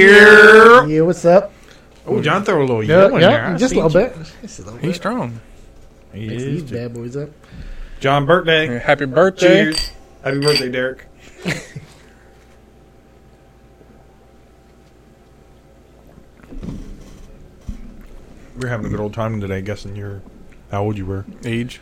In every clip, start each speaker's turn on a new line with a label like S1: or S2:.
S1: Yeah.
S2: Yeah, what's up?
S1: Oh, John throw a little
S3: Yeah,
S1: yo in
S3: yeah,
S1: there. I
S2: Uh, just a
S1: see
S2: little
S1: you.
S2: bit. Just a little
S3: He's
S2: bit.
S3: strong.
S1: He is
S2: Mix these
S1: too.
S2: bad boys up.
S1: John birthday.
S3: Happy birthday.
S1: Cheers. Happy birthday, Derek. We're having a good old time today, guessing you're how old you were.
S3: Age.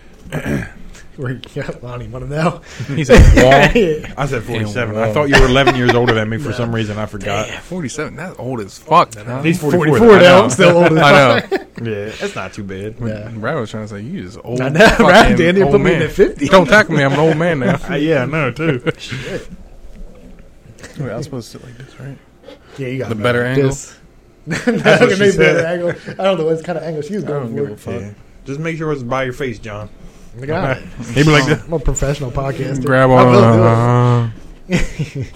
S2: We're, yeah, I don't even want to know.
S3: He's like,
S2: yeah,
S1: I said 47. I
S3: wow.
S1: thought you were 11 years older than me for some reason. I forgot.
S3: "Whoa, 47. That's old as fuck. Tom."
S1: He's 44,
S2: 44
S1: though.
S2: now. I'm still older than
S3: I know.
S1: Yeah, that's not too bad.
S2: Yeah.
S3: Brad was trying to say, you just old.
S2: I know,
S3: fucking
S2: right? Damn near
S3: old
S2: put me in
S3: man.
S2: at 50.
S3: Don't tackle me. I'm an old man now.
S1: Uh, yeah, no, too.
S3: Wait, I was supposed to sit like this, right?
S2: Yeah, you got
S3: The better
S2: it.
S3: angle?
S2: Just- That's
S1: what she
S2: better
S1: said.
S2: angle. I don't know what kind of angle she was
S3: I
S2: going
S3: don't give a
S2: for.
S3: fuck.
S1: Yeah. Just make sure it's by your face, John.
S2: Look at that.
S1: Maybe like that.
S2: I'm a professional podcaster.
S3: Grab
S2: I
S3: on.
S2: will do it.
S3: Uh,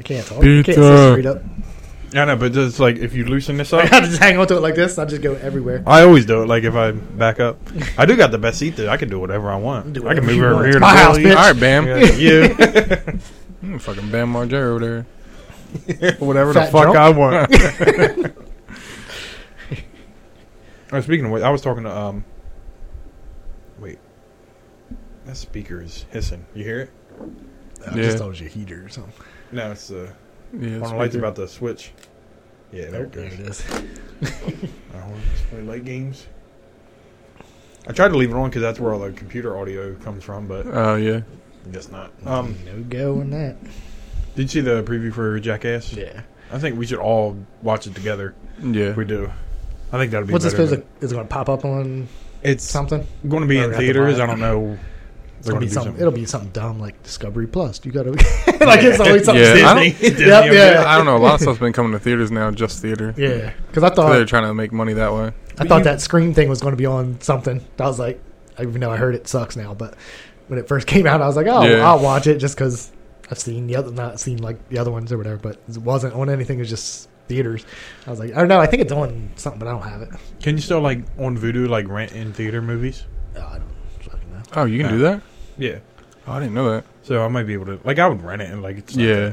S2: I can't talk. I can't sit
S3: Pizza.
S2: straight up.
S1: I know, but just like if you loosen this
S2: I
S1: up,
S2: have to just hang on to it like this. I just go everywhere.
S3: Uh,
S1: I always do it. Like if I back up, I do got the best seat there. I can do whatever I want.
S2: Do
S1: I can
S2: whatever
S1: move
S2: you
S1: over
S2: want.
S1: here.
S2: It's
S1: to
S2: my
S1: Billy.
S2: house,
S3: all
S2: bitch.
S3: right,
S1: Yeah,
S3: Bam.
S1: you.
S3: Mm, fucking Bam Margera over there. Whatever
S2: Fat
S3: the fuck
S2: drunk.
S3: I want.
S1: Oh, speaking of which, I was talking to um. Wait, that speaker is hissing. You hear it?
S2: I
S3: Yeah.
S2: just thought it was your heater or something.
S1: No, it's uh,
S3: yeah,
S1: one of the lights about to switch. Yeah, there
S2: There
S1: it goes.
S2: it is.
S1: I don't wanna just play light games. I tried to leave it on because that's where all the computer audio comes from, but
S3: Oh, yeah.
S1: I guess not. Um,
S2: no go in that.
S1: did you see the preview for Jackass?
S2: Yeah.
S1: I think we should all watch it together.
S3: Yeah.
S1: We do. I think that'll be.
S2: What's it
S1: better
S2: supposed
S1: than-
S2: to? Is it going to pop up on
S1: It's
S2: something?
S1: going to be
S2: or
S1: in
S2: at the
S1: theaters. I
S2: bottom?
S1: don't know.
S2: It's gonna
S1: gonna
S2: be
S1: do
S2: something. It'll be something dumb like Discovery Plus. You got to like it's always something.
S3: Yeah,
S2: Yeah,
S3: I don't-
S1: Disney. Disney,
S2: Yep,
S1: okay.
S2: yeah.
S3: I don't know. A lot of stuff's been coming to theaters now, just theater.
S2: yeah. Because I
S3: So they're
S2: thought
S3: trying to make money that way.
S2: I thought that Scream thing was going to be on something. I was like, I even though I heard it sucks now, but when it first came out, I was like, oh,
S3: Yeah.
S2: I'll watch it just because I've seen the other, not seen like the other ones or whatever. But it wasn't on anything. It was just theaters. I was like, I don't know. I think it's on something, but I don't have it.
S1: Can you still like on Vudu like rent in theater movies?
S2: Oh, I don't fucking know.
S3: Oh, you can
S1: Yeah.
S3: do that?
S1: Yeah.
S3: Oh, I didn't know that.
S1: So I might be able to like I would rent it and like it's not
S3: Yeah.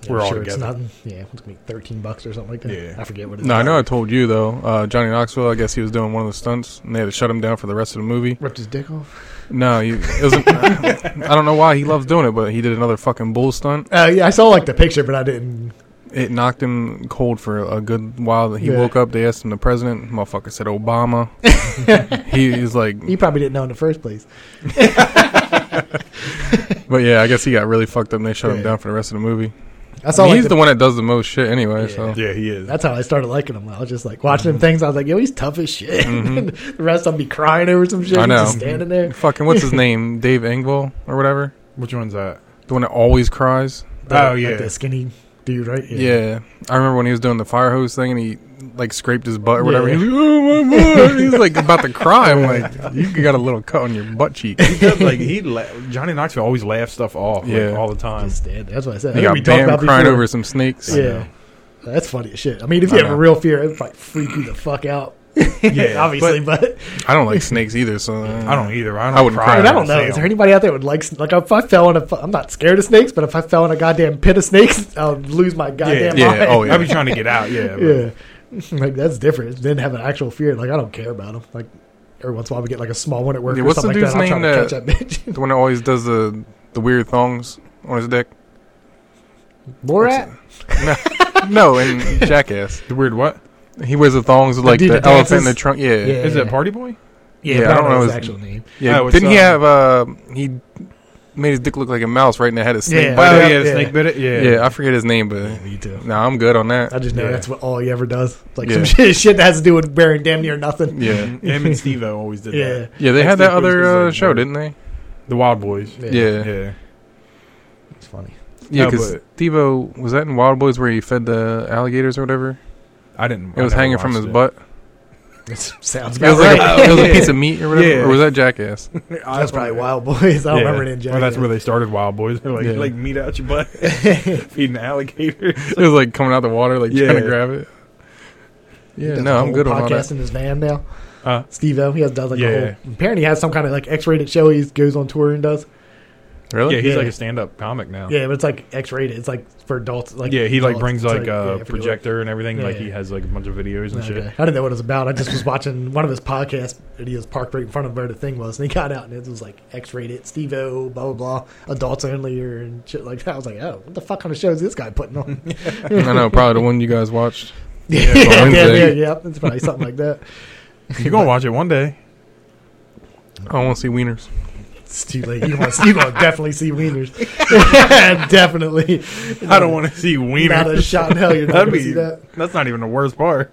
S2: Yeah,
S1: We're
S2: I'm
S1: all
S2: sure it's
S1: together.
S2: nothing. Yeah, it's gonna be thirteen bucks or something like that.
S1: Yeah.
S2: I forget what. It's
S3: No, I know I told you, though. Uh, Johnny Knoxville, I guess he was doing one of the stunts, and they had to shut him down for the rest of the movie.
S2: Ripped his dick off.
S3: No, he, it was I don't know why he loves doing it, but he did another fucking bull stunt.
S2: Uh, yeah, I saw like the picture, but I didn't.
S3: It knocked him cold for a good while. He
S2: Yeah.
S3: woke up. They asked him the president. Motherfucker said Obama. he is like,
S2: He probably didn't know in the first place.
S3: but yeah, I guess he got really fucked up. and They shut
S2: Yeah.
S3: him down for the rest of the movie.
S2: I saw
S3: he's
S2: like, the,
S3: the, one that does the most shit anyway.
S2: Yeah.
S3: So
S1: Yeah, he is.
S2: that's how I started liking him. I was just like watching him things. I was like, yo, he's tough as shit. the rest I'll be crying over some shit.
S3: Mm-hmm. I
S2: He's just
S3: know.
S2: standing there.
S3: fucking what's his name? Dave Engvall or whatever.
S1: Which one's that?
S3: The one that always cries.
S2: The-
S1: oh yeah.
S2: like the skinny dude, right?
S3: Yeah. I remember when he was doing the fire hose thing and he like scraped his butt or
S2: Yeah.
S3: whatever. He was like, oh my butt. he was like about to cry. I'm like, you got a little cut on your butt cheek.
S1: he does, like he la- Johnny Knoxville always laughs stuff off like,
S3: Yeah.
S1: all the time.
S2: Just stand. That's what I said.
S3: They
S2: I think
S3: got
S2: we talked
S3: Bam
S2: about
S3: crying
S2: before.
S3: over some snakes.
S2: Yeah, that's funny as shit. I mean, if you
S3: I
S2: have a
S3: know.
S2: real fear, it would like freak you the fuck out.
S1: Yeah,
S2: obviously, but
S3: I don't like snakes either, so uh,
S1: I don't either. I don't
S3: I wouldn't
S1: cry.
S3: cry.
S2: Dude, I don't know.
S1: Say
S2: Is
S1: them.
S2: there anybody out there would like like if I fell in a fu- I'm not scared of snakes, but if I fell in a goddamn pit of snakes, I'll lose my goddamn
S3: Yeah.
S2: mind.
S3: Oh, yeah.
S1: I'd be trying to get out. Yeah, but-
S2: yeah. Like that's different. Then have an actual fear. Like I don't care about them. Like every once in a while we get like a small one at work
S3: Yeah,
S2: or
S3: what's the
S2: something like
S3: dude's
S2: that. I'm trying
S3: name
S2: to catch that bitch.
S3: The one that always does the the weird thongs on his dick.
S2: Borat.
S3: No, and Jackass.
S1: The weird what?
S3: He wears the thongs with like
S2: dude
S3: the
S2: that
S3: elephant in the
S2: dances?
S3: trunk. Yeah, yeah.
S2: Yeah.
S1: Is it Party Boy?
S3: Yeah, I don't know
S2: his
S3: his-
S2: actual name.
S1: Oh, it's,
S3: Didn't he
S1: uh,
S3: have? Uh, he made his dick look like a mouse, right? And it had a snake
S2: Yeah.
S3: bite.
S1: Oh
S2: yeah,
S1: yeah, the
S2: yeah.
S1: snake bit it. Yeah,
S3: Yeah. I forget his name, but
S2: Me too.
S3: no, I'm good on that.
S2: I just know
S1: Yeah.
S2: that's what all he ever does. It's Like
S3: Yeah.
S2: some shit, shit that has to do with wearing damn near nothing.
S3: yeah,
S1: Mhm. Him and Steve always did
S2: Yeah.
S1: that.
S3: yeah. They
S1: I think
S3: had that
S1: it was
S3: other uh,
S1: his, like,
S3: show,
S1: word.
S3: didn't they?
S1: The Wild Boys.
S3: Yeah,
S1: Yeah.
S2: It's funny.
S3: yeah.
S1: No,
S3: Because
S1: but-
S3: Devo was that in Wild Boys where he fed the alligators or whatever.
S1: I didn't.
S3: It was
S1: I never
S3: hanging from his
S1: watched it.
S3: butt.
S2: It sounds
S3: It
S2: about
S3: was like
S2: right.
S3: a, it was a
S1: Yeah.
S3: piece of meat or whatever.
S1: Yeah.
S3: Or was that Jackass?
S2: That's probably Wild Boys. I don't
S1: Yeah.
S2: remember it in
S1: Well, that's
S2: Jackass.
S1: where they started Wild Boys. They're like,
S3: Yeah.
S1: like meat out your butt, feeding alligators.
S3: It was like coming out the water, like
S1: Yeah.
S3: trying to grab it. Yeah,
S2: does
S3: no,
S2: a
S3: I'm
S2: whole
S3: good
S2: podcast
S3: on all that.
S2: in his van now.
S1: Huh?
S2: Steve O, he has does like
S1: Yeah.
S2: a whole. Apparently, he has some kind of like X-rated show. He goes on tour and does.
S3: Really?
S1: Yeah, he's
S2: Yeah.
S1: like a stand-up comic now.
S2: Yeah, but it's like X-rated. It's like for adults. Like
S1: yeah, he like
S2: adults.
S1: brings
S2: It's
S1: like
S2: yeah,
S1: a
S2: for adults.
S1: projector and everything.
S2: Yeah,
S1: like
S2: yeah.
S1: he has like a bunch of videos and
S2: Okay.
S1: shit.
S2: I didn't know what it was about. I just was watching one of his podcast videos parked right in front of where the thing was, and he got out and it was like X-rated, Steve-O, blah blah blah, adults only, or and shit like that. I was like, oh, what the fuck kind of show is this guy putting on?
S3: I know, probably the one you guys watched.
S2: yeah,
S1: it's
S2: yeah, yeah,
S3: Wednesday.
S2: yeah, It's probably something like that.
S1: You're gonna watch it one day.
S3: I want to see Wieners.
S2: It's too late. You want you gonna definitely see wieners, definitely.
S1: I don't want to see Wiener.
S2: Not a shot in hell you're not
S1: That'd
S2: gonna
S1: be
S2: see that. Mm-hmm.
S1: that's not even the worst part.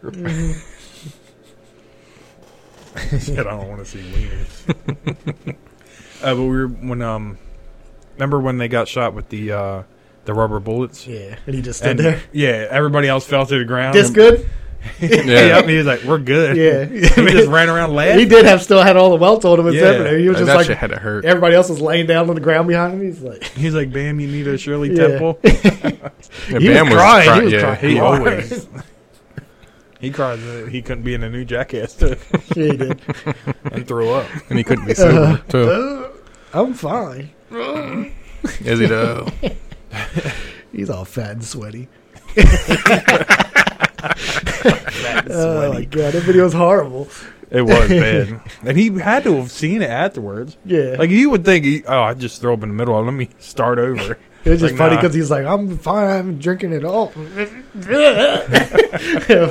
S1: Said I don't want to see wieners. uh, but we were when um, remember when they got shot with the uh the rubber bullets?
S2: Yeah, and he just stood
S1: And
S2: there.
S1: yeah, everybody else fell to the ground.
S2: This good.
S1: yeah,
S3: Yeah.
S1: and he was like, "We're good."
S2: Yeah.
S1: he just ran around
S2: He
S1: laughing.
S2: did have still had all the welts on him and
S1: Yeah.
S2: stuff. and He was
S3: That
S2: just
S3: that
S2: like
S3: shit had to hurt.
S2: everybody else was laying down on the ground behind him. He's like,
S1: He's like, "Bam, you need a Shirley
S2: Yeah.
S1: Temple."
S3: Yeah,
S2: He was crying, he was
S3: yeah,
S2: crying
S3: he
S2: hard.
S3: always.
S1: He cried that he couldn't be in a new jackass to,
S2: yeah, he did.
S1: and throw up.
S3: And he couldn't be sober, too.
S2: Uh, I'm fine.
S3: Is he, though?
S2: He's all fat and sweaty.
S1: That's
S2: Oh my god, that video's horrible.
S1: It was bad, and he had to have seen it afterwards.
S2: Yeah,
S1: Like you would think, he, oh, I just throw up in the middle. Let me start over.
S2: it was just
S1: like,
S2: funny
S1: nah.
S2: because he's like, "I'm fine. I'm drinking it all."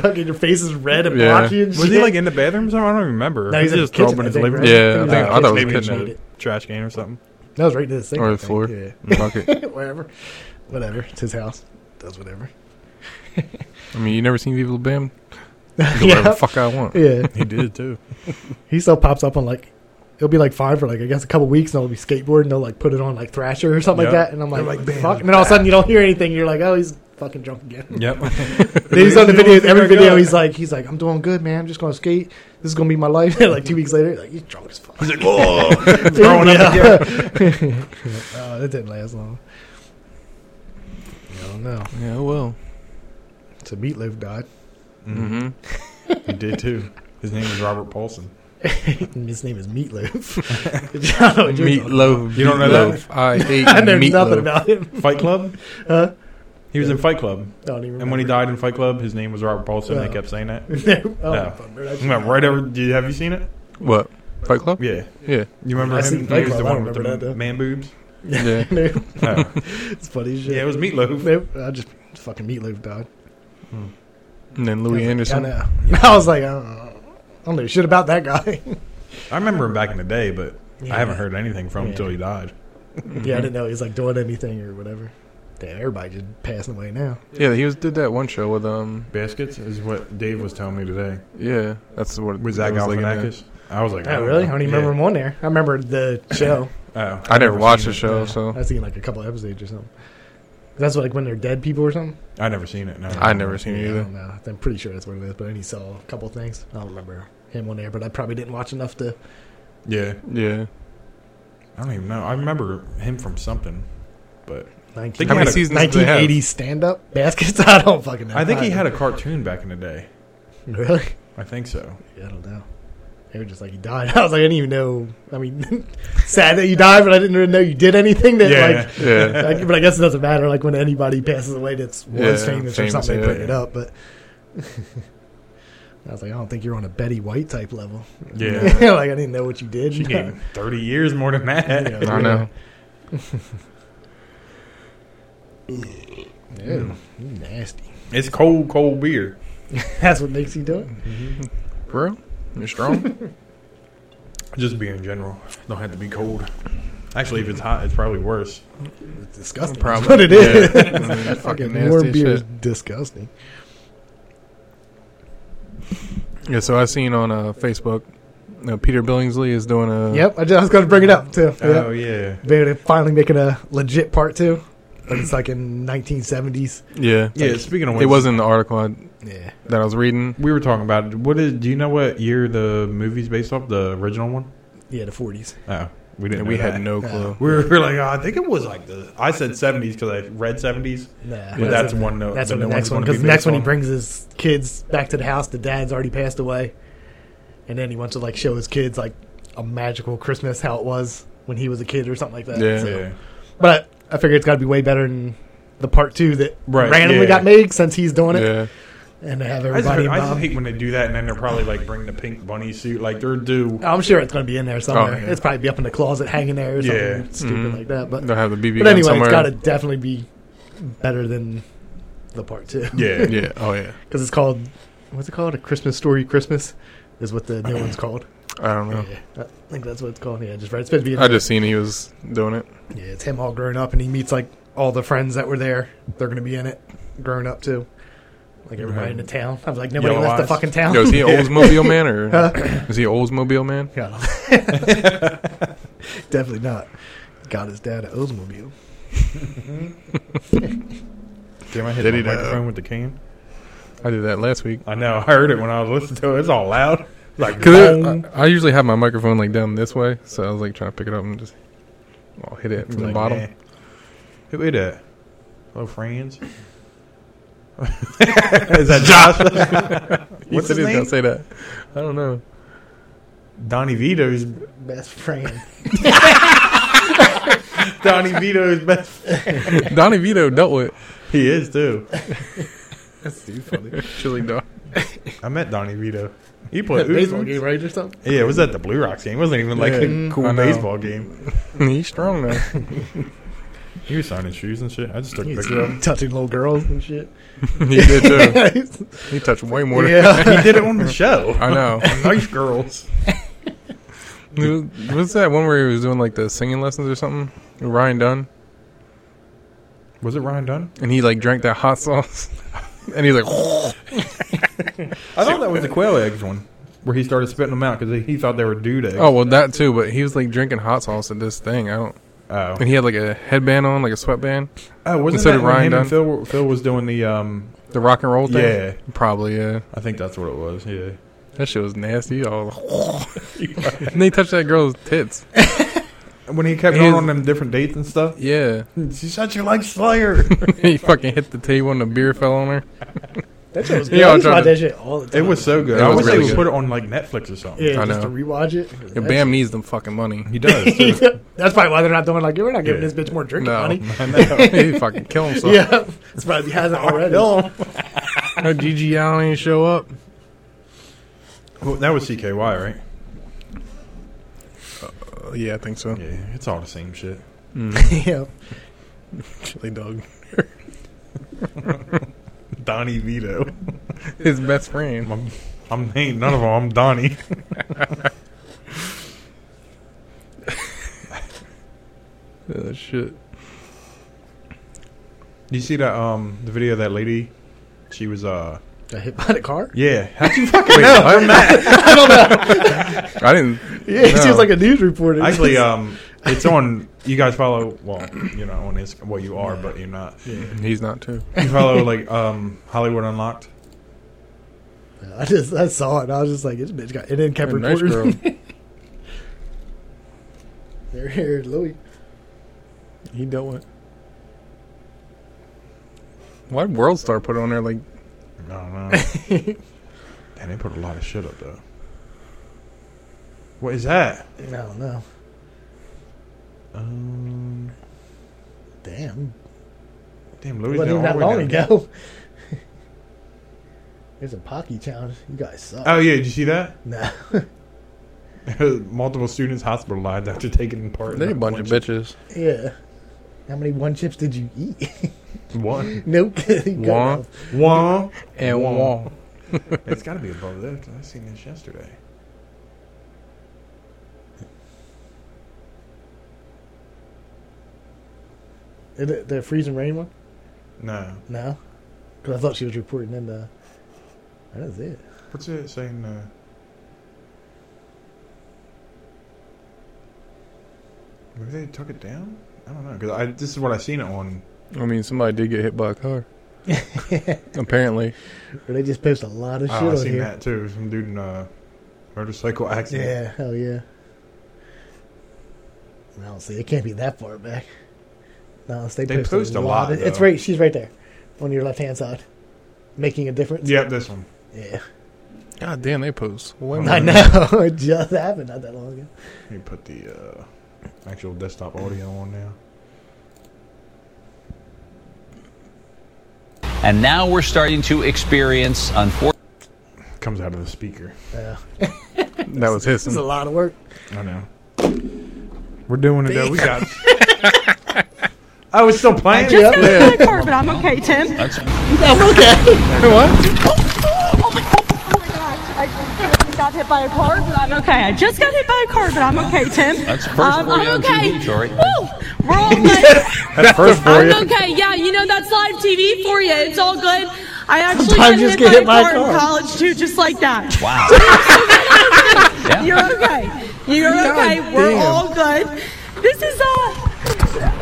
S2: Fucking your face is red and
S3: Yeah.
S2: blocky and
S1: was
S2: shit.
S1: he like in the bathroom? Or something? I don't remember.
S2: No,
S1: He
S2: he's in
S1: just
S2: the
S1: throw up
S2: kitchen,
S1: in
S2: I
S1: his
S2: think,
S1: living
S2: right?
S1: room,
S3: Yeah, I
S2: Yeah,
S3: think I thought it
S1: maybe
S3: was
S1: in
S3: kitchen.
S1: the trash can or something.
S2: that was right to this thing
S3: Or
S2: I
S3: the
S2: think.
S3: floor.
S2: Yeah,
S3: Fuck it.
S2: wherever, whatever. It's his house. Does whatever.
S3: I mean, you never seen Viva La Bam? Do whatever the
S2: yeah,
S3: fuck I want.
S2: yeah.
S1: He did too.
S2: He still pops up on like it'll be like five for like I guess a couple weeks, and I'll be skateboarding. and They'll like put it on like Thrasher or something
S1: Yeah.
S2: like that, and I'm like,
S1: They're like, "Man,
S2: fuck. And then all of a sudden you don't hear anything. You're like, oh, he's fucking drunk again.
S1: Yep.
S2: then he's on the
S1: He's
S2: videos.
S1: drunk
S2: Every
S1: again.
S2: video he's like, he's like, I'm doing good, man. I'm just gonna skate. This is gonna be my life. like two weeks later, like he's drunk as fuck.
S1: He's like, oh, throwing up again.
S2: again. oh, that didn't last long. I don't know.
S3: Yeah, well.
S2: It's a meatloaf died.
S1: Mhm.
S3: Mm-hmm.
S1: He did too. His name was Robert Paulson.
S2: His name is Meatloaf. I don't know what you're talking-
S3: Meatloaf.
S1: You don't know that?
S3: meatloaf. I hate
S2: I know
S3: meatloaf.
S2: nothing about him.
S1: Fight Club.
S2: Huh?
S1: He was in Fight Club,
S2: I don't even.
S1: and when he
S2: remember.
S1: died in Fight Club, his name was Robert Paulson.
S2: Oh.
S1: They kept saying that.
S2: no, I don't
S1: No.
S2: remember. That's-
S1: Went right over. Did you, have you seen it?
S3: What? Fight Club?
S1: Yeah.
S3: Yeah.
S1: You remember
S2: I seen
S1: him?
S2: Fight
S1: He was
S2: Club,
S1: the
S2: I
S1: one
S2: don't
S1: with the
S2: remember that, though.
S1: man boobs.
S3: Yeah.
S2: No,
S1: Oh.
S2: it's funny as shit.
S1: Yeah, it was Meatloaf.
S2: Nope, I just fucking meatloaf died.
S3: And then Louis
S2: I
S3: Anderson.
S2: know. I was like, I don't, know. I don't know shit about that guy.
S1: I remember him back in the day, but
S2: Yeah.
S1: I haven't heard anything from him
S2: Yeah.
S1: until he died.
S3: Mm-hmm.
S2: yeah, I didn't know he was like doing anything or whatever. Damn, everybody just passing away now.
S3: Yeah, he was did that one show with um.
S1: Baskets is what Dave was telling me today.
S3: Yeah, that's what
S1: Was
S3: I
S1: that
S3: looking at.
S1: Galifianakis? I was like,
S2: Oh, really? I don't even
S1: Yeah.
S2: remember him on there. I remember the show.
S1: Oh,
S3: I never watched the
S1: seen
S3: show,
S2: Yeah,
S3: so
S2: I seen like a couple episodes or something. That's like when they're dead people or something.
S1: it. I never seen it. No,
S3: I never seen it
S2: Um, Yeah, I
S3: either.
S2: don't know. I'm pretty sure that's what it is. But then he saw a couple things. I don't remember him on there, but I probably didn't watch enough to.
S1: Yeah,
S3: Yeah.
S1: I don't even know. I remember him from something, but
S2: 19,
S1: How many
S3: seasons do they have?
S2: 1980 stand up baskets? I don't fucking know.
S1: I think he
S2: don't-
S1: had a cartoon back in the day.
S2: Really?
S1: I think so.
S2: Yeah, I don't know. They were just like, he died. I was like, I didn't even know. I mean, sad that you died, but I didn't really know you did anything that,
S1: yeah,
S3: Yeah.
S2: like, like, but I guess it doesn't matter. Like, when anybody passes away that's was
S3: Yeah,
S2: famous,
S3: famous,
S2: or something,
S3: yeah.
S2: they bring it up. But I was like, I don't think you're on a Betty White type level.
S1: yeah.
S2: like, I didn't know what you did.
S1: She gave him thirty years more than that.
S2: Yeah.
S3: I know.
S2: Ew, you nasty.
S1: It's cold, cold beer.
S2: That's what makes you do it.
S3: Bro, you're strong.
S1: Just beer in general. Don't have to be cold. Actually, if it's hot, it's probably worse.
S2: It's disgusting. That's
S3: Probably.
S2: what it is.
S3: Yeah. I mean, Mm-hmm. fucking
S2: Fucking warm
S3: nasty
S2: beer
S3: shit.
S2: is disgusting.
S3: Yeah. So I seen on uh, Facebook, uh, Peter Billingsley is doing a.
S2: Yep, I, just, I was going to bring it up too. Yep.
S1: Uh, Oh yeah.
S2: They're finally making a legit part two, but it's like in 1970s.
S3: Yeah.
S1: Yeah. speaking of which,
S3: It wasn't in the article I,
S2: Yeah,
S3: that I was reading.
S1: We were talking about it. What is? Do you know what year the movie's based off? The original one?
S2: yeah, the 40s.
S1: Oh, we didn't.
S3: And
S1: know
S3: we
S1: that.
S3: had no
S2: Yeah.
S3: clue.
S1: We were, we were like, oh, I think it was like the. I said seventies because I read seventies.
S2: Nah,
S1: But that's
S2: what-
S1: one note.
S2: That's
S1: the
S2: what the
S1: new one's
S2: next one
S1: gonna be
S2: because the next
S1: based
S2: one he
S1: on.
S2: brings his kids back to the house. The dad's already passed away, and then he wants to like show his kids like a magical Christmas how it was when he was a kid or something like that.
S3: Yeah.
S2: So,
S1: Yeah.
S2: But I, I figure it's got to be way better than the part two that
S1: Right,
S2: randomly
S1: yeah.
S2: got made since he's doing it,
S3: Yeah.
S2: and to have
S1: I just,
S2: everybody
S1: I just
S2: involved.
S1: hate when they do that, and then they're probably like bring the pink bunny suit. Like they're due.
S2: I'm sure it's going to be in there somewhere.
S3: yeah.
S2: It's probably be up in the closet hanging there or something
S1: Yeah.
S2: stupid
S3: Mhm.
S2: like that. But
S3: They'll have the BB
S2: but
S3: gun
S2: anyway,
S3: somewhere.
S2: it's got to definitely be better than the part two.
S1: Yeah.
S3: yeah. Oh yeah.
S2: because it's called what's it called? A Christmas Story Christmas is what the new one's called.
S3: I don't know.
S2: Yeah, I think that's what it's called. Yeah, just right. It's supposed to be.
S3: Oh. I just seen he was doing it.
S2: yeah, it's him all grown up, and he meets like all the friends that were there. They're gonna be in it, grown up too. Like everybody in the town. I was like, nobody
S1: Yellow
S2: left the
S1: eyes.
S2: fucking town.
S3: Yo, is he an Oldsmobile man or is he an Oldsmobile man?
S2: Yeah. Definitely not. Got his dad at Oldsmobile.
S1: Damn, I hit
S3: Did he
S1: my
S3: know?
S1: microphone with the can.
S3: I did that last week.
S1: I know. I heard it when I was listening to it. It's all loud. Like
S3: Cause I,
S1: boom.
S3: I usually have my microphone like down this way, so I was like trying to pick it up and just well, hit it from the
S1: Like,
S3: bottom.
S1: eh. Who is that? Hello, friends. is that Josh?
S3: He
S1: What's
S3: said
S1: his name?
S3: he was gonna say that. I don't know.
S1: Donnie Vito's
S2: Best friend.
S1: Donnie Vito's best.
S3: Donnie Vito dealt with
S1: He is too.
S2: That's too funny.
S3: chili dog.
S1: I met Donnie Vito. He played
S2: Baseball
S1: Oozman.
S2: game, right, or something?
S1: Yeah, it was at the Blue Rocks game. It wasn't even like
S3: Yeah,
S1: a cool
S3: I know.
S1: baseball game.
S3: He's strong now.
S1: He was signing shoes and shit. I just took a
S2: He's
S1: picture of him.
S2: touching little girls and shit.
S3: he did too. He touched way more. than-
S2: yeah.
S1: He did it on the show.
S3: I know.
S1: nice girls.
S3: It was- What's that one where he was doing like the singing lessons or something? Ryan Dunn,
S1: Was it Ryan Dunn?
S3: and he like drank that hot sauce, and he's like,
S1: I thought that was the quail eggs one, where he started spitting them out because he, he thought they were dude eggs.
S3: oh well, that too. But he was like drinking hot sauce at this thing. I don't.
S1: oh,
S3: And he had like a headband on, like a sweatband,
S1: oh wasn't
S3: Instead
S1: that
S3: of
S1: when
S3: Ryan
S1: him and
S3: Dunn?
S1: Phil? Phil was doing the um.
S3: the rock and roll thing.
S1: Yeah,
S3: Probably, yeah.
S1: I think that's what it was. Yeah,
S3: That shit was nasty. I was like, and they touched that girl's tits.
S1: when he kept
S3: He
S1: going
S3: is-
S1: on them different dates and stuff.
S3: Yeah.
S1: She said you like Slayer.
S3: he fucking hit the table and the beer fell on her.
S2: That shit was
S3: Yeah,
S2: good.
S3: I
S2: I used to
S3: tried
S2: watch
S3: to-
S2: that shit all the time.
S1: it was so good.
S3: It
S1: I
S3: was
S1: wish
S3: really
S1: they would
S3: good.
S1: put it on like Netflix or something.
S2: Yeah,
S3: I
S2: just to
S3: know.
S2: rewatch it.
S3: Yeah, Bam needs them fucking money.
S1: He does. Too.
S2: That's probably why they're not doing like we're not giving
S1: Yeah.
S2: this bitch more drinking
S3: No.
S2: money.
S1: I know.
S3: he fucking kill himself. Yeah.
S2: Yeah, it's probably he hasn't already.
S1: Well,
S3: No, Gigi Allen ain't show up.
S1: that was CKY, right?
S3: Uh, yeah, I think so.
S1: Yeah, it's all the same shit.
S2: yeah,
S3: Chili dog.
S1: Donnie Vito.
S3: His best friend.
S1: I'm, I'm ain't none of them. I'm Donnie.
S3: Oh, shit.
S1: Do you see that um the video of that lady? She was uh
S2: got hit by the car.
S1: yeah. How'd you
S3: Wait,
S1: fucking
S3: what?
S2: I don't know.
S3: I didn't.
S2: Yeah, he
S3: No. uh,
S2: seems like a news reporter.
S1: Actually, um, it's on. You guys follow? Well, you're not on Instagram. Well, you are, but you're not.
S3: He's not too.
S1: You follow like um Hollywood Unlocked.
S2: I just I saw it. and I was just like, this bitch got it didn't kept
S3: A nice girl.
S2: reporting. There, here, Louis.
S3: He dealt with. Why would World Star put it on there? Like,
S1: I don't know. And they put a lot of shit up though. What is that?
S2: I don't know.
S1: Um,
S2: Damn,
S1: damn,
S2: it
S1: Louis.
S2: wasn't
S1: did
S2: even that
S1: all the way
S2: long
S1: down.
S2: ago. There's a Pocky challenge. You guys suck.
S3: Uh,
S1: Oh yeah, did you see that?
S2: no.
S1: Multiple students hospitalized after taking part. in
S3: they a
S1: the
S3: bunch of bitches.
S2: Yeah. How many one chips did you eat?
S1: One.
S2: nope. Cut it
S3: One.
S2: off.
S1: One.
S3: And
S1: Whoa.
S3: wall.
S1: It's got to be above that. 'cause I seen this yesterday.
S2: Is it the freezing rain one?
S1: No.
S2: No. Because I thought she was reporting in the. That is it.
S1: What's it saying? Uh, maybe they took it down. I don't know. Cause I this is what I seen it on.
S3: I mean, somebody did get hit by a car. Apparently.
S2: Or they just post a lot of shit
S1: Oh, I
S2: on
S1: seen
S2: here.
S1: that too. Some dude in a motorcycle accident.
S2: Yeah, hell yeah. I don't see. It can't be that far back. No, unless they,
S1: They post a lot,
S2: of- It's
S1: though.
S2: right. She's right there, on your left hand side, making a difference.
S1: Yep, this one.
S2: Yeah.
S3: God damn, they post. Way more
S2: I know. it just happened not that long ago.
S1: Let me put the uh, actual desktop audio on now.
S4: And now we're starting to experience, unfortunately,
S1: Comes out of the speaker.
S2: Yeah.
S3: That was
S2: This is a
S3: hissing.
S2: lot of work.
S1: I know. We're doing it though. We got. I was still playing.
S2: Yep.
S5: my car, but I'm okay, Tim.
S3: What?
S5: Oh my gosh, I just got hit by a car, but I'm okay. I just got hit by a car, but I'm okay, Tim.
S4: That's first for you
S5: I'm
S4: on
S5: Um, okay.
S4: TV, Tori.
S5: Woo! We're all good.
S1: That's first for you.
S5: I'm okay. Yeah, you know that's live TV for you. It's all good. I actually
S2: Sometimes
S5: got
S2: you just
S5: hit,
S2: get hit
S5: by a
S2: by a
S5: car, in
S2: car.
S5: college too, just like that.
S4: Wow.
S5: You're okay. You're okay. We're all good. This is uh.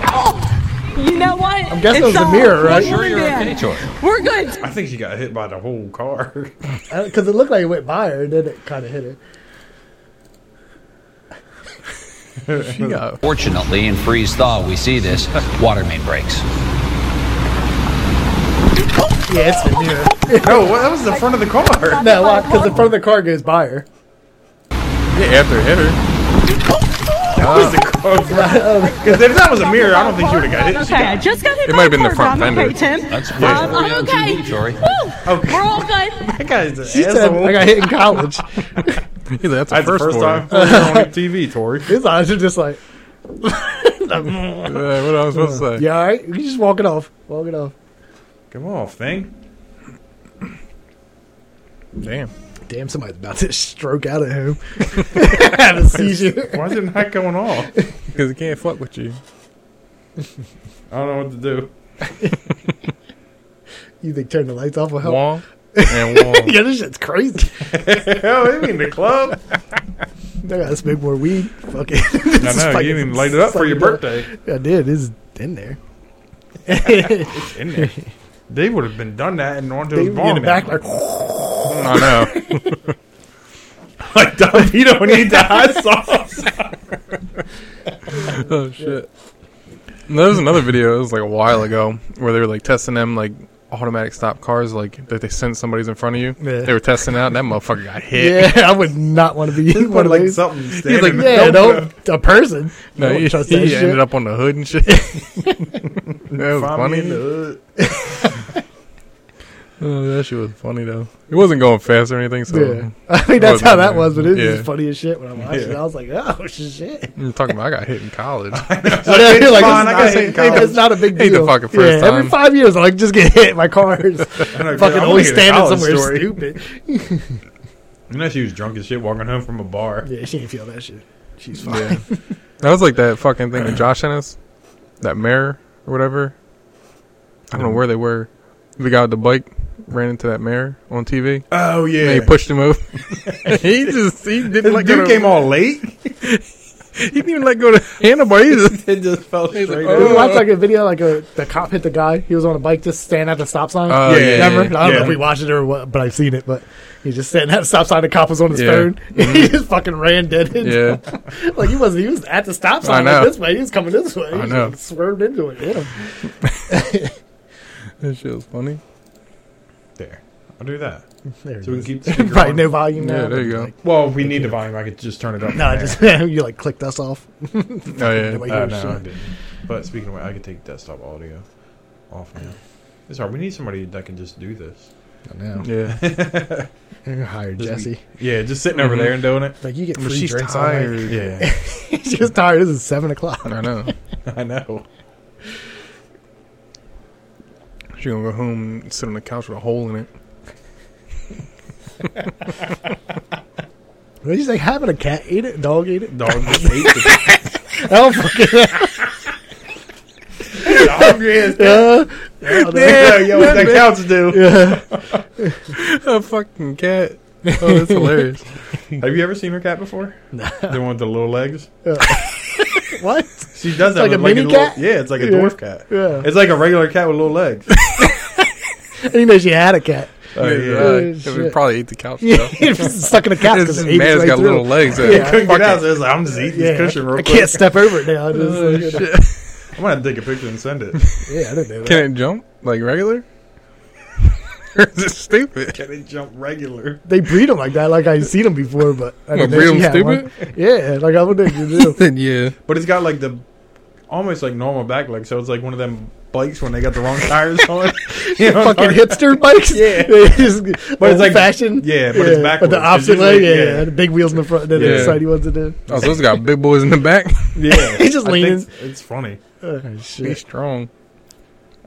S5: Oh, you know what? I'm
S2: guessing it was a mirror, right?
S4: Sure you're okay, Tori.
S5: We're good.
S1: I think she got hit by the whole car.
S2: Because it looked like it went by her, and then it kind of hit her.
S3: She got
S4: Fortunately, in freeze thaw, we see this water main breaks.
S2: Yeah, it's the mirror.
S1: no, Oh, what- that was the front of the car.
S2: No, because the front of the car goes by her.
S3: yeah, after it hit her.
S1: That was the car. Because if that was a mirror, I don't think she would have got hit. She
S5: Okay, I just got hit
S3: It
S5: by
S3: might
S5: a
S3: have been the
S5: car,
S3: front
S5: but I'm
S3: fender.
S5: Okay, Tim.
S4: That's first
S5: Um,
S4: for you
S5: I'm
S4: on
S5: okay.
S4: TV, Tori.
S5: Woo!
S1: Okay.
S5: We're all good.
S1: That guy's an
S2: She said,
S1: asshole.
S2: I got hit in college.
S3: He's like, that's a
S1: That's the
S3: first,
S1: first
S3: for
S1: time
S3: time.
S1: we were on TV, Tori.
S2: His eyes are just like,
S3: what I was supposed to say.
S2: yeah, all right. You just walk it off. Walk it off.
S1: Come off, thing.
S3: Damn.
S2: Damn, somebody's about to stroke out at home. Have a seizure.
S1: Why is it not going off?
S3: Because it can't fuck with you.
S1: I don't know what to do.
S2: You think turn the lights off will help?
S3: Wong and Wong.
S2: Yeah, this shit's crazy.
S1: Hell, they mean the club.
S2: I gotta smoke more weed. Fuck it. This
S1: I
S2: is
S1: know.
S2: fucking
S1: You even light it up for your
S2: psychedelic.
S1: birthday.
S2: I did. It's in there.
S1: in there. They would have been done that and onto
S2: They
S1: his
S2: would be in
S1: bomb.
S2: the back
S1: like,
S2: like,
S3: I know.
S1: like Don Vito when he eat the hot sauce.
S3: Oh shit! And there was another video. It was like a while ago where they were like testing them like automatic stop cars, like that they send somebody's in front of you.
S2: Yeah.
S3: They were testing out, and that motherfucker got hit.
S2: yeah, I would not want to be one
S1: Put
S2: of
S1: like
S2: those.
S1: something
S2: He's like,
S1: standing.
S2: yeah, don't a person.
S3: No,
S2: Don't
S3: he,
S2: trust
S3: he
S2: that shit.
S3: ended up on the hood and shit. that
S2: Oh,
S3: was funny.
S1: funny.
S3: Oh, that shit was funny though. It wasn't going fast or anything. So
S2: Yeah. I mean that's
S3: Wasn't
S2: how that
S3: there.
S2: was, but it was
S3: Yeah.
S2: just funny as shit when I watched it.
S1: Yeah.
S2: I was like, oh shit.
S3: you're talking about I got hit in college.
S2: Yeah, you're like,
S1: fine,
S2: it's
S1: I
S2: not-
S1: got hit in
S2: it's
S1: college.
S2: it's not a big deal.
S3: Ain't the fucking first
S2: yeah, every
S3: time.
S2: five years, I like just get hit by cars. fucking always standing somewhere stupid.
S1: You know, she was drunk as shit walking home from a bar.
S2: Yeah, she ain't feel that shit. She's fine.
S3: yeah, that was like that fucking thing with Josh Ennis, that mayor or whatever. I don't know where they were. The guy with the bike ran into that mayor on TV.
S1: Oh, yeah.
S3: And he pushed him over. he just he didn't
S1: His
S3: let go.
S1: dude
S3: to-
S1: came all late.
S3: He didn't even let go to handlebar. He just
S1: It just fell straight
S3: like,
S1: over.
S2: Did we watch like a video like a the cop hit the guy? He was on a bike just standing at the stop sign.
S3: Oh, Yeah, yeah, yeah,
S2: Remember?
S3: yeah.
S2: I don't
S1: Yeah.
S2: know if we watched it or what, but I've seen it. But he just standing at the stop sign. The cop was on his
S3: Yeah. Mm-hmm.
S2: phone. he just fucking ran dead. Into
S3: yeah.
S2: him. like he wasn't. He was at the stop sign
S3: know.
S2: like this way. He was coming this way. He just,
S3: know.
S2: like, swerved into it. Hit him.
S3: That shit was funny.
S2: "Oh."
S1: There. I'll do that.
S2: There
S1: So
S2: it
S1: we can
S2: is.
S1: keep the speaker
S2: Probably
S1: on.
S2: no volume.
S3: Yeah,
S2: now,
S3: there
S2: but,
S3: you go.
S2: like,
S1: Well, if we need the volume, I could just turn it up.
S2: No,
S1: from
S2: just
S1: there.
S2: you like clicked us off.
S3: Oh yeah.
S2: Like,
S1: Uh, no,
S2: oh,
S1: I
S2: shit.
S1: didn't. But speaking of which, I could take desktop audio off now. It's hard. We need somebody that can just do this.
S2: I know.
S3: Yeah.
S2: You hired
S1: Just
S2: Jesse.
S1: Yeah, just sitting over there and doing it.
S2: Like you get
S3: But
S2: free
S3: she's
S2: drinks. all night.
S3: tired.
S1: Mm-hmm. Yeah,
S2: she's just tired. This is seven o'clock.
S3: I know.
S1: I know.
S3: She gonna go home and sit on the couch with a hole in it.
S2: What do you say? Having a cat ate it. Dog ate it.
S1: Dog just ate the
S2: Oh fucking
S1: hungry as
S2: yeah.
S1: yeah, yo, what that couch do?
S3: A fucking cat. Oh, that's hilarious.
S1: Have you ever seen her cat before? No. The one with the little legs.
S2: What?
S1: She does that
S2: like
S1: with
S2: a
S1: like
S2: mini
S1: a little-
S2: cat?
S1: yeah, it's like a
S2: Yeah.
S1: dwarf cat.
S2: Yeah.
S1: It's like a regular cat with little legs.
S2: I didn't know she had a cat.
S1: Oh,
S3: yeah,
S1: yeah.
S3: uh,
S2: Oh,
S3: we
S2: shit.
S3: probably ate the couch though.
S2: Yeah, stuck in a couch
S3: It's
S2: because
S3: just
S2: it
S3: mad.
S2: ate its
S3: It's
S2: way
S3: got
S2: through.
S3: little legs. that-
S2: Yeah.
S1: Couldn't
S3: Fuck
S1: get
S3: it.
S1: out. So it's like, I'm just eating
S2: yeah,
S1: this cushion real
S2: I
S1: quick.
S2: can't step over it now. I just-
S3: Oh, shit.
S1: I'm gonna take a picture and send it.
S2: yeah, I didn't know that.
S3: Can it jump like regular? Or is it stupid?
S1: Can it jump regular?
S2: They breed them like that. Like I've seen them before, but I
S3: Like,
S2: didn't know
S3: breed
S2: she
S3: 'em
S2: had one. Yeah, like I wouldn't know you do.
S3: Then yeah.
S1: But it's got like the almost like normal back legs. So it's like one of them bikes when they got the wrong tires on. You know what I'm
S2: fucking
S1: talking-
S2: hipster bikes.
S1: Yeah.
S2: but
S1: it's like-
S2: fashion.
S1: yeah, but it's
S2: But
S1: backwards.
S2: the
S1: It's
S2: opposite
S1: usually-
S2: leg. Yeah,
S1: yeah.
S2: yeah, the big wheels in the front, then
S3: Yeah.
S2: the side ones in the.
S3: Oh, so it's got big boys in the back.
S1: Yeah,
S2: He's just
S1: I think
S2: leaning.
S1: It's, it's funny.
S2: Oh,
S3: Be
S2: shit.
S3: strong.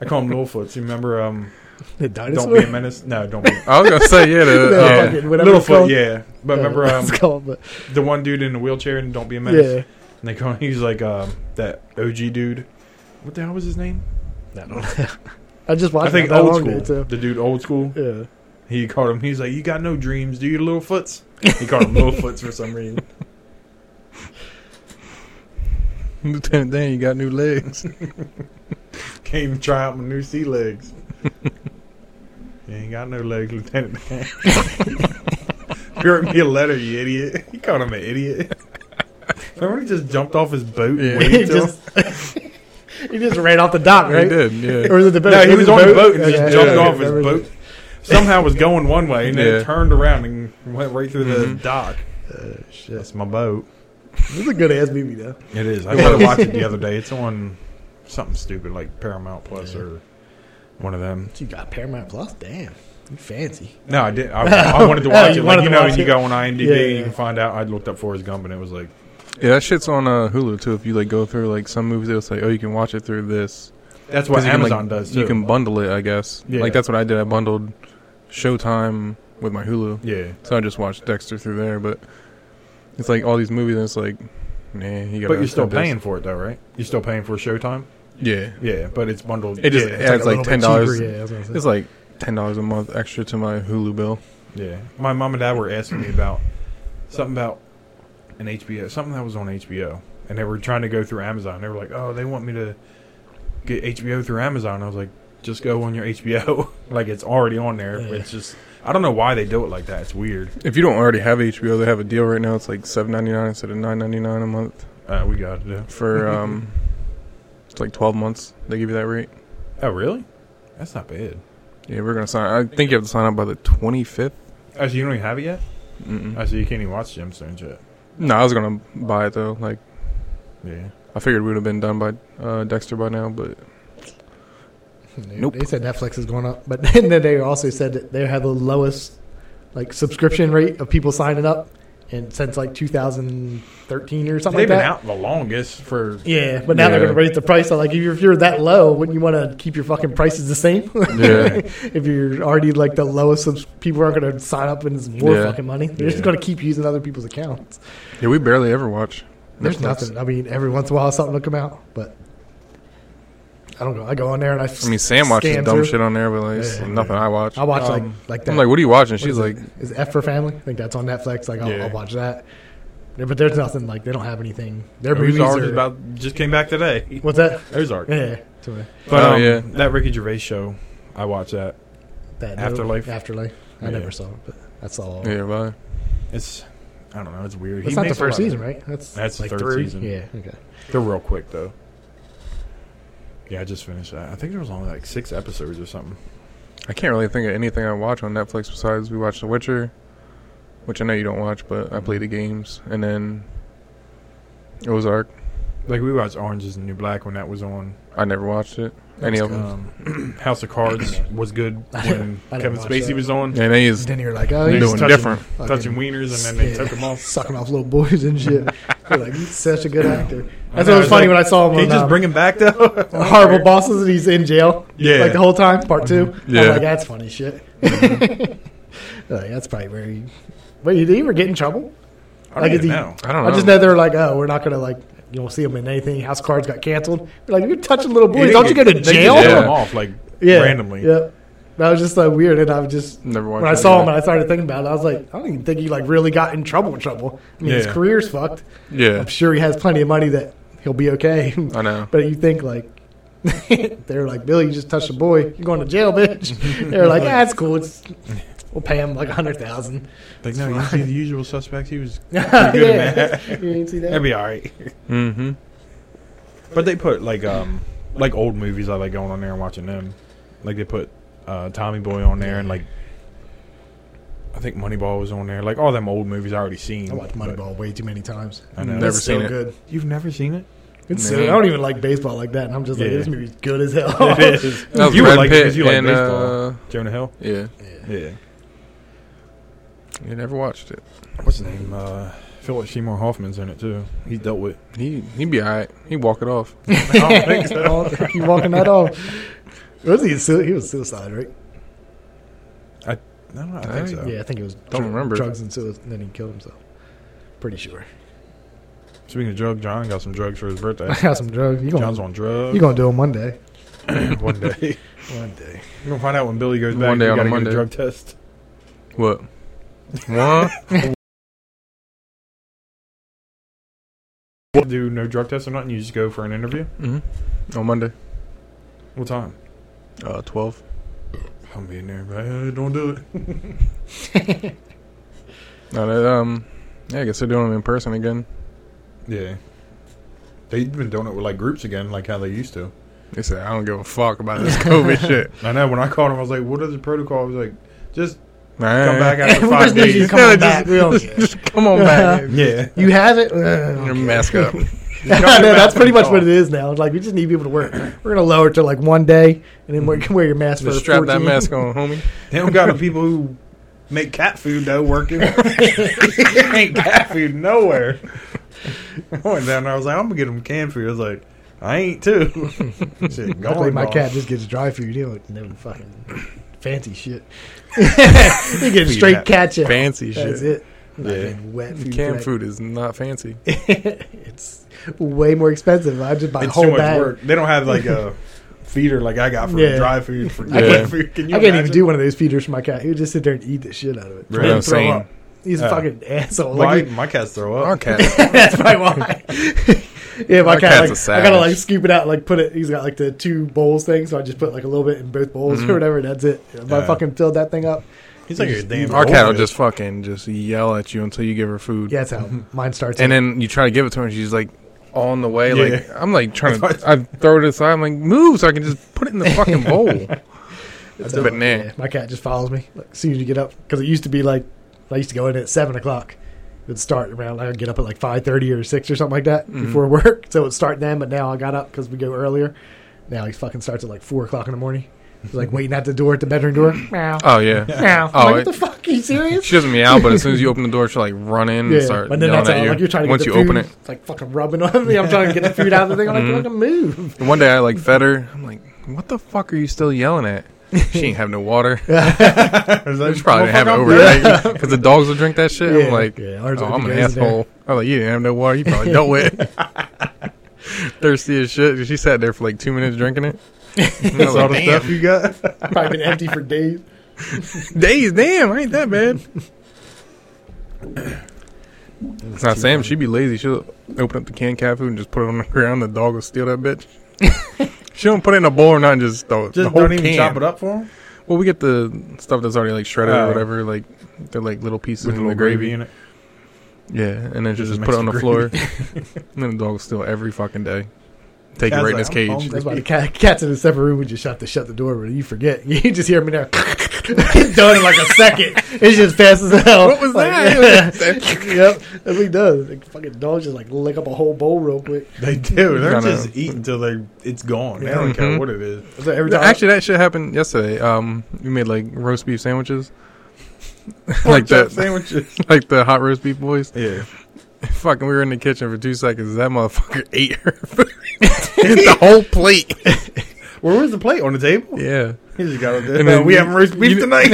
S1: I call him Littlefoot. You remember? Um,
S2: The
S1: don't
S2: dinosaur.
S1: be a menace. No, don't be.
S3: I was gonna say yeah. The,
S2: No,
S3: uh,
S2: fucking whatever it's
S1: Littlefoot.
S2: called.
S1: Oh, Yeah, but remember
S2: Uh,
S1: um,
S2: it's called, but
S1: the one dude in the wheelchair and Don't Be a Menace.
S2: yeah.
S1: And they call he's like um, that OG dude. What the hell was his name?
S2: I don't know. I just watched.
S1: I think
S2: that
S1: old
S2: long
S1: school.
S2: ago,
S1: The dude old school.
S2: too.
S1: He called him. He's like, "You got no dreams, do you, little foots?" He called him little foots for some reason.
S3: Lieutenant Dan, you got new legs.
S1: Came to try out my new sea legs. you ain't got no legs, Lieutenant. Dan. you wrote me a letter, you idiot. He called him an idiot. Remember when he just jumped off his boat?
S3: Yeah.
S1: And
S2: Yeah,
S1: waved
S2: he
S1: to him?
S2: just he just ran off the dock,
S3: He
S2: right?
S3: did. Yeah.
S2: Or was it the boat?
S1: No, he
S2: It
S1: was on the boat and
S2: Okay,
S1: just
S2: yeah,
S1: jumped
S2: yeah,
S1: off his
S2: remember
S1: boat. Somehow was going one way and then
S3: Yeah.
S1: turned around and went right through the
S3: Mhm.
S1: dock.
S2: that. Mm-hmm. Uh, shit.
S1: That's my boat.
S2: This is a good ass movie though.
S1: It is. I tried to watch it the other day. It's on something stupid like Paramount Plus or one of them.
S2: You got Paramount Plus? Damn, you fancy.
S1: No, I did. I, I wanted to watch
S2: you
S1: it.
S2: wanted
S1: Like you
S2: to
S1: know,
S2: watch
S1: you
S2: it.
S1: go on IMDb,
S2: Yeah, yeah.
S1: you can find out. I looked up Forrest Gump, and it was like,
S3: Yeah, that shit's on uh, Hulu too. If you like go through like some movies, they'll say, "Oh, you can watch it through this."
S1: that's what
S3: 'Cause you can, like,
S1: Amazon does. Too.
S3: You can bundle it, I guess.
S1: Yeah.
S3: Like that's what I did. I bundled Showtime with my Hulu,
S1: yeah.
S3: so I just watched Dexter through there. But it's like all these movies, and it's like, nah, you got.
S1: But you're still paying for it though, right? You're still paying for Showtime.
S3: Yeah,
S1: Yeah, but it's bundled.
S3: It just
S1: yeah,
S3: adds- It's
S2: a
S3: like
S2: little bit
S3: $10.
S2: cheaper, Yeah, I was gonna say.
S3: it's like ten dollars a month extra to my Hulu bill.
S1: Yeah, my mom and dad were asking me about something about an HBO, something that was on HBO, and they were trying to go through Amazon. They were like, "Oh, they want me to get HBO through Amazon." I was like, "Just go on your HBO, like it's already on there."
S2: Yeah.
S1: It's just I don't know why they do it like that. It's weird.
S3: If you don't already have HBO, they have a deal right now. It's like seven ninety nine instead of nine ninety nine a month
S1: Uh, we got it. yeah.
S3: for um, it's like twelve months. They give you that rate.
S1: Oh, really? That's not bad.
S3: Yeah, we're gonna sign. I think you have to sign up by the twenty fifth.
S1: Oh, so you don't even have it yet?
S3: No,
S1: Oh, so you can't even watch Gemstones yet?
S3: I was gonna buy it though. Like
S1: Yeah.
S3: I figured we'd have been done by uh, Dexter by now, but Nope.
S2: They said Netflix is going up, but then they also said that they have the lowest like subscription rate of people signing up, and since like 2013 or something
S1: They've
S2: like
S1: been
S2: that.
S1: out the longest for.
S2: Yeah, but now they're
S3: Yeah.
S2: going to raise the price. So like, if you're, if you're that low, wouldn't you want to keep your fucking prices the same?
S3: Yeah.
S2: if you're already like the lowest, subs- people aren't going to sign up and it's more
S3: Yeah.
S2: fucking money. They're
S1: Yeah.
S2: just going to keep using other people's accounts.
S3: yeah, we barely ever watch.
S2: There's
S3: Netflix.
S2: nothing. I mean, every once in a while something will come out, but I don't go. I go on there and I.
S3: I mean, Sam watches dumb shit on there, but like it's
S2: Yeah.
S3: nothing I watch.
S2: I watch
S1: Um,
S2: like like that.
S3: I'm like, what are you watching?
S2: What
S3: She's
S2: is
S3: like,
S2: it? is F for Family? I think that's on Netflix. Like, I'll,
S1: Yeah.
S2: I'll watch that. Yeah, but there's nothing like they don't have anything. Their movies
S1: Ozark is
S2: are.
S1: about just came back today.
S2: what's that?
S1: Ozark.
S2: Yeah, to
S1: But
S3: Oh,
S1: um,
S3: yeah.
S1: that Ricky Gervais show, I watch that.
S2: that
S1: Afterlife?
S2: Afterlife. I
S1: Yeah.
S2: never saw it, but that's all.
S3: yeah, bye.
S1: It's I don't know. It's weird.
S2: That's
S1: He
S2: not the
S1: makes a
S2: first
S1: lot of-
S2: season, right? That's
S1: That's the
S2: like
S1: third
S2: three.
S1: season.
S2: Yeah. Okay.
S1: They're real quick though. Yeah, I just finished that. I think there was only like six episodes or something.
S3: I can't really think of anything I watch on Netflix besides we watch The Witcher, which I know you don't watch, but I play the games, and then Ozark.
S1: Like we watched Orange Is the New Black when that was on.
S3: I never watched it. Any of them.
S1: Um, House of Cards was good when
S2: I didn't
S1: Kevin
S2: watch
S1: Spacey
S2: that.
S1: was on.
S3: And they is
S2: Then you're like, oh,
S1: They
S2: he's
S1: was
S3: doing
S1: touching-
S3: different.
S1: touching wieners, and then they
S2: yeah,
S1: took them off.
S2: sucking off little boys and shit. You're like, he's such a good actor. That's
S1: know,
S2: what was
S1: it's
S2: funny
S1: like,
S2: when I saw him.
S1: Can you
S2: on,
S1: just
S2: um,
S1: bring him back though?
S2: horrible bosses and he's in jail.
S1: Yeah.
S2: Like the whole time, part two. Yeah.
S3: Yeah.
S2: I'm like, that's funny shit. like, that's probably where he. Wait, did he ever get in trouble?
S1: I
S2: Like,
S1: don't
S2: is
S1: even
S2: he-
S1: know.
S3: I don't know.
S2: I just know they're like, oh, we're not going to, like, you don't see him in anything. House cards got canceled. We're like, you're touching little boys. Don't you go
S1: They
S2: to
S1: just
S2: jail?
S1: threw
S3: Yeah.
S1: him off like randomly.
S2: Yep. That was just so weird. And I was just.
S3: Never watched
S2: When I
S3: that
S2: saw
S3: guy.
S2: him and I started thinking about it, I was like, I don't even think he, like, really got in trouble. Trouble. I mean, his
S1: Yeah.
S2: career's fucked.
S3: Yeah.
S2: I'm sure he has plenty of money that he'll be okay.
S3: I know.
S2: But you think like they're like Billy, you just touched a boy, you're going to jail, bitch. They're like, ah, it's cool. It's we'll pay him like a hundred thousand.
S1: Like no, you see the usual suspects. He was
S2: yeah,
S1: good in that.
S2: you didn't see that.
S1: that'd be all right.
S3: Mm-hmm.
S1: But they put like um like old movies I like going on there and watching them. Like they put uh Tommy Boy on there and like I think Moneyball was on there. Like all them old movies I already seen.
S2: I watched
S1: but-
S2: Moneyball way too many times.
S1: I know.
S2: It's
S3: Never
S2: so
S3: seen it.
S2: Good.
S1: You've never seen it?
S2: It's
S3: Man.
S2: silly. I don't even like baseball like that, and I'm just like,
S1: Yeah.
S2: this movie's good as hell.
S1: It is.
S3: That was
S1: you would
S3: Brad
S1: like it 'cause
S3: Pitt
S1: you like
S3: and,
S1: baseball.
S3: uh,
S1: Jonah Hill.
S3: Yeah,
S1: Yeah.
S3: you never watched it.
S1: What's his name? Uh, Philip Seymour Hoffman's in it too. He's dealt with.
S3: He he be alright. He walk it off.
S1: I don't think so.
S2: I don't think he's walking that off. Was he? sui- He was suicide, right?
S1: I, I don't know, I think
S3: Oh,
S1: so.
S2: Yeah, I think it was.
S3: Don't remember.
S2: drugs and suicide, and then he killed himself. Pretty sure.
S1: Speaking of drugs, John got some drugs for his birthday.
S2: I got some drugs. You
S1: John's
S2: gonna
S1: on drugs.
S2: you gonna do them one day?
S1: one day.
S2: One day.
S1: We're gonna find out when Billy goes back.
S3: One day
S1: we
S3: on a
S1: gotta get
S3: Monday.
S1: a drug test.
S3: What? One?
S1: We'll do no drug test or nothing. You just go for an interview.
S3: Mm-hmm. On Monday.
S1: What time?
S3: Uh, twelve.
S1: I'm being there. but, uh, Don't do it.
S3: No, that, um, yeah, I guess they're doing them in person again.
S1: Yeah. They've been doing it with like groups again, like how they used to.
S3: They said I don't give a fuck about this COVID shit.
S1: I know. When I called him, I was like, "What is the protocol?" I was like, "Just
S3: Nah.
S1: come back after
S2: We
S1: five
S2: just need you
S1: days."
S2: to come on back. We don't
S3: Just,
S2: care.
S3: just come on back.
S2: Uh-huh.
S1: Yeah.
S2: You have it. Uh,
S3: Your mask up.
S2: I know, that's pretty much what it is now. Like we just need people to work. We're gonna lower it to like one day, and then we can wear your mask for
S3: Just strap
S2: 14.
S3: that mask on, homie.
S1: They don't got the people who make cat food though working. ain't cat food nowhere. I went down there. I was like, I'm gonna get them canned food. I was like, I ain't too. Shit,
S2: Luckily,
S1: going
S2: my
S1: dog.
S2: cat just gets dry food. He don't no fucking fancy shit. he gets straight
S1: that
S2: cat shit.
S3: Fancy shit.
S2: That's it.
S1: Yeah.
S2: Nothing Wet food.
S3: Canned
S2: crap.
S3: food is not fancy.
S2: it's way more expensive. I just buy a
S1: It's
S2: whole
S1: too much
S2: bag.
S1: work. They don't have like a feeder like I got for
S2: Yeah.
S1: dry food for
S3: I
S1: cat
S3: can't-
S1: food. Can
S2: I
S1: you
S2: can't even do one of those feeders for my cat. He would just sit there and eat the shit out of it.
S1: Right.
S2: And
S1: I'm
S2: throw
S3: saying.
S2: up. He's a
S1: Yeah.
S2: fucking asshole.
S1: Why
S2: Like,
S1: my cats throw up?
S3: Our cat.
S2: that's probably why. yeah, my
S3: Our
S2: cat.
S3: cat's
S2: Like,
S3: a
S2: I
S3: savage.
S2: gotta like scoop it out, like put it. He's got like the two bowls thing, so I just put like a little bit in both bowls
S3: Mm-hmm.
S2: or whatever. And that's it. If I
S1: Yeah.
S2: fucking filled that thing up.
S1: He's like a damn.
S3: Our
S1: old
S3: cat will
S1: bitch.
S3: just fucking just yell at you until you give her food.
S2: Yeah, that's how mine starts.
S3: Mm-hmm. And then you try to give it to her, and she's like on the way. Like
S1: Yeah.
S3: I'm like trying
S1: That's
S3: to, I throw it aside. I'm like move so I can just put it in the fucking bowl.
S2: That's
S3: But
S2: how-
S3: nah.
S2: yeah, my cat just follows me. Like, as soon as you get up, because it used to be like I used to go in at seven o'clock. It would start around. I'd get up at like five thirty or six or something like that
S3: Mm-hmm.
S2: before work. So it would start then. But now I got up because we go earlier. Now he fucking starts at like four o'clock in the morning. He's like waiting at the door at the bedroom door. Meow.
S3: Oh yeah.
S2: Meow.
S3: Oh,
S2: I'm like, what
S3: it-
S2: the fuck? Are you serious?
S3: She doesn't meow, but as soon as you open the door, she'll like run in and
S2: Yeah,
S3: start
S2: but then
S3: yelling
S2: that's
S3: at
S2: how
S3: you.
S2: like you're trying to
S3: Once
S2: get
S3: you
S2: the food,
S3: open it, Mm-hmm.
S2: it's like fucking rubbing on me. I'm trying to get the food out of the thing. I'm like, fucking move.
S3: and one day I like fed her. I'm like, what the fuck are you still yelling at? She ain't have no water.
S1: I was like,
S3: She probably didn't have
S1: "Motherfucker,
S3: it
S1: I'm
S3: overnight because the dogs will drink that shit.
S2: Yeah.
S3: I'm like,
S2: Yeah, ours
S3: oh,
S2: are
S3: I'm
S2: the
S3: an
S2: guys in there.
S3: asshole. I'm like, you didn't have no water. You probably dealt with it. Thirsty as shit. She sat there for like two minutes drinking it. And I was
S1: That's all
S3: like,
S1: the
S3: damn,
S1: stuff you got.
S2: Probably been empty for days.
S3: days, damn, ain't that bad. Now Sam, she'd be lazy. She'll open up the canned cat food and just put it on the ground. The dog will steal that bitch. she don't put it in a bowl or not. Just throw it.
S1: Just don't even chop it up for him.
S3: Well, we get the stuff that's already like shredded
S1: Oh.
S3: or whatever. Like they're like little pieces
S1: With a
S3: in
S1: little
S3: the gravy.
S1: gravy in it.
S3: Yeah, and then she
S1: Just
S3: just
S1: makes
S3: put it on
S1: the
S3: the floor. and then the dog will steal every fucking day. Take
S1: Cat's
S3: it right in
S1: like,
S3: his
S1: "I'm
S3: cage.
S1: hungry."
S2: That's why the cat, cat's in a separate room. We just shut the shut the door, but you forget. You just hear me now. Done in like a second. It's just fast as hell.
S3: What was
S2: Like,
S3: that?
S2: yeah. yep, that's what he does. Like, fucking dogs just like lick up a whole bowl real quick.
S1: They do. They're
S3: Kinda-
S1: just eating until they it's gone. They don't
S3: Mhm.
S1: care what it is.
S2: So every
S3: No,
S2: time,
S3: actually, that shit happened yesterday. Um, we made like roast beef sandwiches, like
S1: Pork chop
S3: that,
S1: sandwiches.
S3: like the hot roast beef boys.
S1: Yeah.
S3: Fucking, we were in the kitchen for two seconds. That motherfucker ate her food. the whole plate.
S1: Where was the plate on the table?
S3: Yeah,
S1: He just got up there. "Man,
S3: And then
S1: we
S3: you-
S1: haven't roast beef
S3: you-
S1: tonight.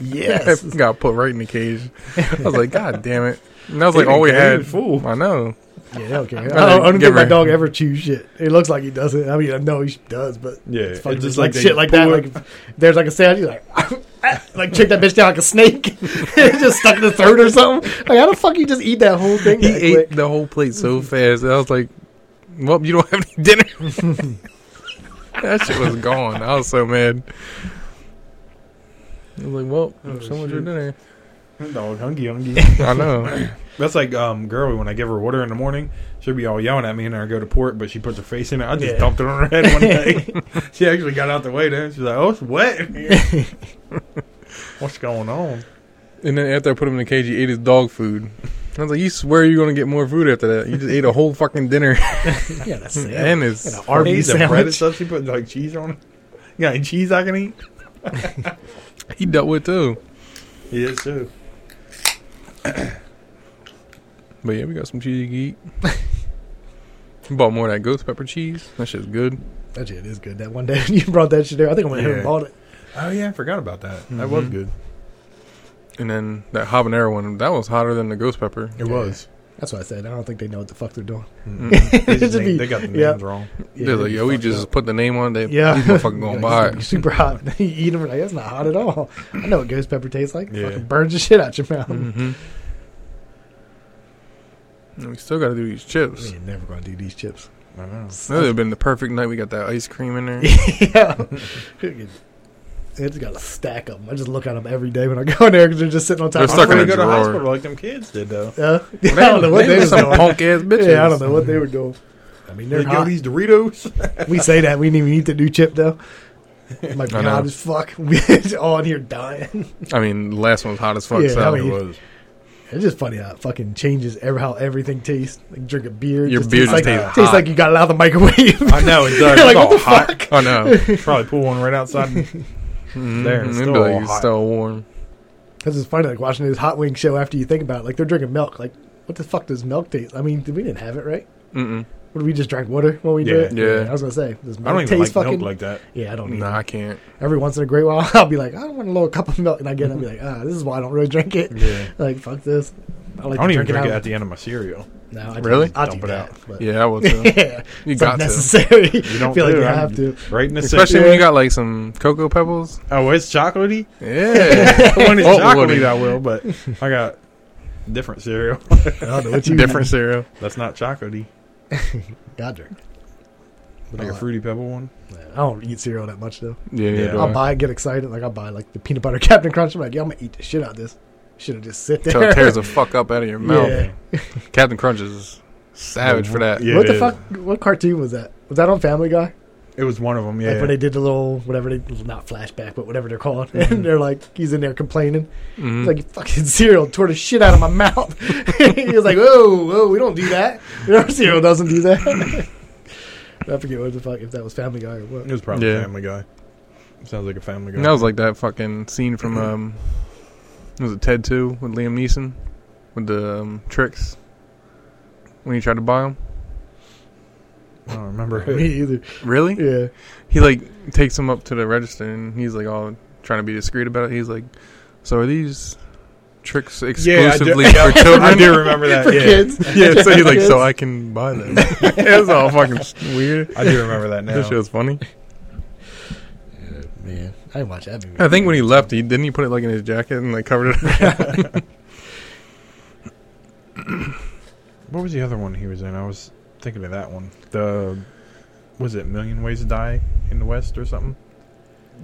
S2: yes.
S3: It got put right in the cage. I was like, God damn it! And that was like
S1: Eating
S3: all we
S1: cage,
S3: had.
S1: fool.
S3: I know.
S2: Yeah, they don't care. I
S3: I
S2: don't, I don't
S3: give
S2: think my
S3: her-
S2: dog ever chews shit. It looks like he doesn't. I mean, I know he does, but
S1: Yeah,
S2: it's fucking
S1: it's just
S2: just like,
S1: like they
S2: shit like that.
S1: pull
S2: Like
S1: it-
S2: if there's like a sound, he's like, ah, like check that bitch down like a snake, just stuck in the throat or something. Like how the fuck you just eat that whole thing?
S3: He
S2: that
S3: ate
S2: quick?
S3: the whole plate so fast. I was like, Well, you don't have any dinner. that shit was gone. I was so mad. I was like, Well, someone's your dinner.
S1: Dog, hunky, hunky.
S3: I know.
S1: That's like um, girl. When I give her water in the morning, she'll be all yelling at me, and I go to pour it, but she puts her face in it. I just
S2: Yeah.
S1: dumped it on her head one day. she actually got out the way then. She's like, "Oh, it's wet in here. What's going on?"
S3: And then after I put him in the cage, he ate his dog food. I was like, you swear you're gonna get more food after that. You just ate a whole fucking dinner.
S2: Yeah, that's it.
S3: And it's-
S2: an Arby's
S1: the bread and
S2: sandwich.
S1: stuff she put like cheese on it. You got any cheese I can eat?
S3: he dealt with too.
S1: Yes, sir.
S3: But yeah, we got some cheesy geek. Bought more of that ghost pepper cheese. That shit's good.
S2: That shit is good. That one day you brought that shit there. I think I went home
S1: Yeah.
S2: and bought it.
S1: Oh yeah, I forgot about that. That was
S3: Mhm.
S1: good.
S3: And then that habanero one, that was hotter than the ghost pepper.
S1: It
S2: Yeah.
S1: was.
S2: That's what I said. I don't think they know what the fuck they're doing.
S1: They, just
S2: It'd
S1: name-
S2: be-
S1: they got the names
S2: yeah.
S1: wrong.
S3: They're like, yo, we
S2: fucked
S3: just
S2: up.
S3: put the name on it.
S2: Yeah,
S3: these motherfucking gonna
S2: Yeah,
S3: buy
S2: it's
S3: it.
S2: Super hot. you eat them, like that's not hot at all. I know what ghost pepper tastes like.
S1: Yeah. Mm-hmm.
S2: Fucking burns the shit out your mouth.
S3: hmm And we still got to do these chips.
S2: We ain't never gonna do these chips.
S1: I know.
S3: That would have been the perfect night. We got that ice cream in there.
S2: yeah, it's got a stack of them. I just look at them every day when I go in there because they're just sitting on top.
S3: They're
S2: of
S3: stuck
S1: I'm
S3: in
S1: gonna go
S3: a
S1: to
S3: drawer.
S1: hospital like them kids did though.
S2: Yeah, I don't know what they
S3: were
S2: was
S3: some
S2: doing.
S3: punk ass bitches.
S2: Yeah, I don't know what they were doing. I mean,
S1: They
S2: they're
S1: go
S2: hot.
S1: these Doritos.
S2: we say that we didn't even eat the new chip though. I'm like
S3: I know.
S2: God as fuck, we're all in here dying.
S3: I mean, the last one was hot as fuck.
S2: Yeah,
S3: so
S2: I mean,
S3: it
S2: you-
S3: was.
S2: It's just funny how it fucking changes ever how everything tastes. Like drink a beer, it
S3: Your
S2: just
S3: beer
S2: tastes
S3: just
S2: like,
S3: tastes
S2: tastes
S3: hot.
S2: like you got it out of the microwave.
S1: I know it does.
S2: You're
S1: It's
S2: like, what
S1: all
S2: the
S1: hot.
S2: fuck?
S3: I know.
S1: Probably pull one right outside. There, it's
S3: Mm-hmm. It'd
S1: still
S3: be
S1: all
S3: like, it's
S1: hot.
S3: still warm.
S2: Because it's funny, like watching this hot wing show after you think about it. Like they're drinking milk. Like what the fuck does milk taste? I mean, we didn't have it right.
S3: Mm-mm.
S2: What, we just drank water when we did it.
S3: Yeah. Yeah.
S2: I was gonna say does milk
S1: I don't even like
S2: taste fucking
S1: milk like that.
S2: yeah. I don't either.
S3: Nah, I can't.
S2: Every once in a great while, I'll be like, I want a little cup of milk, and I get, it, I'll be like, ah, this is why I don't really drink it.
S1: Yeah.
S2: Like fuck this. I, like
S1: I don't
S2: to
S1: even
S2: it
S1: drink it
S2: out-
S1: at the end of my cereal.
S2: No, I
S3: Really?
S2: do, I do
S1: Dump it
S2: that,
S1: out.
S2: But
S3: Yeah, I uh, will too.
S2: yeah,
S3: You
S2: it's
S3: got to.
S2: unnecessary.
S1: You don't
S2: I feel like
S1: do
S2: you
S1: it.
S2: have to.
S1: Right in the
S3: Especially
S1: center.
S3: when you got like some cocoa pebbles.
S1: Oh, it's chocolatey.
S3: Yeah.
S1: when it's
S3: Oh,
S1: chocolatey,
S3: Woody.
S1: I will. But I got different cereal.
S2: I don't know what you
S3: Different cereal.
S1: That's not chocolatey.
S2: God drink. But
S1: Like
S2: I'll-
S1: a fruity pebble one.
S2: I don't eat cereal that much though.
S3: Yeah,
S1: Yeah.
S3: yeah.
S1: Boy.
S2: I'll buy, it, get excited, like I'll buy like the peanut butter Captain Crunch. I'm like, yeah, I'm gonna eat the shit out of this. Should have just sit there.
S3: Till it tears the fuck up out of your mouth.
S2: Yeah.
S3: Captain Crunch is savage for that.
S1: Yeah,
S2: what the
S1: it is.
S2: fuck? What cartoon was that? Was that on Family Guy?
S1: It was one of them. Yeah.
S2: Like when they did the little whatever they not flashback, but whatever they're called,
S1: Mm-hmm.
S2: and they're like he's in there complaining.
S3: Mhm.
S2: He's like, "You fucking cereal tore the shit out of my mouth." he was like, "Whoa, whoa, we don't do that. Our cereal doesn't do that." I forget what the fuck if that was Family Guy or what.
S1: it was probably
S3: Yeah.
S1: Family Guy. Sounds like a Family Guy.
S3: And that was like that fucking scene from um, was it Ted Two with Liam Neeson with the um, tricks when he tried to buy them.
S1: I don't remember.
S2: Me either.
S3: Really?
S2: Yeah.
S3: He like takes them up to the register and he's like all trying to be discreet about it. He's like, "So are these tricks exclusively for children?"
S1: I do remember that.
S2: For
S1: yeah.
S2: kids.
S3: Yeah, so he's like,
S2: Kids.
S3: "So I can buy them." it was all fucking s- weird.
S1: I do remember that now.
S3: That shit was funny.
S2: Man, I didn't watch that movie.
S3: I think when he left, he didn't he put it like in his jacket and like covered it.
S1: What was the other one he was in? I was thinking of that one. The was it Million Ways to Die in the West or something?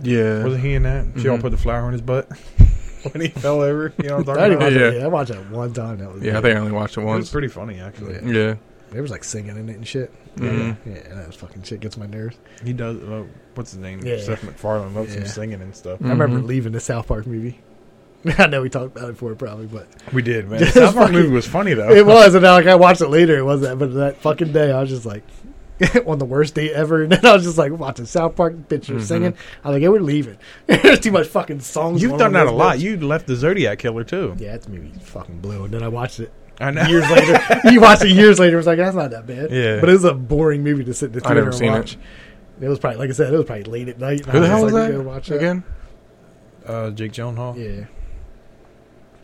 S3: yeah.
S1: Wasn't he in that? She all
S3: Mhm.
S1: put the flower in his butt when he fell over. You know what I'm
S2: I
S1: talking
S2: didn't
S1: about?
S2: watch
S3: Yeah.
S2: that. Yeah, I watched that one time. That was
S3: Yeah, I think I only watched it
S1: It was
S3: once.
S1: pretty funny actually.
S2: Yeah.
S3: yeah.
S2: There was like singing in it and shit.
S3: Mhm.
S2: Yeah, yeah, that fucking shit gets my nerves.
S1: He does. Uh, what's his name?
S2: Yeah.
S1: Seth MacFarlane loves him
S2: Yeah.
S1: singing and stuff.
S2: I remember
S3: Mhm.
S2: leaving the South Park movie. I know we talked about it before, probably, but
S1: We did, man.
S2: Just
S1: South Park
S2: fucking-
S1: movie was funny though.
S2: it was. And then, like I watched it later, it was that. But that fucking day, I was just like on the worst day ever. And then I was just like watching South Park, bitch,
S3: Mm-hmm.
S2: are singing. I was like, yeah, we're leaving. There's too much fucking songs.
S1: You've
S2: going
S1: done
S2: on in
S1: that a
S2: this
S1: lot.
S2: bitch.
S1: You left the Zodiac Killer too.
S2: yeah, that movie fucking blew. And then I watched it.
S1: I know.
S2: Years later, you watched it years later. It was like that's not that bad.
S1: Yeah.
S2: but it was a boring movie to sit in the
S3: I
S2: theater
S3: never
S2: and
S3: seen it.
S2: watch. It. was probably like I said, it was probably late at night. and I
S3: Who the
S2: was
S3: hell
S2: just
S3: was
S2: like,
S3: that?
S2: "Go watch
S3: Again?
S1: Uh, Jake Gyllenhaal.
S2: Yeah.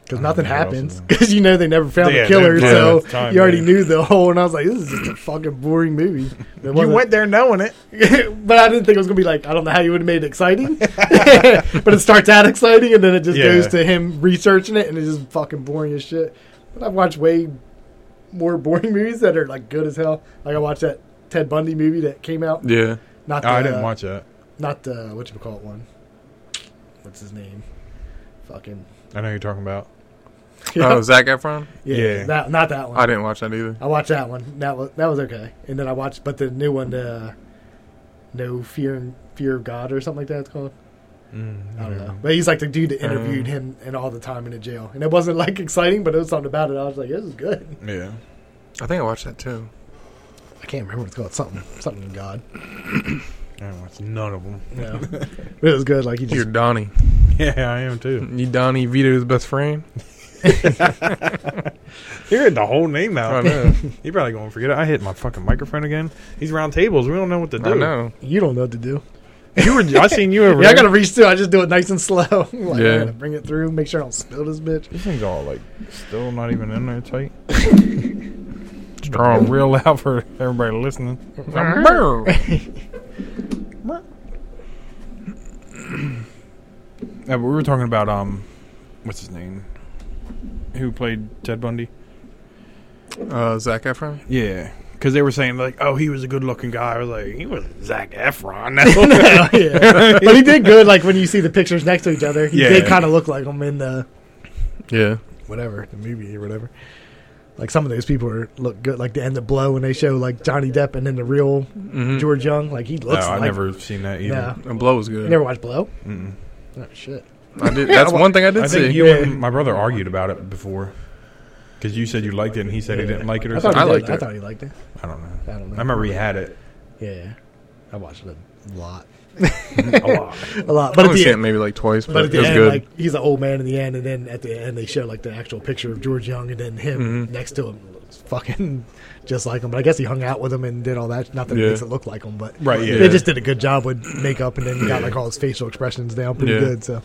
S2: Because
S1: don't
S2: nothing
S1: know what else is
S2: happens.
S1: in
S2: Because you know they never found
S1: Yeah,
S2: the killer,
S1: they're-
S2: so
S1: yeah, time,
S2: you already
S1: yeah.
S2: knew the whole. And I was like, this is just a fucking boring movie. It
S1: You
S2: wasn't-
S1: went there knowing it.
S2: but I didn't think it was gonna be like I don't know how you would have made it exciting. but it starts out exciting, and then it just
S1: Yeah.
S2: goes to him researching it, and it's just fucking boring as shit. But I've watched way more boring movies that are like good as hell. Like I watched that Ted Bundy movie that came out.
S3: Yeah.
S2: Not the,
S1: Oh, I didn't watch that.
S2: Not the what you call it one. What's his name? Fucking
S1: I know you're talking about.
S3: Oh, Zach Efron?
S2: Yeah,
S1: Yeah.
S2: That, not that one.
S3: I
S2: I,
S3: didn't watch that either.
S2: watched that one. That was that was okay. And then I watched, but the new one, uh, No Fear and Fear of God or something like that. It's called. I don't know. But he's like the dude that interviewed him and all the time in the jail. And it wasn't like exciting, but it was something about it. I was like, this is good.
S1: Yeah.
S3: I think I watched that too.
S2: I can't remember what it's called. Something, something in God.
S1: I don't watch none of them.
S2: Yeah. but it was good. Like he
S3: You're
S2: just
S3: Donnie.
S1: Yeah, I am too.
S3: You Donnie Vito's best friend.
S1: You're getting the whole name
S3: I
S1: out.
S3: know.
S1: You're probably going to forget it. I hit my fucking microphone again. These round tables, we don't know what to do.
S3: I know.
S2: you don't know what to do.
S1: You were, I seen you over
S2: Yeah, I
S1: there.
S2: gotta reach through. I just do it nice and slow. like,
S3: Yeah.
S2: I gotta bring it through. Make sure I don't spill this bitch.
S1: This thing's all like still not even in there tight. Drawing
S3: Strong. Uh,
S1: real loud for everybody listening.
S3: yeah,
S1: Yeah, but we were talking about um, what's his name? Who played Ted Bundy?
S3: uh, Zach Efron.
S1: Yeah, because they were saying like, oh, he was a good-looking guy. I was like, he was Zach Efron. That's what
S2: Oh, yeah. but he did good. Like when you see the pictures next to each other, he
S1: Yeah.
S2: did kind of look like him in the
S3: Yeah.
S2: whatever the movie or whatever. Like some of those people are, look good. Like the end of Blow when they show like Johnny Depp and then the real
S3: Mm-hmm.
S2: George Young. Like he
S1: no,
S2: looks.
S1: I
S2: like,
S1: never seen that either.
S2: Yeah.
S3: And Blow was
S2: You
S3: good.
S2: never watched Blow?
S1: Mm-mm.
S2: Oh shit.
S3: I did, that's
S2: well,
S3: one thing I did
S1: I
S3: see.
S1: think you
S2: Yeah.
S1: and my brother argued about it before. Because you said you liked it and he said he didn't like it or
S2: I thought
S1: something.
S2: he
S3: I
S2: did.
S3: liked
S2: I
S3: it.
S2: thought he liked it.
S1: I don't know.
S2: I don't know.
S1: I remember he had it
S2: Yeah, I watched it a lot,
S1: a lot.
S2: a lot.
S3: I
S2: But at
S3: only
S2: the
S3: seen it
S2: end,
S3: maybe like twice, but,
S2: but at
S3: it
S2: the
S3: was
S2: end,
S3: good.
S2: like he's an old man in the end, and then at the end they show like the actual picture of George Young, and then him
S3: Mm-hmm.
S2: next to him looks fucking just like him. But I guess he hung out with him and did all that. Not that
S3: Yeah.
S2: it makes it look like him, but
S1: Right, yeah.
S2: they just did a good job with makeup, and then got like all his facial expressions down pretty
S3: Yeah.
S2: good. So.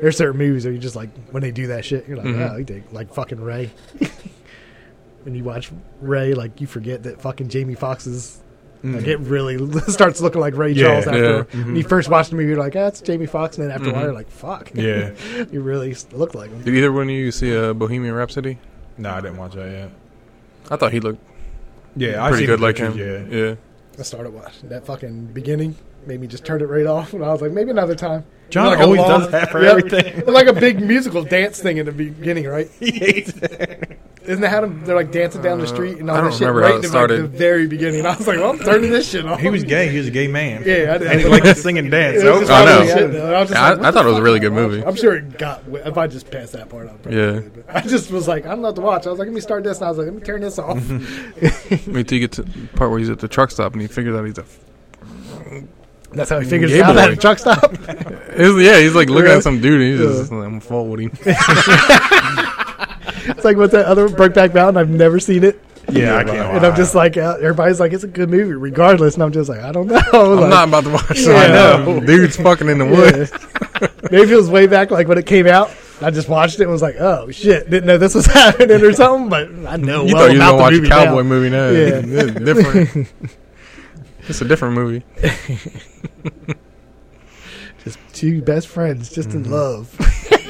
S2: There's certain movies that you just like when they do that shit, you're like,
S3: Mm-hmm.
S2: oh, he did like fucking Ray. when you watch Ray, like you forget that fucking Jamie Foxx is like it really starts looking like Ray
S1: Yeah,
S2: Charles after
S3: Mm-hmm. yeah.
S2: when you first watch the movie. You're like, ah, it's Jamie Foxx, and then after a while,
S3: Mhm.
S2: you're like, fuck,
S1: Yeah.
S2: you really s- look like him.
S3: Did either one of you see uh, Bohemian Rhapsody?
S1: No, I didn't watch that yet.
S3: I thought he looked
S1: Yeah, I seen
S3: pretty good
S1: the
S3: like him.
S1: pictures, Yeah.
S3: yeah.
S2: I started watching that fucking beginning. Made me just turn it right off, and I was like, maybe another time.
S1: John
S2: Like a
S1: always
S2: long-
S1: does that for
S2: Yep.
S1: everything.
S2: like a big musical dance thing in the beginning, right? Isn't that how them- they're like dancing down the street and all
S3: Uh, I don't
S2: that shit
S3: remember
S2: right
S3: how it
S2: in the, like,
S3: started.
S2: the very beginning? And I was like, well, I'm turning this shit off.
S1: He was gay. He was a gay man.
S2: Yeah, I did.
S1: and he liked to sing and dance.
S2: It was just
S3: I know.
S2: one of those shit, though, and I, was just
S3: Yeah, I-
S2: like, what
S3: I
S2: the
S3: thought it was a
S2: fuck
S3: really
S2: am I
S3: good
S2: watching?
S3: movie.
S2: I'm sure it got. If I just passed that part out,
S3: Yeah.
S2: I just was like, I'm not to watch. I was like, let me start this, and I was like, let me turn this off.
S3: Mm-hmm. I mean, till you get to the part where he's at the truck stop and he figures out he's a. F-
S2: That's how he figures
S3: Gay
S2: it out
S3: Mm, boy.
S2: at a truck stop.
S3: He's- yeah, he's like looking at some dude and he's just like, I'm full with him.
S2: it's like what's that other Brokeback Mountain? I've never seen it,
S1: Yeah, I can't.
S2: and I'm just like, uh, everybody's like, it's a good movie, regardless. And I'm just like, I don't know.
S3: I'm
S2: Like,
S3: not about to watch
S2: Yeah.
S3: that. Dude's fucking in the
S2: yeah.
S3: woods.
S2: Maybe it was way back, like when it came out. I just watched it and was like, oh shit, didn't know this was happening or something. But I know
S3: You
S2: well
S3: thought you
S2: about
S3: were
S2: the
S3: going to watch
S2: movie now.
S3: a cowboy movie now.
S2: Yeah.
S3: It's different. it's a different movie.
S2: Just two best friends, just
S3: Mm-hmm.
S2: in love.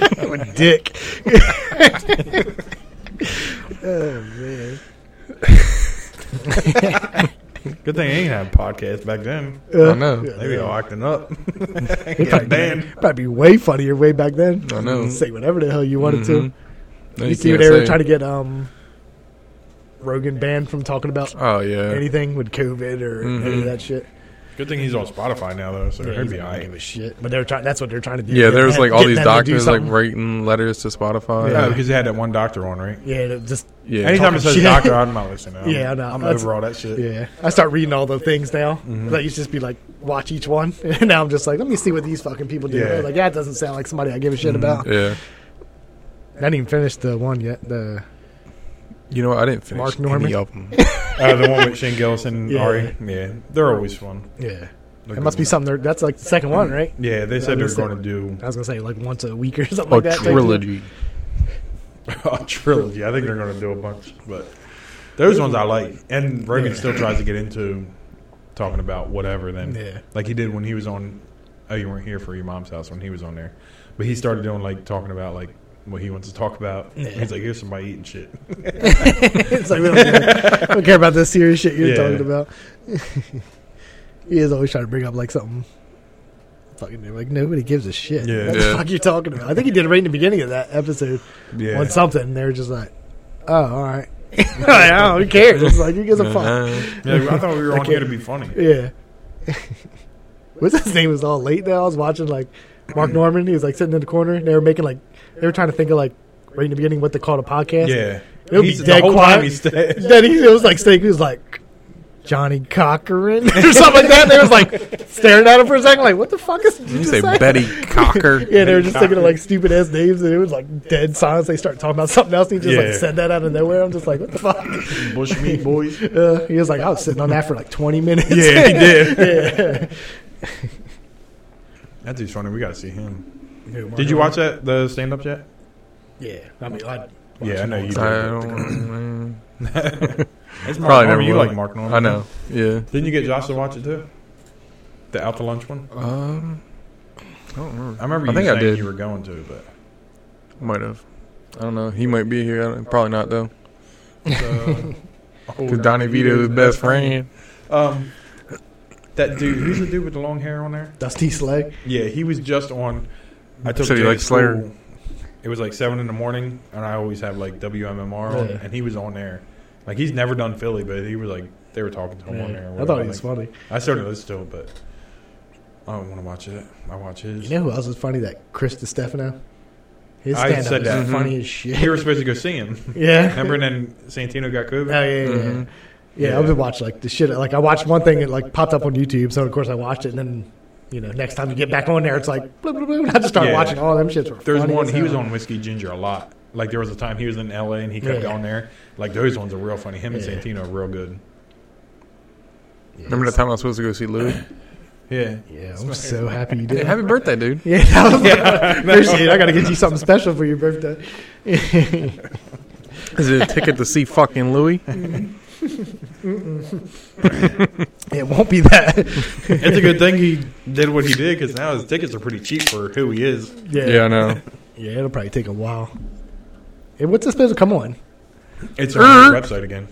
S2: With dick. oh man.
S1: Good thing I ain't had podcasts back then.
S3: I know.
S1: They be all acting up.
S2: probably,
S1: Got banned.
S2: probably way funnier way back then.
S3: I know.
S2: Say whatever the hell you wanted
S3: Mhm. No,
S2: to. You
S3: you
S2: see,
S3: can't
S2: they were
S3: say.
S2: trying to get um, Rogan banned from talking about
S3: Oh, yeah.
S2: anything with COVID or any
S3: Mhm.
S2: of that shit.
S1: Good thing he's on Spotify now, though, so he'd
S2: he's
S1: be
S2: like,
S1: all
S2: I don't give a
S1: right.
S2: shit. But they're trying. That's what they're trying to do.
S3: Yeah, there was
S2: Get-
S3: like all
S2: get
S3: these
S2: them to do
S3: doctors like
S2: something.
S3: writing letters to Spotify.
S1: Yeah, because Oh, he had that one doctor on, right?
S2: Yeah, they're just
S3: Yeah.
S1: Anytime it says
S2: shit.
S1: doctor, I'm not listening. I'm,
S2: Yeah, I know.
S1: I'm
S2: That's-
S1: over all that shit.
S2: Yeah, I start reading all the things now.
S3: Mm-hmm.
S2: That used to just be like watch each one, and now I'm just like, let me see what these fucking people do.
S1: Yeah.
S2: Like that doesn't sound like somebody I give a shit about.
S3: Yeah.
S2: I didn't even finish the one yet. The
S3: You know what? I didn't finish
S2: Mark
S3: any
S2: Norman?
S3: of them.
S1: Uh, the one with Shane Gillis and
S2: Yeah.
S1: Ari. Yeah, they're always fun.
S2: yeah,
S1: They're
S2: it must
S1: good
S2: be something. they're- That's like the second
S3: Mm-hmm.
S2: one, right?
S1: ones. Yeah, they said they're
S2: was
S1: going to do
S2: I was gonna say like once a week or something
S3: Oh,
S2: like that. thank you.
S3: trilogy.
S1: a trilogy. I think they're going to do a bunch, but those ones I like. And Rogan
S2: Yeah.
S1: still tries to get into talking about whatever. Then,
S2: Yeah.
S1: like he did when he was on. Oh, you weren't here for your mom's house when he was on there, but he started doing like talking about like what he wants to talk about.
S2: Yeah.
S1: He's like, "Here's somebody eating shit."
S2: it's like we don't, care. We don't care about this serious shit you're
S1: Yeah.
S2: talking about. he is always trying to bring up like something. Fucking they're like nobody gives a shit.
S1: Yeah.
S2: what
S3: Yeah.
S2: the fuck you talking about? I think he did it right in the beginning of that episode
S1: Yeah,
S2: on something. and They were just like, oh, all right. Like, I don't care. It's like you gives a fuck.
S3: Uh-huh.
S1: yeah. I thought we were on here to be funny.
S2: Yeah. What's his name? It Was all late now. I was watching like Mark Norman. He was like sitting in the corner. and They were making like they were trying to think of like right in the beginning what they call the podcast.
S1: Yeah.
S2: It would be
S1: He's-
S2: dead quiet.
S1: he's dead.
S2: Then he it was like Snake. He was like Johnny Cochran or something like that. And they was like staring at him for a second. Like what the fuck is
S3: You say Betty Cocker?
S2: Yeah, they were just thinking of like stupid ass names, and it was like dead silence. They start talking about something else, and he just
S1: Yeah.
S2: like said that out of nowhere. I'm just like, what the fuck?
S1: Bush meat boys.
S2: Uh, he was like, I was sitting on that for like 20 minutes.
S1: Yeah, he did.
S2: yeah.
S1: That dude's funny. We gotta see him. Did you watch that the stand up yet?
S2: Yeah, I mean, I,
S1: Yeah, I know you
S3: I
S1: did.
S3: don't. Man.
S1: It's Mark
S3: Probably never
S1: Norman. You
S3: will.
S1: like Mark Norman?
S3: I know. Yeah.
S1: Didn't you get Josh to watch it too? The out to lunch one.
S3: Um. I don't remember.
S1: I remember.
S3: I
S1: You
S3: think I
S1: saying
S3: did.
S1: You were going to, but
S3: Might have. I don't know. He might be here. I don't, probably not though.
S1: Oh,
S3: Cause Donnie Vito's best friend.
S1: Um, that dude. Who's the dude with the long hair on there?
S2: Dusty Slay.
S1: Yeah, he was just on. I took
S3: Said he
S1: Jay to
S3: liked Slayer.
S1: school. It was like seven in the morning, and I always have like WMMR on,
S2: Yeah.
S1: and he was on there. Like he's never done Philly, but he was like they were talking to him on there. or
S2: I
S1: whatever.
S2: thought he was
S1: Like,
S2: funny.
S1: I started listening to him, but I don't want to watch it. I watch his.
S2: You know who else was funny? That Chris DiStefano. His
S1: I
S2: stand
S1: said
S2: up is
S1: that. Mm-hmm.
S2: funny
S3: Mhm.
S2: as
S1: you
S2: shit.
S1: were supposed to go see him.
S2: yeah.
S1: Remember, and then Santino got COVID.
S2: Oh, yeah, yeah, yeah.
S3: Mhm.
S2: yeah.
S1: Yeah.
S2: I've been watching like the shit. Like I watched one thing, it like popped up on YouTube. So of course I watched it, and then you know next time you get back on there, it's like blah, blah, blah, and I just started
S1: Yeah.
S2: watching all them shits. Were
S1: There's
S2: funny
S1: one
S2: as
S1: he was
S2: hell.
S1: on Whiskey Ginger a lot. Like there was a time he was in LA and he kept
S2: Yeah.
S1: going there. Like those ones are real funny. Him and
S2: Yeah.
S1: Santino are real good.
S3: Remember the time I was supposed to go see Louis?
S1: Yeah.
S2: Yeah, I'm so happy you
S3: Hey,
S2: did.
S3: happy birthday, dude!
S2: Yeah, that was Appreciate it. I got to get you something special for your birthday.
S3: Is it a ticket to see fucking Louis?
S2: It won't be that.
S1: it's a good thing he did what he did because now his tickets are pretty cheap for who he is.
S2: Yeah,
S3: Yeah, I know.
S2: Yeah, it'll probably take a while. Hey, what's this supposed to come on?
S1: It's on
S3: Er.
S1: his website again.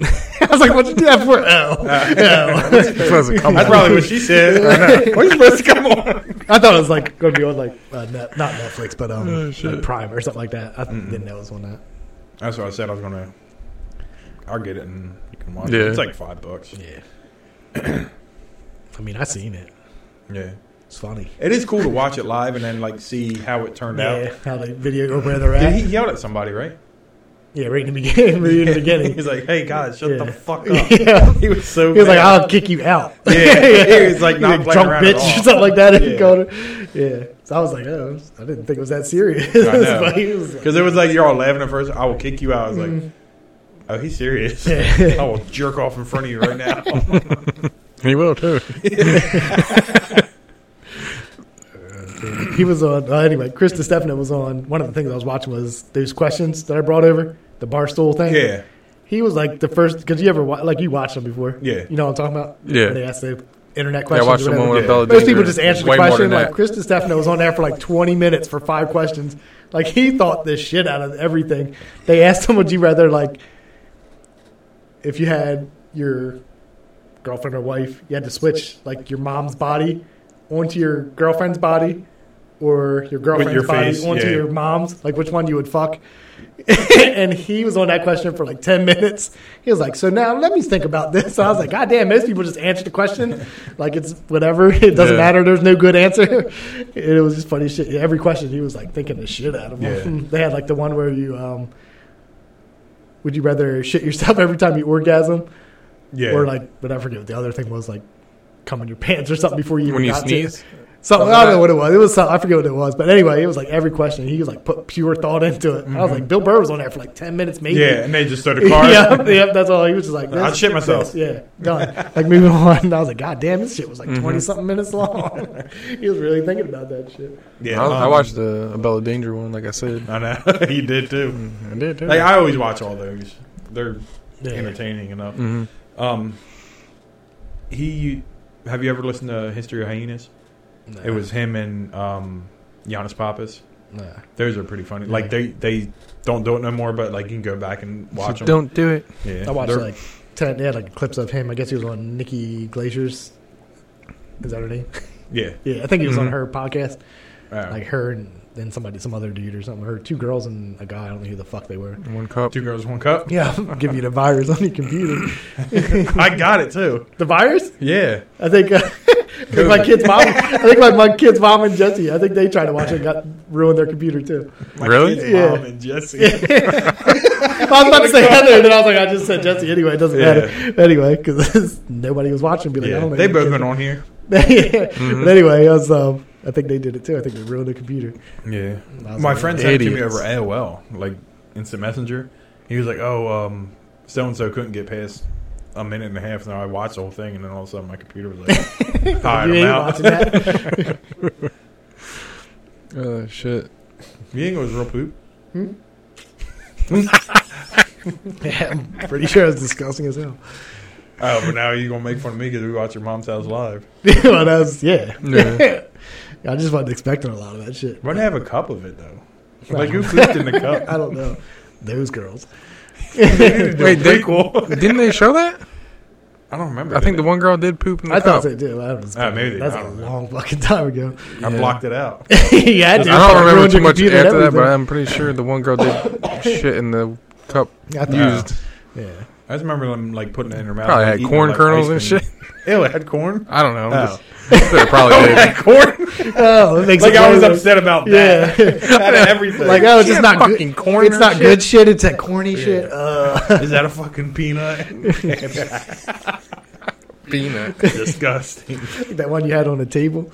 S2: I was like, what'd you do that for? Oh,
S3: That's supposed to come
S1: That's
S3: on.
S1: probably what she said.
S2: no. What's supposed to come on? I thought it was like going to be on like uh, net, not Netflix, but um, like Prime or something like that. I didn't know it was on that.
S1: That's what I said. I was gonna. I'll get it and you can watch
S3: Yeah.
S1: it. It's like five bucks.
S2: Yeah. I mean, I seen it.
S1: Yeah.
S2: It's funny.
S1: It is cool to watch it live and then like see how it turned
S2: Yeah,
S1: out.
S2: how the video or where they're
S1: Did
S2: at.
S1: he yell at somebody? Right.
S2: Yeah, right in the beginning. Right in the beginning.
S1: He's like, "Hey guys, shut
S2: Yeah.
S1: the fuck up."
S2: Yeah.
S1: He was so.
S2: He was like,
S1: mad.
S2: "I'll kick you out."
S1: Yeah. He was like,
S2: He's
S1: not playing
S2: drunk
S1: around
S2: bitch
S1: at
S2: or
S1: all.
S2: something like that." He
S1: Yeah.
S2: called her. Yeah, so I was like, "Oh, I didn't think it was that serious."
S1: I know.
S2: But he was like- Mm-hmm.
S1: Because it was like you're all laughing at first. I will kick you out. I was like, oh, he's serious.
S2: Yeah.
S1: I will jerk off in front of you right now.
S3: He will too.
S2: he was on uh, anyway. Chris DiStefano was on. One of the things I was watching was those questions that I brought over the barstool thing.
S1: yeah,
S2: he was like the first because you ever wa- like you watched him before.
S1: Yeah.
S2: you know what I'm talking about.
S3: Yeah.
S2: Where they asked the internet
S3: Yeah, I
S2: questions.
S3: watched
S2: or
S3: the one
S2: whatever.
S3: with
S1: Yeah.
S3: Bella
S2: Most people
S3: Danger.
S2: just answered the
S3: Way more
S2: question.
S3: than
S2: Like
S3: that.
S2: Chris DiStefano was on there for like 20 minutes for five questions. Like he thought this shit out of everything. They asked him, "Would you rather like if you had your girlfriend or wife, you had to switch like your mom's body onto your girlfriend's body?" Or your girlfriend's
S1: your
S2: body
S1: face,
S2: onto
S1: yeah.
S2: your mom's, like which one you would fuck. and he was on that question for like 10 minutes. He was like, So now let me think about this. I was like, God damn, most people just answer the question. Like, it's whatever. It doesn't
S3: Yeah.
S2: matter. There's no good answer. it was just funny shit. Every question, he was like thinking the shit out of them.
S1: Yeah.
S2: they had like the one where you, um, would you rather shit yourself every time you orgasm?
S1: yeah.
S2: Or like, but I forget what the other thing was, like, come in your pants or something before you even
S3: When you
S2: got to-
S3: sneeze?
S2: Something,
S3: Something
S2: I don't know
S3: like
S2: what it was. It was something, I forget what it was. But anyway, it was like every question. He was like put pure thought into it. I was like, Bill Burr was on there for like ten minutes, maybe.
S1: yeah, and they just threw the car.
S2: yeah, yeah, that's all. He was just like,
S1: I'll
S2: this,
S1: shit myself.
S2: this, yeah, done. Like moving on. And I was like, God damn, this shit was
S1: Mm-hmm.
S2: like 20 something minutes long. he was really thinking about that shit.
S1: Yeah,
S3: I, I
S1: um,
S3: watched the Bella Danger one, like I said.
S1: I know he did
S2: Mm-hmm.
S1: too.
S3: I did too.
S1: Like I always watch all those. They're
S2: Yeah.
S1: entertaining enough.
S3: Mm-hmm.
S1: Um, he, have you ever listened to History of Hyenas? It was him and um, Giannis Pappas.
S2: Nah.
S1: Those are pretty funny. Like they they don't do it no more, but like you can go back and watch them.
S3: don't do it.
S1: Yeah,
S2: I watched
S1: They're-
S2: like ten. They had like clips of him. I guess he was on Nikki Glacier's. Is that her name?
S1: yeah.
S2: yeah, I think he was
S1: Mm-hmm.
S2: on her podcast.
S1: Wow.
S2: Like her and then somebody, some other dude or something. Her two girls and a guy. I don't know who the fuck they were.
S3: One cup.
S1: two girls, one cup.
S2: Yeah, give you the virus on your computer.
S1: I got it too.
S2: the virus?
S1: Yeah.
S2: I think uh, I think my kid's mom. I think my, my kid's mom and Jesse. I think they tried to watch it, and got ruined their computer too.
S1: My
S3: Really?
S1: Kids,
S2: Yeah.
S1: Mom and Jesse.
S2: I was about to say Heather, and then I was like, I just said Jesse anyway. It doesn't
S1: Yeah.
S2: matter anyway because nobody was watching. Be like, I
S1: yeah.
S2: don't know
S1: They
S2: your
S1: both
S2: kids
S1: been
S2: are-
S1: on Mm-hmm. here.
S2: yeah. But anyway, I was. Um, I think they did it too. I think they ruined their computer.
S1: Yeah.
S2: Lousy
S1: My friend sent it to me
S3: idiots.
S1: over AOL, like instant messenger. He was like, "Oh, um, so and so couldn't get past a minute and a half." And I watched the whole thing, and then all of a sudden, my computer was like, "All right, I'm
S2: you ain't
S1: out."
S2: watching that.
S3: Oh shit.
S1: You think it was real poop?
S2: yeah, I'm pretty sure it's disgusting as hell.
S1: Oh, but now you're gonna make fun of me because we watch your mom's house live.
S2: but I was, yeah.
S3: Yeah.
S2: I just wasn't expecting a lot of that shit.
S1: Why do they have a cup of it though? Like who pooped in the
S2: I
S1: cup?
S2: don't know. Those girls.
S3: Wait, they,
S1: Prequel.
S3: didn't they show that?
S1: I don't remember.
S3: I think
S1: did
S3: the one girl did poop in the
S2: I thought
S3: cup.
S2: they did. I was,
S1: Ah, maybe they-
S2: that's
S1: I
S2: a
S1: don't know.
S2: long fucking time ago.
S1: it?
S3: yeah.
S1: I blocked it out.
S2: yeah,
S3: I don't remember too much after that, but I'm pretty sure the one girl did shit in the cup
S2: I thought-
S3: used.
S2: yeah.
S1: I just remember them like putting it in her mouth.
S3: Probably
S1: and
S3: had
S1: eating
S3: corn
S1: it like
S3: kernels and
S1: ice cream.
S3: shit.
S1: Ew, it had corn.
S3: I don't know. I'm
S1: Oh.
S3: just- they probably did.
S1: corn.
S2: Oh, it makes
S1: Like
S2: it
S1: I was
S2: better.
S1: upset about that.
S2: Yeah,
S1: Out of everything.
S2: like oh, it's just
S3: Can't
S2: not
S3: fucking
S2: good.
S3: corn
S2: It's
S3: or
S2: not
S3: shit.
S2: good shit. It's that corny shit. Uh,
S1: Is that a fucking peanut?
S3: Peanut.
S1: Disgusting.
S2: that one you had on the table.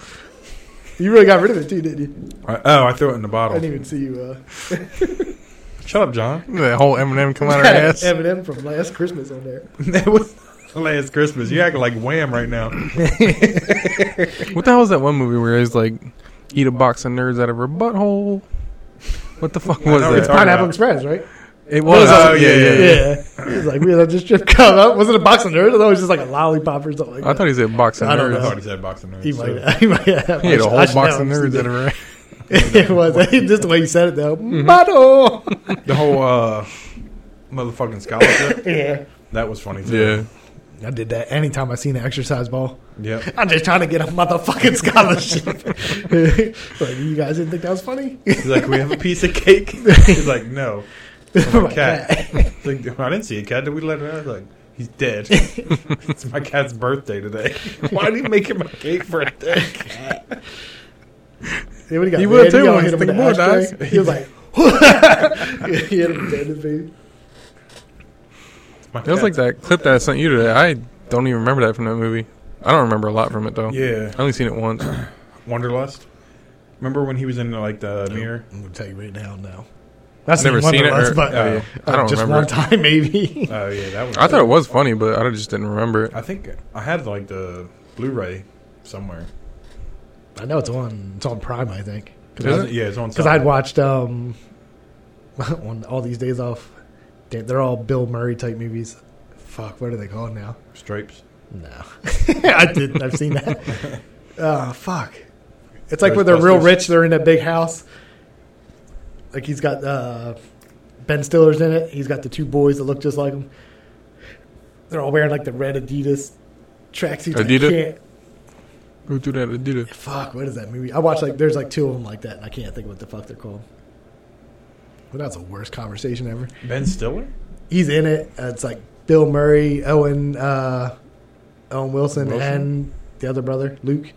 S2: You really got rid of it too, didn't you?
S1: Oh, I threw it in the
S2: I
S1: bottle.
S2: didn't even see you. Uh,
S1: Shut up, John.
S3: That whole M&M come out of her
S2: had
S3: ass.
S2: Eminem from last Christmas on there.
S1: That was last Christmas. You acting like wham right now.
S3: What the hell was that one movie where it's like eat a box of nerds out of her butthole? What the fuck was
S1: know it's
S3: that?
S1: hard-
S2: Pineapple
S1: yeah.
S2: Express, right?
S3: It was.
S1: Oh, yeah, yeah,
S2: Yeah. He was like, we had this trip come up. Was it a box of nerds? I thought it was just like a lollipop or something like
S3: I
S2: that.
S3: thought he said box of
S2: I don't
S1: I
S2: know.
S3: nerds.
S1: thought he said box of nerds.
S2: he
S1: so-
S2: might have. He might have.
S3: He had a whole
S2: I should
S3: box
S2: know.
S3: of nerds out of her ass.
S2: it was. just the way you said it, though.
S3: Mm-hmm.
S2: Bottle.
S1: The whole uh, motherfucking scholarship.
S2: yeah.
S1: that was funny
S3: Yeah.
S1: too.
S2: I did that anytime I seen an exercise ball.
S1: Yeah. Yep.
S2: I'm just trying to get a motherfucking scholarship. like, you guys didn't think that was funny?
S1: He's like, we have a piece of cake. He's like, no.
S2: For my
S1: cat.
S2: cat.
S1: It's Like, I didn't see a cat. Did we let him out? He's Like, he's dead. it's my cat's birthday today. Why did he make him a cake for a dead cat?
S2: He would've got
S3: He would
S2: mad.
S3: too
S2: got
S3: when
S2: hit
S3: his
S2: him with
S3: thing
S2: the
S3: more
S2: ashtray.
S3: dies.
S2: He was like, he hit him dead in the face.
S1: My
S3: It was like
S1: cat's-
S3: that clip that I sent you today. I don't even remember that from that movie. I don't remember a lot from it though.
S1: Yeah.
S3: I only seen it once.
S1: Wanderlust. Remember when he was in like the mirror?
S2: I'm gonna tell you right now. No, that's
S3: never
S2: one
S3: seen it,
S2: was,
S3: or-
S2: but uh,
S1: oh, yeah.
S3: I don't
S2: just
S3: remember
S2: one
S3: it.
S2: time maybe.
S1: Oh yeah, that was.
S3: I thought it was funny, but I just didn't remember it.
S1: I think I had like the Blu-ray somewhere.
S2: I know it's on. It's on Prime, I think.
S1: Is it? Yeah, it's on.
S2: Because I'd watched um, on all these days off. Damn, they're all Bill Murray type movies. Fuck, what are they called now?
S1: Stripes.
S2: No, I did. I've seen that. Oh fuck! It's like when they're real
S1: Ghostbusters.
S2: rich. They're in that big house. Like he's got uh, Ben Stiller's in it. He's got the two boys that look just like him. They're all wearing like the red Adidas tracksuits. I
S3: Adidas?
S2: can't-
S3: Who threw that? I did it.
S2: Fuck! What is that movie? I watched like there's like two of them like that, and I can't think of what the fuck they're called. But that's the worst conversation ever.
S1: Ben Stiller.
S2: He's in it. Uh, It's like Bill Murray, Owen, uh, Owen Wilson,
S1: Wilson?
S2: and the other brother Luke.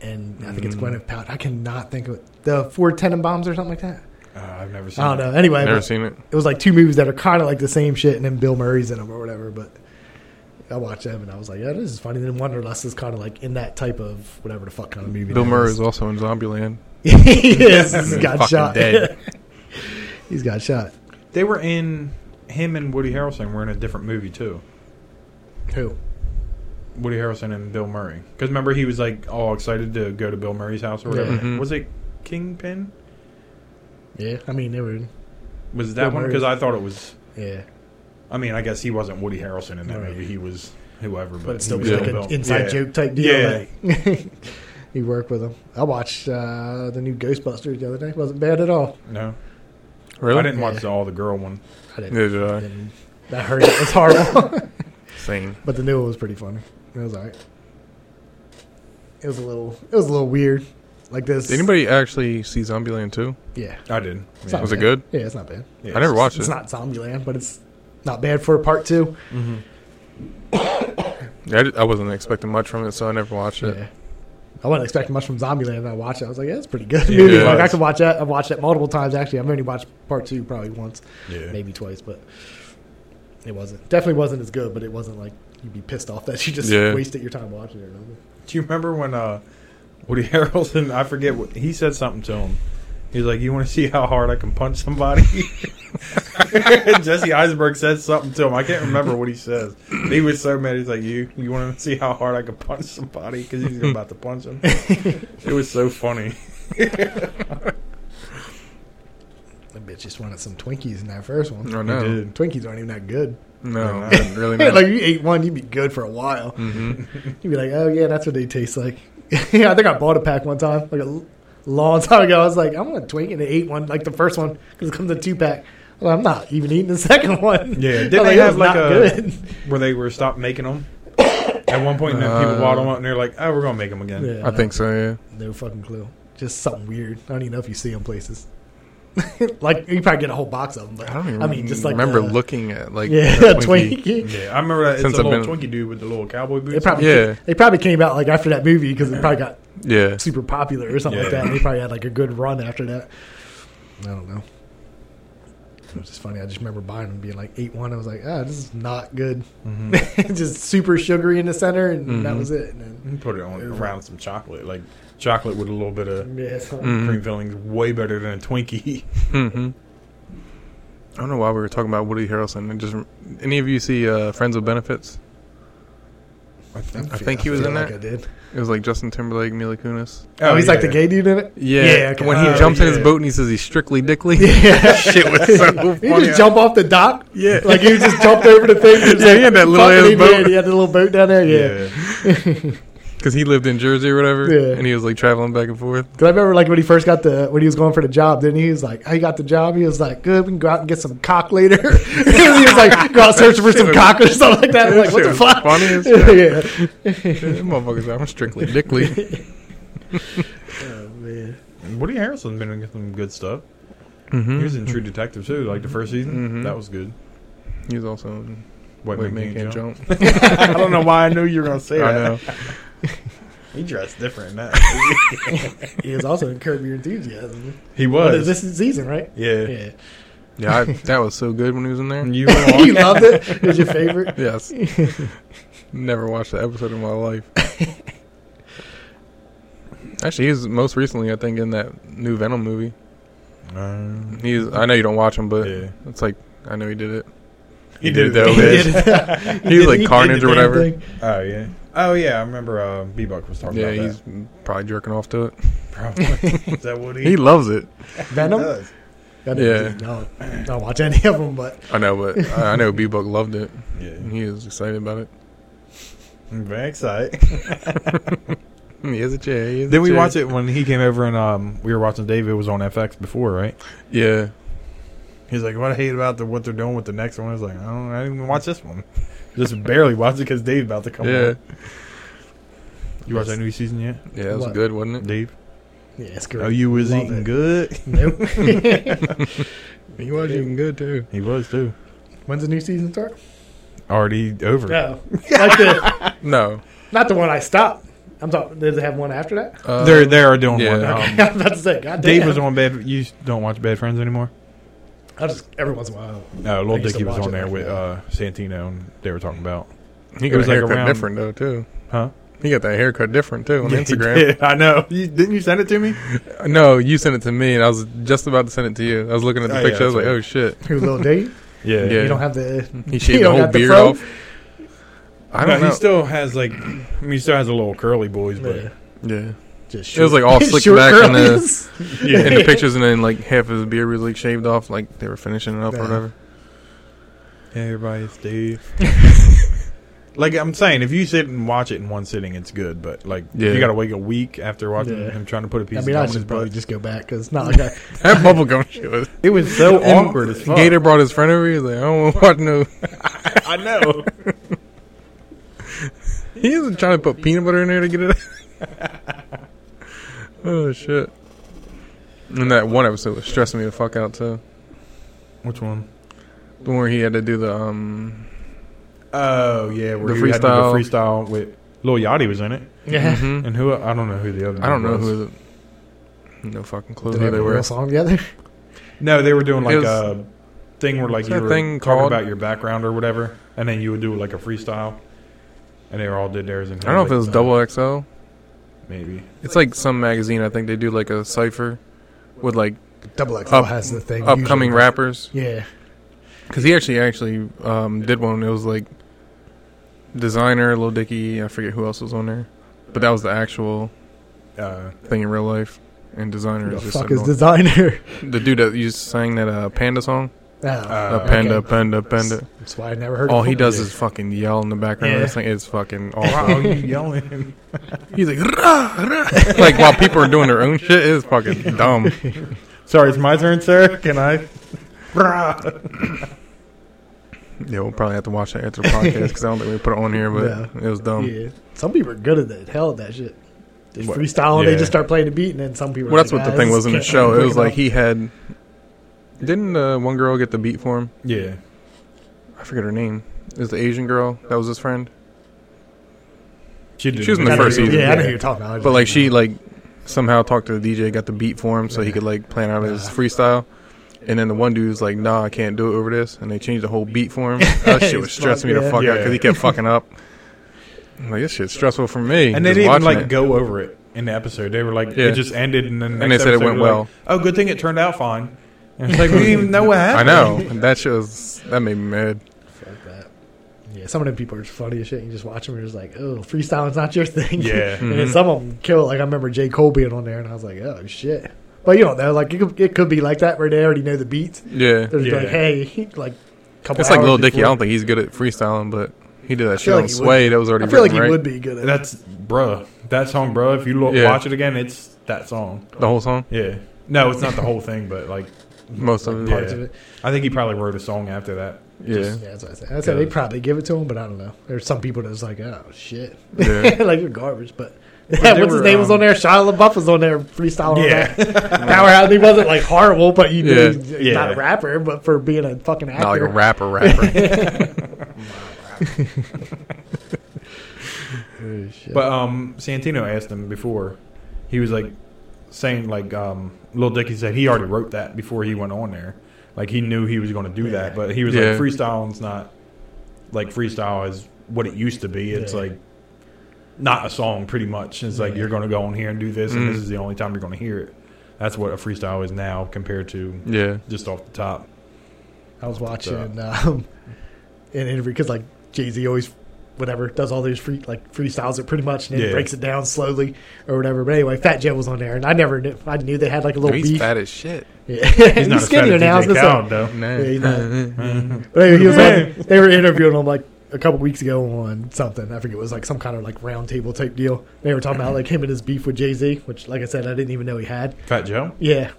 S2: And I think it's Gwyneth Paltrow. I cannot think of it. The Four Tenenbaums or something like that.
S1: Uh, I've never seen.
S2: I don't
S1: it.
S2: know. Anyway,
S3: Never
S2: but
S3: seen it.
S2: it was like two movies that are kind of like the same shit, and then Bill Murray's in them or whatever. But I watched them and I was like, yeah, this is funny. And then Wonderlust is kind of like in that type of whatever the fuck kind of movie.
S3: Bill
S2: that
S3: Murray
S2: is.
S3: is also in Zombieland.
S2: yes, he's got
S3: Fucking
S2: shot.
S3: dead.
S2: he's got shot.
S1: They were in. Him and Woody Harrelson were in a different movie too.
S2: Who?
S1: Woody Harrelson and Bill Murray. Because remember, he was like all excited to go to Bill Murray's house or whatever.
S2: Yeah.
S3: Mhm.
S1: Was it Kingpin?
S2: Yeah, I mean they were.
S1: Was that
S2: Bill
S1: one?
S2: Murray's.
S1: Because I thought it was.
S2: Yeah,
S1: I mean, I guess he wasn't Woody Harrelson in that
S2: Right.
S1: movie. He was whoever, but,
S2: but it still
S1: he
S2: was
S1: was
S2: like
S1: Bill
S2: an
S1: Murray.
S2: inside
S1: Yeah.
S2: joke type deal.
S1: Yeah.
S2: Like, you work with them. I watched uh, the new Ghostbusters the other day. wasn't bad at all.
S1: No,
S3: Really?
S1: I didn't watch
S2: Yeah.
S1: the all the girl one.
S2: I didn't.
S3: Neither did I.
S2: didn't- That hurt. It was horrible.
S3: Same.
S2: but the new one was pretty funny. It was alright. It was a little. It was a little weird. Like this.
S3: Did anybody actually see Zombieland too?
S2: Yeah.
S1: I did.
S2: It's
S1: Yeah.
S2: not
S3: Was it
S2: bad.
S3: good?
S2: Yeah, it's not bad.
S1: Yeah.
S3: I never watched
S2: It's
S3: it.
S2: not Zombieland, but it's not bad for part 2
S3: Yeah, I, di- I wasn't expecting much from it, so I never watched it.
S2: Yeah. I wasn't expecting much from Zombieland, and I watched it. I was like, yeah, that's pretty good.
S1: Yeah,
S2: movie.
S3: it
S2: Like, I
S1: was.
S2: could watch that. I've watched that multiple times, actually. I've only watched part two probably once,
S1: Yeah.
S2: maybe twice, but it wasn't. Definitely wasn't as good, but it wasn't like you'd be pissed off that you just
S3: Yeah.
S2: wasted your time watching it or nothing.
S1: Do you remember when uh, Woody Harrelson? I forget what he said something to him. He's like, "You want to see how hard I can punch somebody?" Jesse Eisenberg says something to him. I can't remember what he says. But he was so mad. He's like, "You, you want to see how hard I can punch somebody?" Because he's about to punch him. it was so funny.
S2: That bitch just wanted some Twinkies in that first one.
S3: I know.
S1: did.
S2: Twinkies aren't even that good.
S3: No,
S1: Yeah.
S3: I didn't really know.
S2: like you ate one, you'd be good for a while.
S3: Mhm.
S2: You'd be like, oh yeah, that's what they taste like. yeah, I think I bought a pack one time, like a l- long time ago. I was like, I'm gonna twink and I ate one, like the first one, because it comes in a two pack. I'm like, I'm not even eating the second one.
S1: Yeah,
S2: I was
S1: didn't
S2: like,
S1: they
S2: "That
S1: have
S2: was
S1: like
S2: not
S1: a
S2: good.
S1: where they were stopped making them? At one point, and then people
S3: Uh,
S1: bought them up, and they're like, "Oh, we're gonna make them again."
S2: Yeah,
S3: I think so. Yeah.
S2: no fucking clue. Just something weird. I don't even know if you see them places. like you probably get a whole box of them. But,
S3: I don't even
S2: I mean, just like
S3: remember
S2: the-
S3: looking at like
S2: Yeah,
S3: that Twinkie.
S2: Twinkie.
S1: Yeah, I remember that. It's
S3: Since
S1: a
S3: I've
S1: little
S3: been-
S1: Twinkie dude with the little cowboy boots.
S2: They probably
S3: Yeah.
S2: they probably came out like after that movie because it probably got
S3: Yeah,
S2: super popular or something like
S1: Yeah.
S2: that. They probably had like a good run after that. I don't know. It was just funny. I just remember buying them, being like eight one. I was like, ah, this is not good.
S3: Mm-hmm.
S2: just super sugary in the center, and that was it. And then,
S1: You Put it on around some chocolate, like chocolate with a little bit of
S2: yeah, it's not-
S3: Mm. Mm-hmm.
S1: cream fillings, way better than a Twinkie.
S3: I don't know why we were talking about Woody Harrelson. And just any of you see uh, Friends with Benefits?
S1: I think.
S3: I think he was
S2: feel
S3: in
S2: like
S3: that.
S2: I did.
S3: It was like Justin Timberlake, Mila Kunis.
S2: Oh, he's like the
S1: yeah.
S2: gay dude in it.
S3: Yeah,
S2: okay.
S3: when he
S1: Oh,
S3: jumps in his
S1: yeah.
S3: boat and he says he's strictly dickly.
S2: Yeah.
S3: Shit was so
S2: He
S3: funny.
S2: just jump off the dock.
S3: Yeah.
S2: like he just jumped over the thing.
S3: Yeah, he had that little
S2: Fucking
S3: ass
S2: he did.
S3: boat.
S2: He had the little boat down there. Yeah,
S1: Yeah.
S3: because he lived in Jersey or whatever,
S2: Yeah.
S3: and he was like traveling back and forth.
S2: Cause I remember like when he first got the when he was going for the job, then he was like, "I got the job." He was like, "Good, we can go out and get some cock later." he was like, "Go out searching for some cock or something like that." I'm like, what the
S3: Shit was
S2: fuck?
S3: Funny as shit.
S2: yeah,
S3: Them motherfuckers, I'm strictly dickly.
S2: Oh, man.
S1: Woody Harrelson's been in some good stuff.
S3: Mm-hmm.
S1: He was in True Detective too, like the first season. That was good.
S3: He was also in
S1: White
S3: Wait,
S1: Man
S3: Mm-hmm. Man Can't Jump.
S1: I don't know why I knew you were gonna say
S3: I
S1: that.
S3: know.
S1: He dressed different now.
S2: He was also in Curb Your Enthusiasm.
S1: he
S2: What is
S1: was.
S2: this season, right?
S1: Yeah.
S2: Yeah,
S3: Yeah, I, that was so good when he was in there.
S1: You were
S2: you
S1: walking out.
S2: loved it. It was your favorite.
S3: Yes. Never watched an episode in my life. Actually, he was most recently, I think, in that new Venom movie.
S1: Um,
S3: He's. I know you don't watch him, but
S1: Yeah.
S3: it's like I know he did it.
S1: He
S3: did
S1: did it.
S3: it though.
S1: He
S3: bitch.
S2: He did-
S3: He was like
S2: did
S3: Carnage
S2: the
S3: or
S2: damn
S3: whatever.
S2: thing.
S1: oh yeah. Oh yeah. I remember uh, Buck was talking
S3: Yeah,
S1: about
S3: he's probably jerking off to it.
S1: that. Probably. Is that Woody?
S3: He loves it.
S2: Venom.
S1: does.
S2: Yeah,
S3: Yeah.
S2: no, I don't watch any of them, but
S3: I know, but I, I know Buck loved it.
S1: Yeah.
S3: And he was excited about it.
S1: I'm very excited.
S3: He is a J. He is a
S1: Then we
S3: J.
S1: watch it when he came over and um, we were watching David it was on FX before, right?
S3: Yeah.
S1: He's like, "What I hate about the what they're doing with the next one." I was like, "I don't, I didn't even watch this one. Just barely watched it because Dave's about to come."
S3: yeah.
S1: on. you watch that new season yet,
S3: Yeah, that was
S2: What?
S3: good, wasn't it?
S1: Dave?
S2: yeah, it's great.
S1: Oh, you was
S2: Love
S1: eating
S2: it.
S1: good.
S2: Nope.
S3: He was even good, too.
S1: He was too.
S2: When's the new season start?
S1: Already over.
S2: No, like the
S3: No.
S2: not the one I stopped. I'm talking. Did they have one after that?
S3: Uh,
S1: they're they are doing
S3: yeah.
S1: one. Um, now.
S2: Okay, I was about to say. God
S1: Dave
S2: damn.
S1: was on Bad. You don't watch Bad Friends anymore.
S2: I just every once in a while.
S1: No, Lil
S2: I used to
S1: Dicky was
S2: watch
S1: on
S2: it
S1: there
S2: like
S1: with
S2: that.
S1: uh, Santino, and they were talking about,
S3: he
S1: it
S3: got
S1: was
S3: was
S1: like
S3: haircut
S1: around-
S3: different, though, too.
S1: huh?
S3: He got that haircut different, too, on
S1: Yeah, he
S3: Instagram.
S1: did. I know. You, didn't you send it to me?
S3: No, you sent it to me, and I was just about to send it to you. I was looking at the
S1: Oh, yeah,
S3: picture. I was
S1: that's
S3: like,
S1: right.
S3: "Oh shit!"
S2: Who little Dave?
S1: Yeah.
S3: Yeah.
S2: You don't have the.
S3: He shaved
S2: don't
S3: the whole
S2: got the
S3: beard
S2: fro?
S3: off. I don't
S1: No,
S3: know.
S1: he still has like, I mean, he still has a little curly boys, but
S2: Yeah.
S3: yeah,
S2: Just
S3: It was, like, all slicked back and, uh,
S2: curlies.
S3: yeah. In the pictures, and then like half of his beard was like shaved off, like they were finishing it up or
S2: Yeah.
S3: whatever.
S1: Hey, everybody, it's Dave. like I'm saying, if you sit and watch it in one sitting, it's good. But like,
S3: Yeah.
S1: you got to wait a week after watching
S2: Yeah.
S1: him trying to put a piece.
S2: I mean,
S1: of gum
S2: I
S1: in his
S2: should probably
S1: butt.
S2: just go back because it's not like I,
S3: That bubblegum shit was
S1: It was so
S3: And
S1: awkward as fuck.
S3: Gator brought his friend over. He's like, "I don't want to watch no."
S1: I know.
S3: He was trying to put peanut butter in there to get it. out. oh shit! And that one episode was stressing me the fuck out too.
S1: Which one?
S3: The one where he had to do the um,
S1: Oh yeah, where
S3: The
S1: the freestyle. Had
S3: freestyle.
S1: the freestyle with Lil Yachty was in it,
S2: Yeah.
S3: Mhm.
S1: and who I don't know who the other.
S3: I don't know
S1: one was.
S3: who. The, no fucking clue
S2: Did
S3: who
S2: they
S3: they
S2: have a
S3: were.
S2: real song together?
S1: No, they were doing like
S3: It was-
S1: a thing where like
S3: Is
S1: you
S3: there a
S1: were
S3: thing
S1: talking
S3: called-
S1: about your background or whatever, and then you would do like a freestyle, and they all did theirs. And
S3: I don't know if it was Double XL.
S1: Maybe
S3: It's like some magazine. I think they do like a cipher with like
S2: Double X
S3: Up-
S2: has the thing. usually.
S3: upcoming rappers.
S2: Yeah.
S3: Because he actually actually um, did one. It was like designer Lil Dicky. I forget who else was on there, but that was the actual
S1: uh,
S3: thing in real life. And designer
S2: The
S3: is just
S2: fuck
S3: a
S2: is
S3: nor-
S2: designer?
S3: the dude that used to sing that uh, panda song.
S2: Oh,
S1: Uh,
S3: Uh, panda,
S2: okay.
S3: panda, panda.
S2: That's why I never heard.
S3: All
S2: of
S3: he
S2: him.
S3: does is fucking yell in the background.
S2: Yeah.
S3: This thing is fucking
S1: wow,
S3: awful.
S1: you yelling?
S3: He's like, "Rah, rah." like while people are doing their own shit, it is fucking dumb.
S1: Sorry, it's my turn, sir. Can I?
S3: Yeah, we'll probably have to watch that after the podcast because I don't think we put it on here, but
S2: Yeah.
S3: it was dumb.
S2: yeah. Some people are good at that. Hell, at that shit. They
S1: What?
S2: freestyle and
S1: Yeah.
S2: they just start playing the beat, and then some people.
S3: Well,
S2: are
S3: that's
S2: like,
S3: what the
S2: "Ah,
S3: thing
S2: this
S3: was in the
S2: can't-
S3: show. It was like
S2: up."
S3: he had. Didn't uh, one girl get the beat for him?
S1: Yeah,
S3: I forget her name. It was the Asian girl that was his friend.
S1: she, did.
S3: She was in the
S2: I know
S3: first
S2: who-
S3: season,
S2: Yeah, I know
S3: yeah.
S2: who you're talking about. I just
S3: But like
S2: didn't
S3: she like somehow talked to the DJ, got the beat for him, so he could like plan out his freestyle. And then the one dude was like, "Nah, I can't do it over this," and they changed the whole beat for him. That shit was
S2: It's
S3: stressing me
S2: like,
S3: the fuck out 'cause
S1: yeah.
S3: out because he kept fucking up. I'm like this shit's stressful for me.
S1: and they didn't
S3: just
S1: even
S3: watching
S1: like
S3: it.
S1: go over it in the episode. They were like,
S3: Yeah.
S1: it just ended, and then the
S3: And
S1: next
S3: they said it
S1: episode
S3: went
S1: they're like,
S3: well.
S1: oh, good thing it turned out fine. And it's like we didn't even know what
S3: I
S1: happened.
S3: know that shit was that made me mad.
S2: know. Fuck that. Yeah, some of them people are funny as shit. You just watch them, you're just like, oh, freestyling's not your thing.
S1: Yeah.
S2: and then some of them kill. it. Like I remember J Cole being on there, and I was like, oh shit. But you don't know, like it could, it could be like that where they already know the beats.
S3: Yeah,
S2: They're just
S1: Yeah.
S2: like, hey, like. a Couple
S3: it's like
S2: hours
S3: Lil Dicky. I
S2: before-
S3: don't think he's good at freestyling, but he did that shit
S2: feel
S3: on
S2: like he would
S3: Sway. That was already.
S2: I feel like
S3: written,
S2: he
S3: right?
S2: would be good at
S1: That's bruh. That song, bruh. If you lo-
S3: Yeah.
S1: watch it again, it's that song.
S3: the whole song,
S1: Yeah. No, it's not the whole thing, but like
S3: most of it.
S1: Yeah.
S2: parts of it.
S1: I think he probably wrote a song after that.
S3: Yeah,
S2: Yeah, that's what I said. I said they probably give it to him, but I don't know. There's some people that's like, oh shit,
S3: Yeah.
S2: like you're garbage. But,
S1: they
S2: what's his
S1: were,
S2: name was
S1: um,
S2: on there? Shia LaBeouf was on there freestyling.
S1: Yeah.
S2: Yeah, powerhouse. He wasn't like horrible, but you knew
S3: Yeah.
S2: he's
S1: Yeah.
S2: not a rapper, but for being a fucking actor,
S3: not like a rapper, rapper.
S2: Oh, shit.
S1: But um, Santino asked him before. He was like saying like um, Lil Dicky said he already wrote that before he went on there. Like he knew he was going to do that, but he was
S3: Yeah.
S1: like freestyling's not like freestyle is what it used to be. It's
S2: Yeah.
S1: like not a song, pretty much. It's like you're going to go on here and do this, and this
S3: Mm-hmm.
S1: is the only time you're going to hear it. That's what a freestyle is now compared to
S3: yeah,
S1: just off the top.
S2: I was watching um, an interview because like Jay Z always, whatever, does all these free like freestyles it pretty much and then
S1: Yeah.
S2: breaks it down slowly or whatever. But anyway, Fat Joe was on there, and I never knew. I knew they had like a little
S3: he's
S2: beef.
S3: fat as shit.
S2: Yeah. He's,
S1: not as fat
S2: skinnier
S1: as
S2: now. I was
S1: DJ
S2: gonna say.
S1: Khaled, though.
S3: Nah.
S2: Yeah, he's not- but anyway, he was on- they were interviewing him like a couple weeks ago on something. I forget it was like some kind of like round table type deal. They were talking about like him and his beef with Jay Z, which, like I said, I didn't even know he had.
S1: Fat Joe.
S2: Yeah,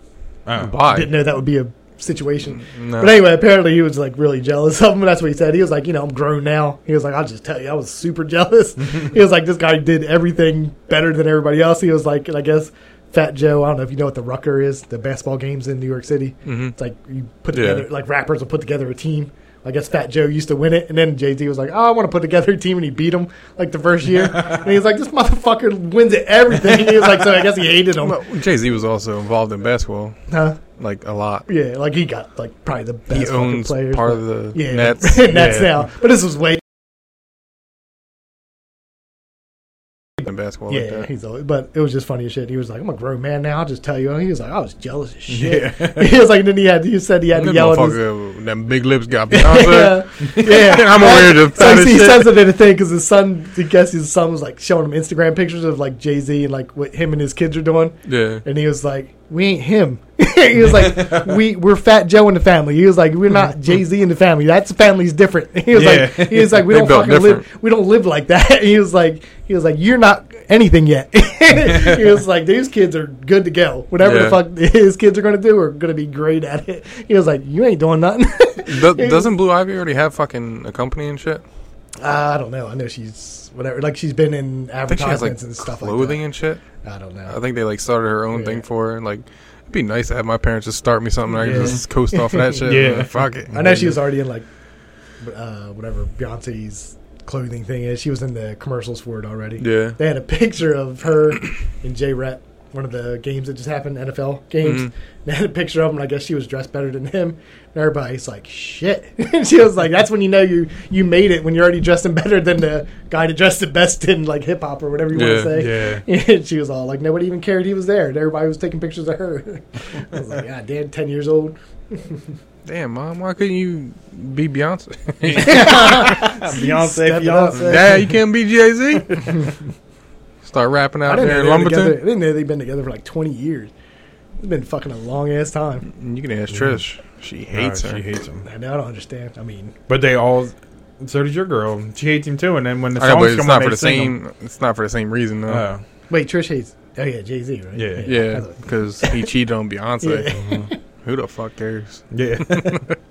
S1: Oh.
S3: Why?
S2: didn't know that would be a situation.
S3: Mm, No.
S2: But anyway, apparently he was like really jealous of him. That's what he said. He was like, you know, I'm grown now. He was like, I'll just tell you, I was super jealous. he was like, this guy did everything better than everybody else. He was like, and I guess Fat Joe. I don't know if you know what the Rucker is. The basketball games in New York City. It's like you put
S3: Mm-hmm. Yeah.
S2: together, like rappers will put together a team. I guess Fat Joe used to win it, and then Jay Z was like, "Oh, I want to put together a team," and he beat him like the first year. and he was like, "This motherfucker wins at everything." He was like, "So I guess he hated him."
S3: Jay Z was also involved in basketball,
S2: Huh?
S3: like a lot.
S2: Yeah, like he got like probably the best
S3: He
S2: fucking
S3: owns
S2: players,
S3: part
S2: but-
S3: of the
S2: yeah,
S3: Nets.
S1: Yeah.
S2: Nets now. But this was way
S3: in basketball like
S2: yeah,
S3: that.
S2: he's old, but it was just funny as shit. He was like, "I'm a grown man now." I'll just tell you, and he was like, "I was jealous as shit." he was like, and then he had he said he had
S3: That
S2: to yell at his
S3: motherfucker, with them big lips got Beyonce.
S2: yeah, yeah.
S3: I'm aware of the
S2: So
S3: fattest
S2: he
S3: shit.
S2: says it in a thing because his son, I guess his son was like showing him Instagram pictures of like Jay Z and like what him and his kids are doing.
S3: yeah.
S2: And he was like, "We ain't him." he was like, "We we're Fat Joe in the family." He was like, "We're not Jay Z in the family. That's family's different." He was
S1: Yeah.
S2: like, "He was like, we
S3: They
S2: don't
S3: built
S2: fucking
S3: different.
S2: live. We don't live like that." he was like, "He was like, you're not anything yet." he was like, "These kids are good to go. Whatever
S3: Yeah.
S2: the fuck his kids are gonna do, are gonna be great at it." He was like, "You ain't doing nothing."
S3: Do- doesn't Blue Ivy already have fucking a company and shit?
S2: I don't know. I know she's whatever. Like she's been in
S3: I think she has
S2: advertisements
S3: like
S2: and stuff
S3: clothing
S2: like
S3: and shit.
S2: that. I don't know.
S3: I think they like started her own
S2: Yeah.
S3: thing for her. and, Like, it'd be nice to have my parents just start me something. I can
S2: Yeah.
S3: just coast off of that shit.
S1: Yeah.
S3: fuck it.
S2: I know she was already in like uh, whatever Beyonce's clothing thing is. She was in the commercials for it already.
S3: Yeah.
S2: They had a picture of her and J Rep, one of the games that just happened, NFL games.
S3: Mm-hmm.
S2: They had a picture of him, and I guess she was dressed better than him. And everybody's like, shit. and she was like, that's when you know you, you made it, when you're already dressing better than the guy that dressed the best in like hip hop or whatever you
S3: Yeah,
S2: want to
S1: yeah.
S2: say. And she was all like, nobody even cared he was there. And everybody was taking pictures of her. I was like, God damn, 10 years old.
S3: Damn, mom, why couldn't you be Beyonce?
S1: Beyonce,
S2: Step it up.
S1: Beyonce.
S3: Dad, you can't be Jay Z. Start rapping
S2: I
S3: out
S2: didn't, know
S3: there in
S2: they were together. I
S3: Lumberton.
S2: didn't know they'd been together for like 20 years. It's been fucking a long ass time.
S3: You can ask Trish. She hates
S1: No,
S3: her.
S1: She hates him.
S2: I know, I don't understand. I mean,
S1: But they all. So did your girl. She hates him too. And then when the
S3: I know, but
S1: songs
S3: it's
S1: come
S3: not
S1: on,
S3: for
S1: they
S3: the
S1: sing 'em.
S3: same. It's not for the same reason though.
S1: Oh,
S2: wait, Trish hates. Oh yeah, Jay Z, right?
S1: Yeah.
S3: yeah,
S2: that's what-
S3: because he cheated on Beyonce. Who the fuck cares?
S1: yeah.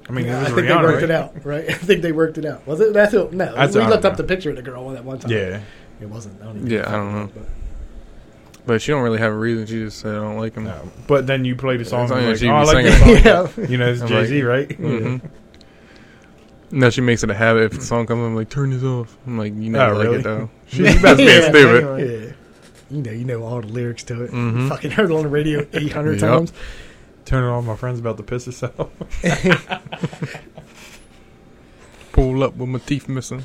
S1: I mean, it
S2: I
S1: was
S2: think they
S1: Rihanna,
S2: worked
S1: right?
S2: it out, right? I think they worked it out. Was it? That's who, no.
S1: That's-
S2: we
S1: I
S2: looked
S1: don't
S2: up
S1: know.
S2: the picture of the girl that one time.
S1: Yeah.
S2: it wasn't. I don't even
S3: Yeah, I don't know.
S2: But
S3: But she don't really have a reason. She just said I don't like him.
S1: No. But then you play the song.
S3: It's not
S1: and
S3: like
S1: like,
S3: she
S1: oh, I
S3: was
S1: like this
S3: singing
S1: song.
S3: it.
S2: yeah,
S1: You know, it's
S3: I'm
S1: Jay Z, right?
S2: Mm-hmm.
S3: hmm No, she makes it a habit. If the song comes, I'm like, turn this off. I'm like, you never
S1: Oh,
S3: like
S1: really?
S3: it though. She, you better be
S2: Yeah.
S3: stupid.
S2: yeah. You know, you know all the lyrics to it.
S3: Mhm.
S1: Mm-hmm.
S2: You fucking heard it on the radio eight hundred
S3: Yup.
S2: times.
S1: Turning all my friends about to piss herself.
S3: Pull up with my teeth missing.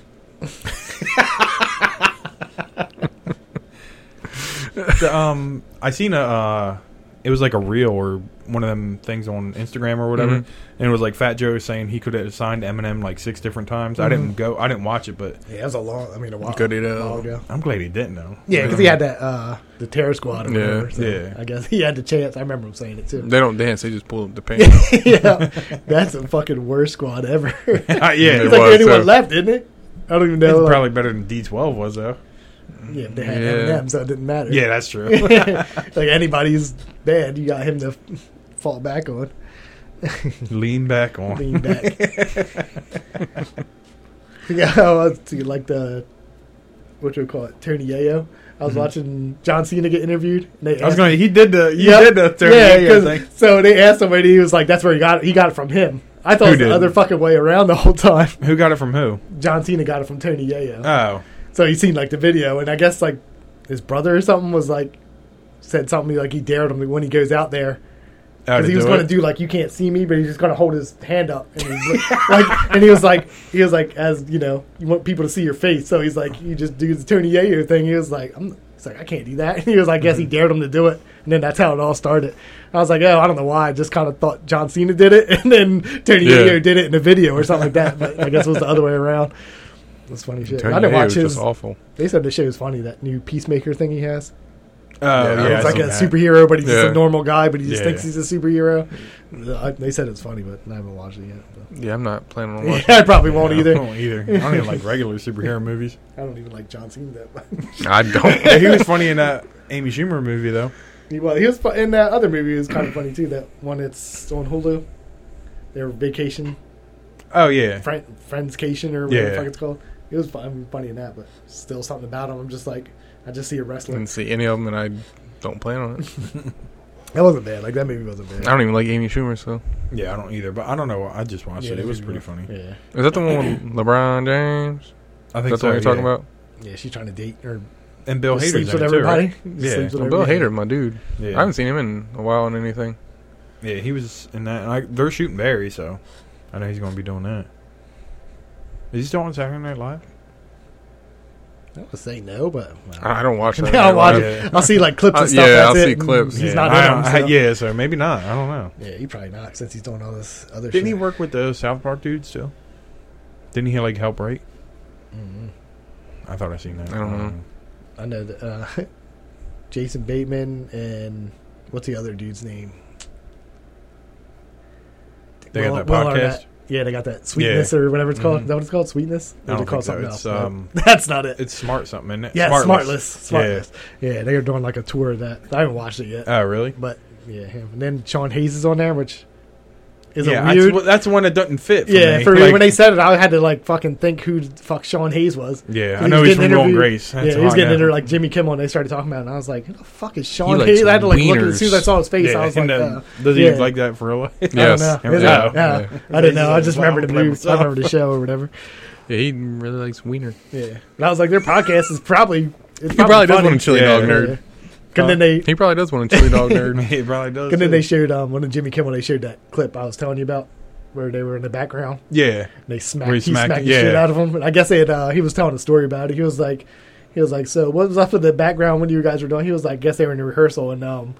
S1: The, um, I seen a. Uh, it was like a reel or one of them things on Instagram or whatever,
S3: Mhm.
S1: and it was like Fat Joe saying he could have signed Eminem like six different times.
S3: Mm-hmm.
S1: I didn't go. I didn't watch it, but
S2: Yeah, that was a long. I mean, a while,
S3: Good it
S2: a while
S3: out.
S2: ago.
S1: I'm glad he didn't know.
S2: Yeah, because he had that uh, the terror squad. Or
S3: Yeah.
S2: whatever, so
S1: Yeah.
S2: I guess he had the chance. I remember him saying it too.
S3: They don't dance. They just pull up the pants.
S2: yeah, that's the fucking worst squad ever. it's like
S1: yeah,
S3: It
S1: it's
S2: the
S3: was,
S2: only one
S3: so-
S2: left, isn't it? I don't even know. like-
S1: probably better than D12 was though.
S2: yeah, they had
S3: Yeah.
S2: Eminem, so it didn't matter.
S1: Yeah, that's true.
S2: like anybody's bad, you got him to fall back on.
S1: Lean back on.
S2: Lean back. yeah, I was to like the what do we call it? Tony Yayo. I was watching John Cena get interviewed. And they
S1: Mm-hmm. I was
S2: asked-
S1: going. to He did the. You
S2: Yep.
S1: did the third
S2: Yeah, 'cause-
S1: thing.
S2: so they asked somebody. He was like, "That's where he got it. He got it from him." I thought
S1: Who
S2: it was the
S1: did?
S2: other fucking way around the whole time.
S1: Who got it from who?
S2: John Cena got it from Tony Yayo.
S1: Oh,
S2: So he seen like the video, and I guess like his brother or something was like said something like he dared him when he goes out there
S1: oh
S2: because he was going to do like you can't see me, but he's just going to hold his hand up and he's like, like, and he was like, he was like, as you know, you want people to see your face, so he's like, you just do the Tony Yayo thing. He was like, I'm, he's like, I can't do that. And he was like, I guess he
S3: Mm-hmm.
S2: dared him to do it, and then that's how it all started. I was like, oh, I don't know why, I just kind of thought John Cena did it, and then Tony
S3: Yeah.
S2: Yayo did it in a video or something like that. But I guess it was the other way around. That's funny shit. I didn't
S3: Hey, it
S2: watch
S3: was
S2: his.
S3: Just awful.
S2: They said the shit was funny. That new peacemaker thing he has.
S1: Oh yeah,
S2: it's
S1: I
S2: like a
S1: seen that.
S2: superhero, but he's just
S3: Yeah.
S2: a normal guy, but he just
S1: Yeah.
S2: thinks he's a superhero. I, they said it's funny, but I haven't watched it yet.
S3: Yeah, I'm not planning on
S2: but-
S3: watching.
S2: Yeah, I probably won't
S1: Yeah, I
S2: either.
S1: don't either. I don't even like regular superhero movies.
S2: I don't even like John Cena that much.
S3: I don't.
S1: he was funny in that Amy Schumer movie though.
S2: he was. He was fu- in that other movie. He was kind of funny too. That one that's on Hulu. Their vacation,
S1: Oh yeah,
S2: friend, friendscation, or whatever
S1: Yeah.
S2: the fuck it's called. It was fun, I mean, funny in that, but still something about him. I'm just like, I just see a wrestler.
S3: didn't see any of them, and I don't plan on it.
S2: That wasn't bad. Like that movie wasn't bad.
S3: I don't even like Amy Schumer. So
S1: yeah. I don't either, but I don't know. I just watched
S2: Yeah,
S1: it. It
S2: that
S1: was
S2: movie
S1: pretty
S2: was-
S1: funny.
S2: Yeah,
S3: is that the one with LeBron James?
S1: I
S3: Is
S1: think
S3: that the one you're talking about?
S2: yeah. She's trying to date or
S1: And Bill Hader's
S2: sleeps
S1: in
S2: with
S1: it too,
S2: everybody.
S1: right?
S2: Sleeps
S1: Yeah.
S2: with
S1: Well,
S3: Well, Bill
S2: everybody.
S3: Hader, my dude. I
S1: Yeah,
S3: haven't seen him in a while on anything.
S1: yeah. He was in that. And I, they're shooting Barry, so I know he's going to be doing that. Is he still on Saturday Night Live?
S2: I would say no, but
S3: I I don't watch that.
S2: I'll watch
S1: Yeah.
S2: it. I'll see like clips
S3: Uh,
S2: and stuff.
S3: yeah,
S2: that's
S3: I'll
S2: it.
S3: see
S2: and
S3: clips.
S2: He's
S1: yeah.
S2: not
S1: I
S2: in
S1: don't-
S2: them.
S1: I-
S2: so-
S1: yeah, so maybe not. I don't know.
S2: yeah, he probably not since he's doing all this other.
S1: Didn't he
S2: shit.
S1: work with the South Park dudes still? Didn't he like help write? I thought I seen that. Um,
S3: I don't know.
S2: Mm-hmm. I know that uh, Jason Bateman and what's the other dude's name?
S1: They got that
S2: Arnett.
S1: podcast. Mm-hmm.
S2: Yeah, they got that sweetness or whatever it's called. Is that what it's called? Sweetness?
S1: I
S2: Or
S1: don't
S2: they call
S1: think so.
S2: something
S1: It's,
S2: else? No.
S1: um,
S2: That's not it.
S1: It's smart something, isn't it?
S2: yeah, smartless.
S1: Yeah. Uh,
S2: Smartless. Yeah. they are doing like a tour of that. I haven't watched it yet,
S1: Oh, really?
S2: but yeah, him. And then Sean Hayes is on there, which is
S1: yeah,
S2: a
S1: that's
S2: weird.
S1: one- that's one that doesn't fit. For
S2: yeah,
S1: me.
S2: for me,
S1: Like,
S2: when they said it, I had to like fucking think who the fuck Sean Hayes was.
S1: Yeah,
S2: 'Cause
S1: I
S2: he
S1: know
S2: was
S1: he's
S2: getting
S1: from Will and
S2: interviewed-
S1: Grace. That's
S2: yeah, he
S1: all
S2: was
S1: I
S2: getting
S1: know.
S2: into like Jimmy Kimmel, and they started talking about it. and I was like, "Who the fuck is Sean
S3: likes
S2: Hayes?" I had to like look at, as soon as I
S3: wieners.
S2: saw his face,
S1: yeah,
S2: I was
S1: and
S2: like,
S1: then-
S2: uh,
S1: does he
S2: yeah.
S1: like that for real? life?
S3: Yes.
S2: I don't know.
S1: Yes.
S2: Yeah.
S1: Yeah.
S2: Yeah. I didn't know. I just
S1: Wow,
S2: remember the
S1: play
S2: movie. I
S1: myself.
S2: remember the show or whatever.
S3: Yeah, he really likes wiener.
S2: Yeah, and I was like, their podcast is probably it's
S3: He probably does
S2: funny.
S3: want a chili
S1: Yeah.
S3: dog nerd.
S2: Yeah. And then they
S3: He probably does want a chili dog nerd.
S1: He probably does.
S2: and
S1: too.
S2: then they showed um when Jimmy Kimmel they showed that clip I was telling you about where they were in the background
S1: yeah,
S2: and they smacked
S1: Where
S2: he
S1: he
S2: smacked,
S1: smacked-
S2: the shit
S1: yeah.
S2: out of him. And I guess they had, uh, he was telling a story about it. He was like he was like so what was up in the background when you guys were doing? He was like I guess they were in the rehearsal and um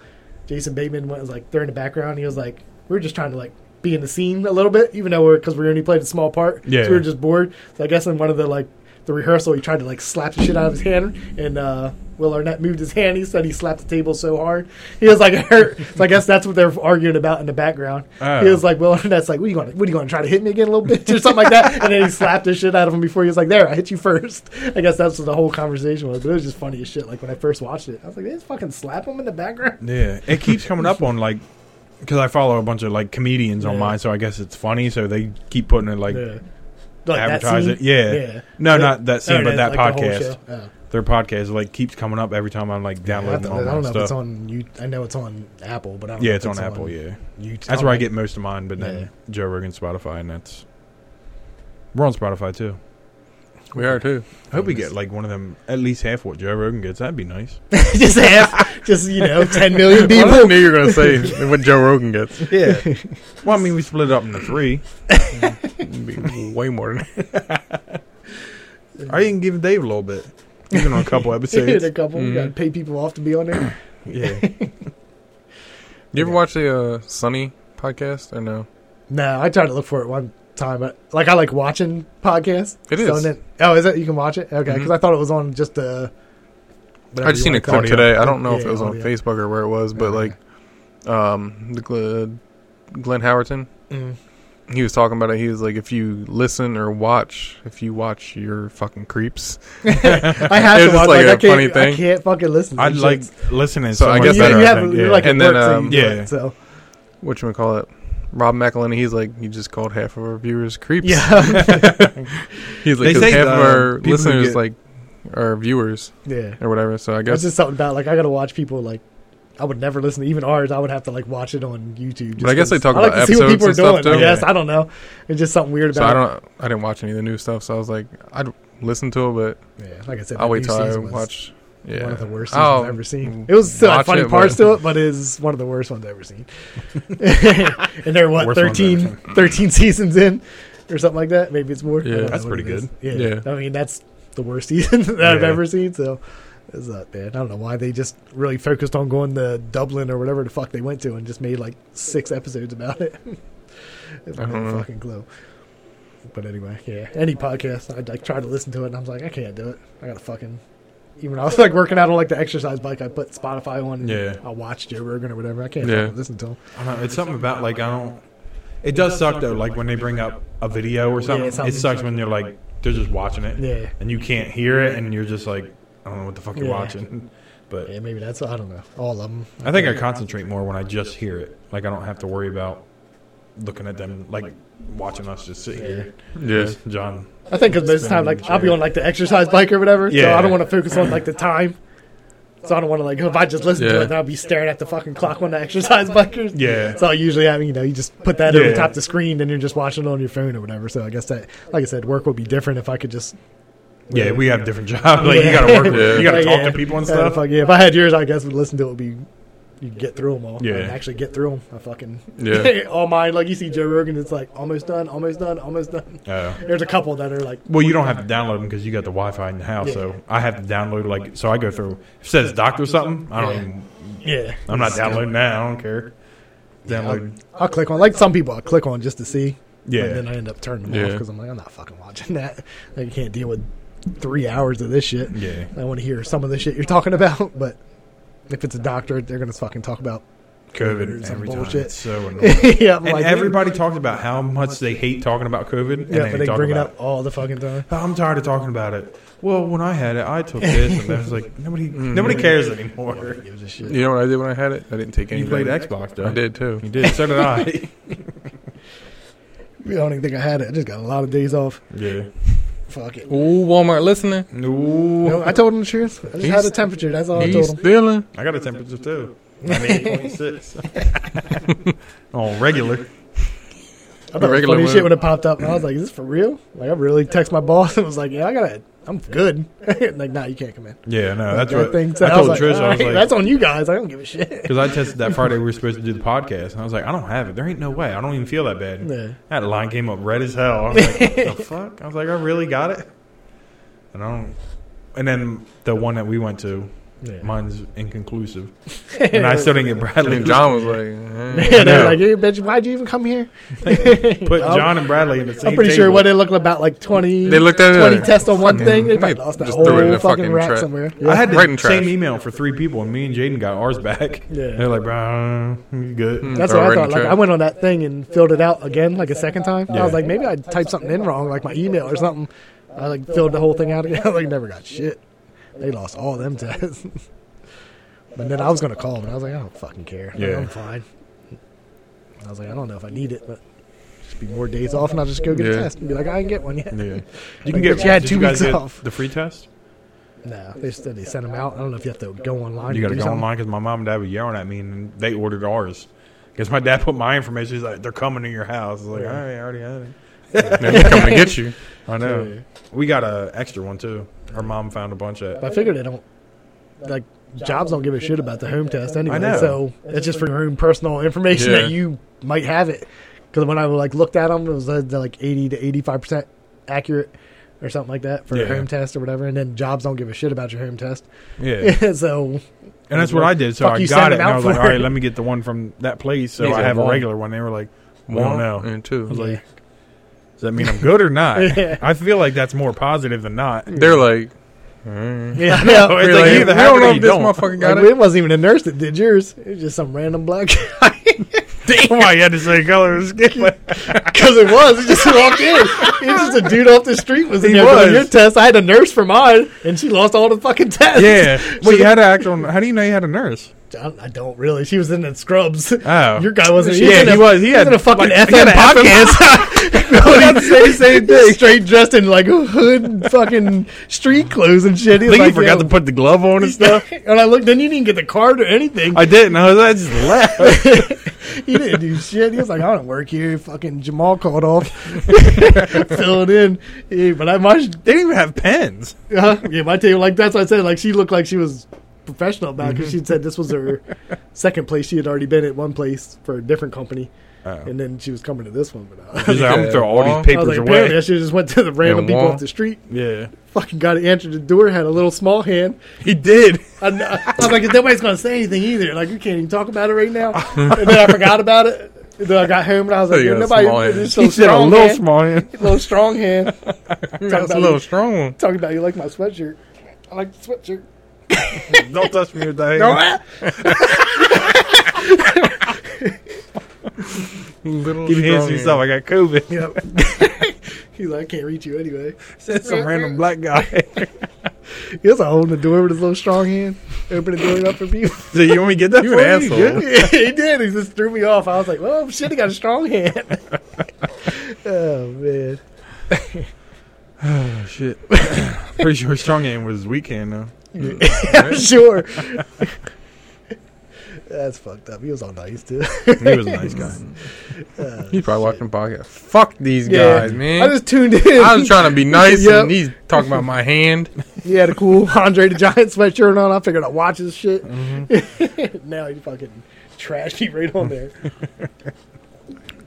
S2: Jason Bateman was like they're in the background. He was like we were just trying to like be in the scene a little bit even though we're because we only played a small part.
S1: Yeah.
S2: so we were just bored. So I guess in one of the like the rehearsal he tried to like slap the shit out of his hand and uh Will Arnett moved his hand. He said he slapped the table so hard. He was like it hurt. So I guess that's what they're arguing about in the background.
S1: Oh.
S2: He was like, Will Arnett's like, what are you going to, what are you going to try to hit me again, little bitch, or something like that. And then he slapped the shit out of him before he was like, there, I hit you first. I guess that's what the whole conversation was, but it was just funny as shit. Like when I first watched it, I was like, they just fucking slap him in the background.
S1: yeah. It keeps coming up on like because I follow a bunch of like comedians on
S2: Yeah.
S1: mine, so I guess it's funny. So they keep putting it like
S2: Yeah. Like that
S1: advertise
S2: scene?
S1: it. Yeah.
S2: Yeah.
S1: No,
S2: Yeah.
S1: not that scene,
S2: Oh,
S1: but
S2: that's
S1: that
S2: like the whole
S1: podcast.
S2: show. Oh.
S1: Their podcast like keeps coming up every time I'm like
S2: I don't,
S1: downloading
S2: know-
S1: all
S2: I
S1: my
S2: don't know if
S1: stuff.
S2: it's on you. I know it's on Apple, but I don't know
S1: yeah, it's
S2: if
S1: on Apple. yeah,
S2: YouTube.
S1: that's where I get most of mine. But then
S2: Yeah.
S1: Joe Rogan, Spotify, and that's we're on Spotify too.
S3: we are too.
S1: I hope we get like one of them at least half what Joe Rogan gets. That'd be nice.
S2: just half, just you know, ten million
S3: Well,
S2: people.
S3: I knew you were gonna say what Joe Rogan gets.
S1: Yeah. well, I mean, we split it up into three.
S3: It'd be way more than that.
S1: I even give Dave a little bit, even on a couple
S2: Hit
S1: episodes.
S2: a couple. You
S3: Mm-hmm.
S2: gotta pay people off to be on there.
S1: yeah,
S3: You ever watch the uh, Sunny podcast or no?
S2: No, I tried to look for it one time, but like I like watching podcasts.
S3: It is. Mm-hmm.
S2: then- oh, is it? You can watch it. Okay, because I thought it was on just uh
S3: I just seen a clip
S1: audio.
S3: today. I don't know if
S2: Yeah,
S3: it was
S2: audio.
S3: on Facebook or where it was, but like, um, the Gl- Glenn Howerton,
S2: Mm.
S3: he was talking about it. He was like, if you listen or watch, if you watch, you're fucking creeps.
S2: I have
S3: It
S2: to
S3: was
S2: watch.
S3: like
S2: Like,
S3: a
S2: I can't.
S3: funny thing.
S2: I can't fucking listen. to
S1: I'd
S2: these
S1: like
S2: shits.
S1: listening.
S3: So I
S1: much
S3: guess
S2: you,
S3: that-
S1: better,
S2: you
S1: I
S2: have
S1: think,
S2: you're
S1: yeah.
S2: like
S3: And
S2: at
S3: then,
S2: work, so you
S3: um,
S2: do it,
S1: yeah.
S2: So
S3: What you call it? Rob McElhenney, he's like, you just called half of our viewers creeps.
S2: yeah,
S3: he's
S1: They
S3: like, 'cause
S1: say
S3: half of
S1: the
S3: our
S1: people who
S3: listeners
S1: get-
S3: like are viewers
S2: yeah.
S3: or whatever. So I
S2: It's
S3: guess
S2: just something about like I gotta watch people like. I would never listen to even ours. I would have to like watch it on YouTube. just
S3: But I
S2: 'cause
S3: guess they talk
S2: I like
S3: about
S2: to see what people are
S3: episodes
S2: doing.
S3: and stuff,
S2: I
S3: too.
S2: guess I don't know. It's just something weird
S3: So I
S2: about.
S3: don't. I didn't watch any of the new stuff, so I was like, I'd listen to it,
S2: it. Yeah, like I said,
S3: but I'll
S2: the
S3: wait
S2: new
S3: till I
S2: season was
S3: watch. Yeah,
S2: One of the worst seasons
S1: Oh,
S3: I'll
S2: I've ever
S1: mm,
S2: seen. It was still had
S3: watch
S2: funny
S3: it, but-
S2: parts to it, but it is one of the worst ones I've ever seen. and they're what
S1: Worst ones I've ever
S2: 13, 13 seasons in or something like that. Maybe it's more. I
S3: Yeah.
S2: don't know
S1: That's
S2: what
S1: pretty
S2: it is. Yeah.
S3: Yeah.
S2: I mean that's the worst season that I've
S1: Yeah.
S2: ever seen. So it's not bad. I don't know why they just really focused on going to Dublin or whatever the fuck they went to and just made like six episodes about it. I
S3: I don't
S1: Uh-huh.
S3: know.
S2: fucking clue. But anyway, yeah. Any podcast, I'd like try to listen to it, and I'm like, I can't do it. I gotta fucking. Even when I was like working out on like the exercise bike, I put Spotify on. And
S1: Yeah.
S2: I watch Joe Rogan or whatever. I can't
S3: Yeah.
S2: fucking listen to him.
S1: I don't know, it's something about like I don't. It does suck though. Like when they bring up a video or something,
S2: something.
S1: it sucks when they're like they're just watching it
S2: Yeah.
S1: and you can't hear it, and you're just like I don't know what the fuck you're
S2: Yeah.
S1: watching. But
S2: Yeah, maybe that's I don't know. All of them.
S1: I think I concentrate more when I just hear it. Like I don't have to worry about looking at them, like watching us just sit here.
S3: Yeah,
S1: John.
S2: I think because most of the time, like I'll be on like the exercise bike or whatever, so
S1: Yeah.
S2: I don't want to focus on like the time. So I don't want to like if I just listen to
S3: Yeah.
S2: it, then I'll be staring at the fucking clock when the exercise bikers.
S1: Yeah.
S2: So I usually have you know you just put that over
S1: Yeah.
S2: top the screen, and you're just watching it on your phone or whatever. So I guess that, like I said, work would be different if I could just.
S1: Yeah, we have different jobs. Like you got to work. With,
S3: Yeah.
S1: You got to
S2: Like,
S1: talk
S2: yeah.
S1: to people and
S2: I don't
S1: stuff.
S2: fuck- yeah, if I had yours, I guess would listen to it would be. You get through them all.
S1: Yeah.
S2: and actually get through them. I fucking
S3: Yeah.
S2: all mine. Like you see Joe Rogan, it's like almost done, almost done, almost done.
S1: Oh.
S2: There's a couple that are like
S1: Well, you don't have to download them because you got the Wi-Fi in the house. So I have to download like so. I go through. If it says doctor or something, I don't.
S2: Yeah.
S1: Even,
S2: yeah.
S1: I'm not downloading that. I don't care. Download.
S2: I'll click on like some people. I'll click on just to see.
S1: Yeah.
S2: And then I end up turning them off
S3: Yeah.
S2: because I'm like, I'm not fucking watching that. Like, I can't deal with three hours of this shit.
S1: Yeah.
S2: I want to hear some of the shit you're talking about, but if it's a doctor, they're gonna fucking talk about.
S1: COVID
S2: Some
S1: every
S2: bullshit.
S1: time. It's so annoying.
S2: yeah. I'm
S1: And
S2: like,
S1: everybody talks about how much they hate talking about COVID. And
S2: Yeah, but they
S1: talk
S2: bring it
S1: about
S2: up all the fucking time.
S1: "Oh, I'm tired of talking about it. Well, when I had it, I took this, and I was like, nobody,
S2: Mm.
S1: nobody cares anymore.
S2: Gives a shit.
S3: you know what I did when I had it? I didn't take any.
S1: You played Xbox, though.
S3: I did too.
S1: You did. So did I.
S2: I don't even think I had it. I just got a lot of days off.
S1: Yeah.
S2: Fuck it.
S3: Ooh, Walmart listening.
S1: No.
S2: No, I told him the truth. I just had a temperature. That's all I
S3: He's
S2: told him.
S3: stealing.
S1: I got a temperature too. I mean, 26. oh, regular.
S2: I thought
S3: Regular
S2: regular funny
S3: one.
S2: shit when it popped up. And I was like, is this for real? Like, I really text my boss and was like, yeah, I got to I'm good. like, nah, you can't come in.
S1: Yeah, no, that's
S2: Like,
S1: what
S2: thing
S1: I
S2: said,
S1: told
S2: was like,
S1: Trish.
S2: all
S1: I was
S2: right,
S1: like,
S2: that's on you guys. I don't give a shit.
S1: Because I tested that Friday we were supposed to do the podcast, and I was like, I don't have it. There ain't no way. I don't even feel that bad.
S2: Yeah.
S1: That line came up red as hell. I was like, what the fuck? I was like, I really got it. And I don't. And then the one that we went to,
S2: Yeah.
S1: mine's inconclusive, and I still didn't get Bradley.
S3: And John was like, eh.
S2: And they're
S1: No.
S2: like, hey, bitch, why'd you even come here?
S1: put John and Bradley in the same.
S2: I'm pretty sure
S1: table.
S2: what it looked about like 20.
S3: They looked at it
S2: 20
S3: like,
S2: tests on one
S3: fucking-
S2: thing. They probably
S3: they
S2: lost that
S3: just
S2: whole
S3: threw it in
S2: fucking,
S3: a fucking
S2: rack
S3: trap.
S2: somewhere.
S1: I had the
S3: Right in trash.
S1: same email for three people, and me and Jaden got ours back.
S2: Yeah.
S1: They're like, bro, you good.
S2: That's
S3: Throw
S2: what
S3: it
S2: I thought.
S3: in the
S2: Like
S3: trash.
S2: I went on that thing and filled it out again, like a second time. I
S1: Yeah.
S2: was like, maybe I typed something in wrong, like my email or something. I like filled the whole thing out again. I like never got shit. They lost all them tests. but then I was gonna call them. And I was like, I don't fucking care. Like,
S1: Yeah.
S2: I'm fine. I was like, I don't know if I need it, but just be more days off, and I'll just go get a
S3: Yeah.
S2: test and be like, I didn't get one yet.
S1: Yeah. You
S2: Like, bitch, you had
S1: did
S2: two
S1: guys
S2: weeks
S1: get
S2: off.
S1: The free test.
S2: No, they said they sent them out. I don't know if you have to go online.
S1: You
S2: to
S1: got to
S2: do
S1: go
S2: something.
S1: online because my mom and dad were yelling at me, and they ordered ours. Because my dad put my information. He's like, "They're coming to your house." I was like, "All right, I already had it."
S3: "They're coming to get you."
S1: I know. We got a extra one too. Our mom found a bunch of.
S2: But I figure they don't like jobs don't give a shit about the home test anyway.
S1: I know.
S2: So it's just for your own personal information
S3: Yeah.
S2: that you might have it. Because when I like looked at them, it was uh, they're, like eighty to eighty five percent accurate or something like that for your
S1: Yeah.
S2: home test or whatever. And then jobs don't give a shit about your home test.
S1: Yeah,
S2: so
S1: and that's what I did. So
S2: Fuck
S1: I
S2: you
S1: got it,
S2: sending
S1: and I
S2: out
S1: was like,
S2: for
S1: "All right,
S2: it."
S1: let me get the one from that place." So
S3: Yeah,
S1: I have a
S3: one.
S1: regular one. They were like, "Well, no."
S3: and two.
S1: I was like, "Does that mean I'm good or not?"
S2: Yeah.
S1: I feel like that's more positive than not.
S3: They're like,
S2: yeah,
S1: No,
S2: no.
S1: it's
S3: they're
S1: like
S3: like,
S1: you either
S3: we
S1: have
S3: don't
S1: it
S3: know
S1: or
S3: if
S1: you
S3: this
S1: don't.
S3: motherfucker
S2: Like,
S3: got
S2: it
S3: it.
S2: wasn't even a nurse that did yours. It was just some random black guy.
S1: Why you had to say color of skin?
S2: Because it was. He just walked in. It was just a dude off the street was in
S1: He
S2: there
S1: was.
S2: doing your test. I had a nurse for mine, and she lost all the fucking tests.
S1: yeah. Well, you had to act on. How do you know you had a nurse?
S2: I, I don't really. She was in the scrubs.
S1: Oh.
S2: Your guy wasn't.
S1: Yeah,
S2: in
S1: he
S2: a-
S1: was. He had-
S2: in a fucking
S1: like, he had
S2: FM
S1: a
S2: podcast. No,
S1: That's the same- same
S2: he- Straight dressed in like a hood, and fucking street clothes and shit. He
S1: I
S2: was
S1: think
S2: like,
S1: you forgot
S2: yo.
S1: to put the glove on and stuff.
S2: and I looked, then you didn't get the card or anything.
S1: I didn't. I, was, I just laughed.
S2: he didn't do shit. He was like, I don't work here. Fucking Jamal called off, filled in. Yeah, but I, my
S1: they didn't even have pens.
S2: Uh, yeah, my table. Like that's what I said. Like she looked like she was professional about because she said this was her second place. She had already been at one place for a different company, and then she was coming to this one. But uh,
S1: He's like, I'm gonna throw all
S3: Yeah.
S1: these
S2: I was
S1: papers
S2: like,
S1: away.
S2: apparently, I should just went to the random
S3: Yeah,
S2: people
S3: wall.
S2: off the street.
S1: yeah,
S2: Fucking got to answer the door. Had a little small hand.
S1: he did.
S2: I, I was like, nobody's gonna say anything either. Like we can't even talk about it right now. and then I forgot about it. And then I got home and I was like,
S3: You
S2: yeah,
S3: got a
S2: nobody.
S3: small hand.
S2: This
S1: He
S2: little
S1: said a
S2: strong
S1: little
S2: hand.
S1: small hand.
S2: Little strong hand.
S3: That's a little strong one.
S2: Talking about you like my sweatshirt. I like the sweatshirt.
S1: Don't touch me with that hand.
S2: Don't-
S3: Little
S1: Keep your hands to yourself.
S3: strong.
S1: I got COVID.
S2: Yep. He's like, I can't reach you anyway.
S1: Said some random black guy.
S2: He was like holding the door with his little strong hand, opening the door up for people.
S1: so you want me to get that?
S3: You
S1: for
S3: an asshole.
S1: good?
S2: he did. He just threw me off. I was like, well, shit, he got a strong hand. oh, man.
S1: Oh shit. Pretty sure strong hand was weak hand though.
S2: I'm sure. That's fucked up. He was all nice, too.
S1: He was a nice guy.
S3: He's probably watching the podcast. Fuck these guys, man.
S2: I just tuned in.
S3: I was trying to be nice,
S2: Yep.
S3: and he's talking about my hand.
S2: he had a cool Andre the Giant sweatshirt on. I figured I'd watch his shit.
S3: Mm-hmm.
S2: now he fucking trashed me right on there.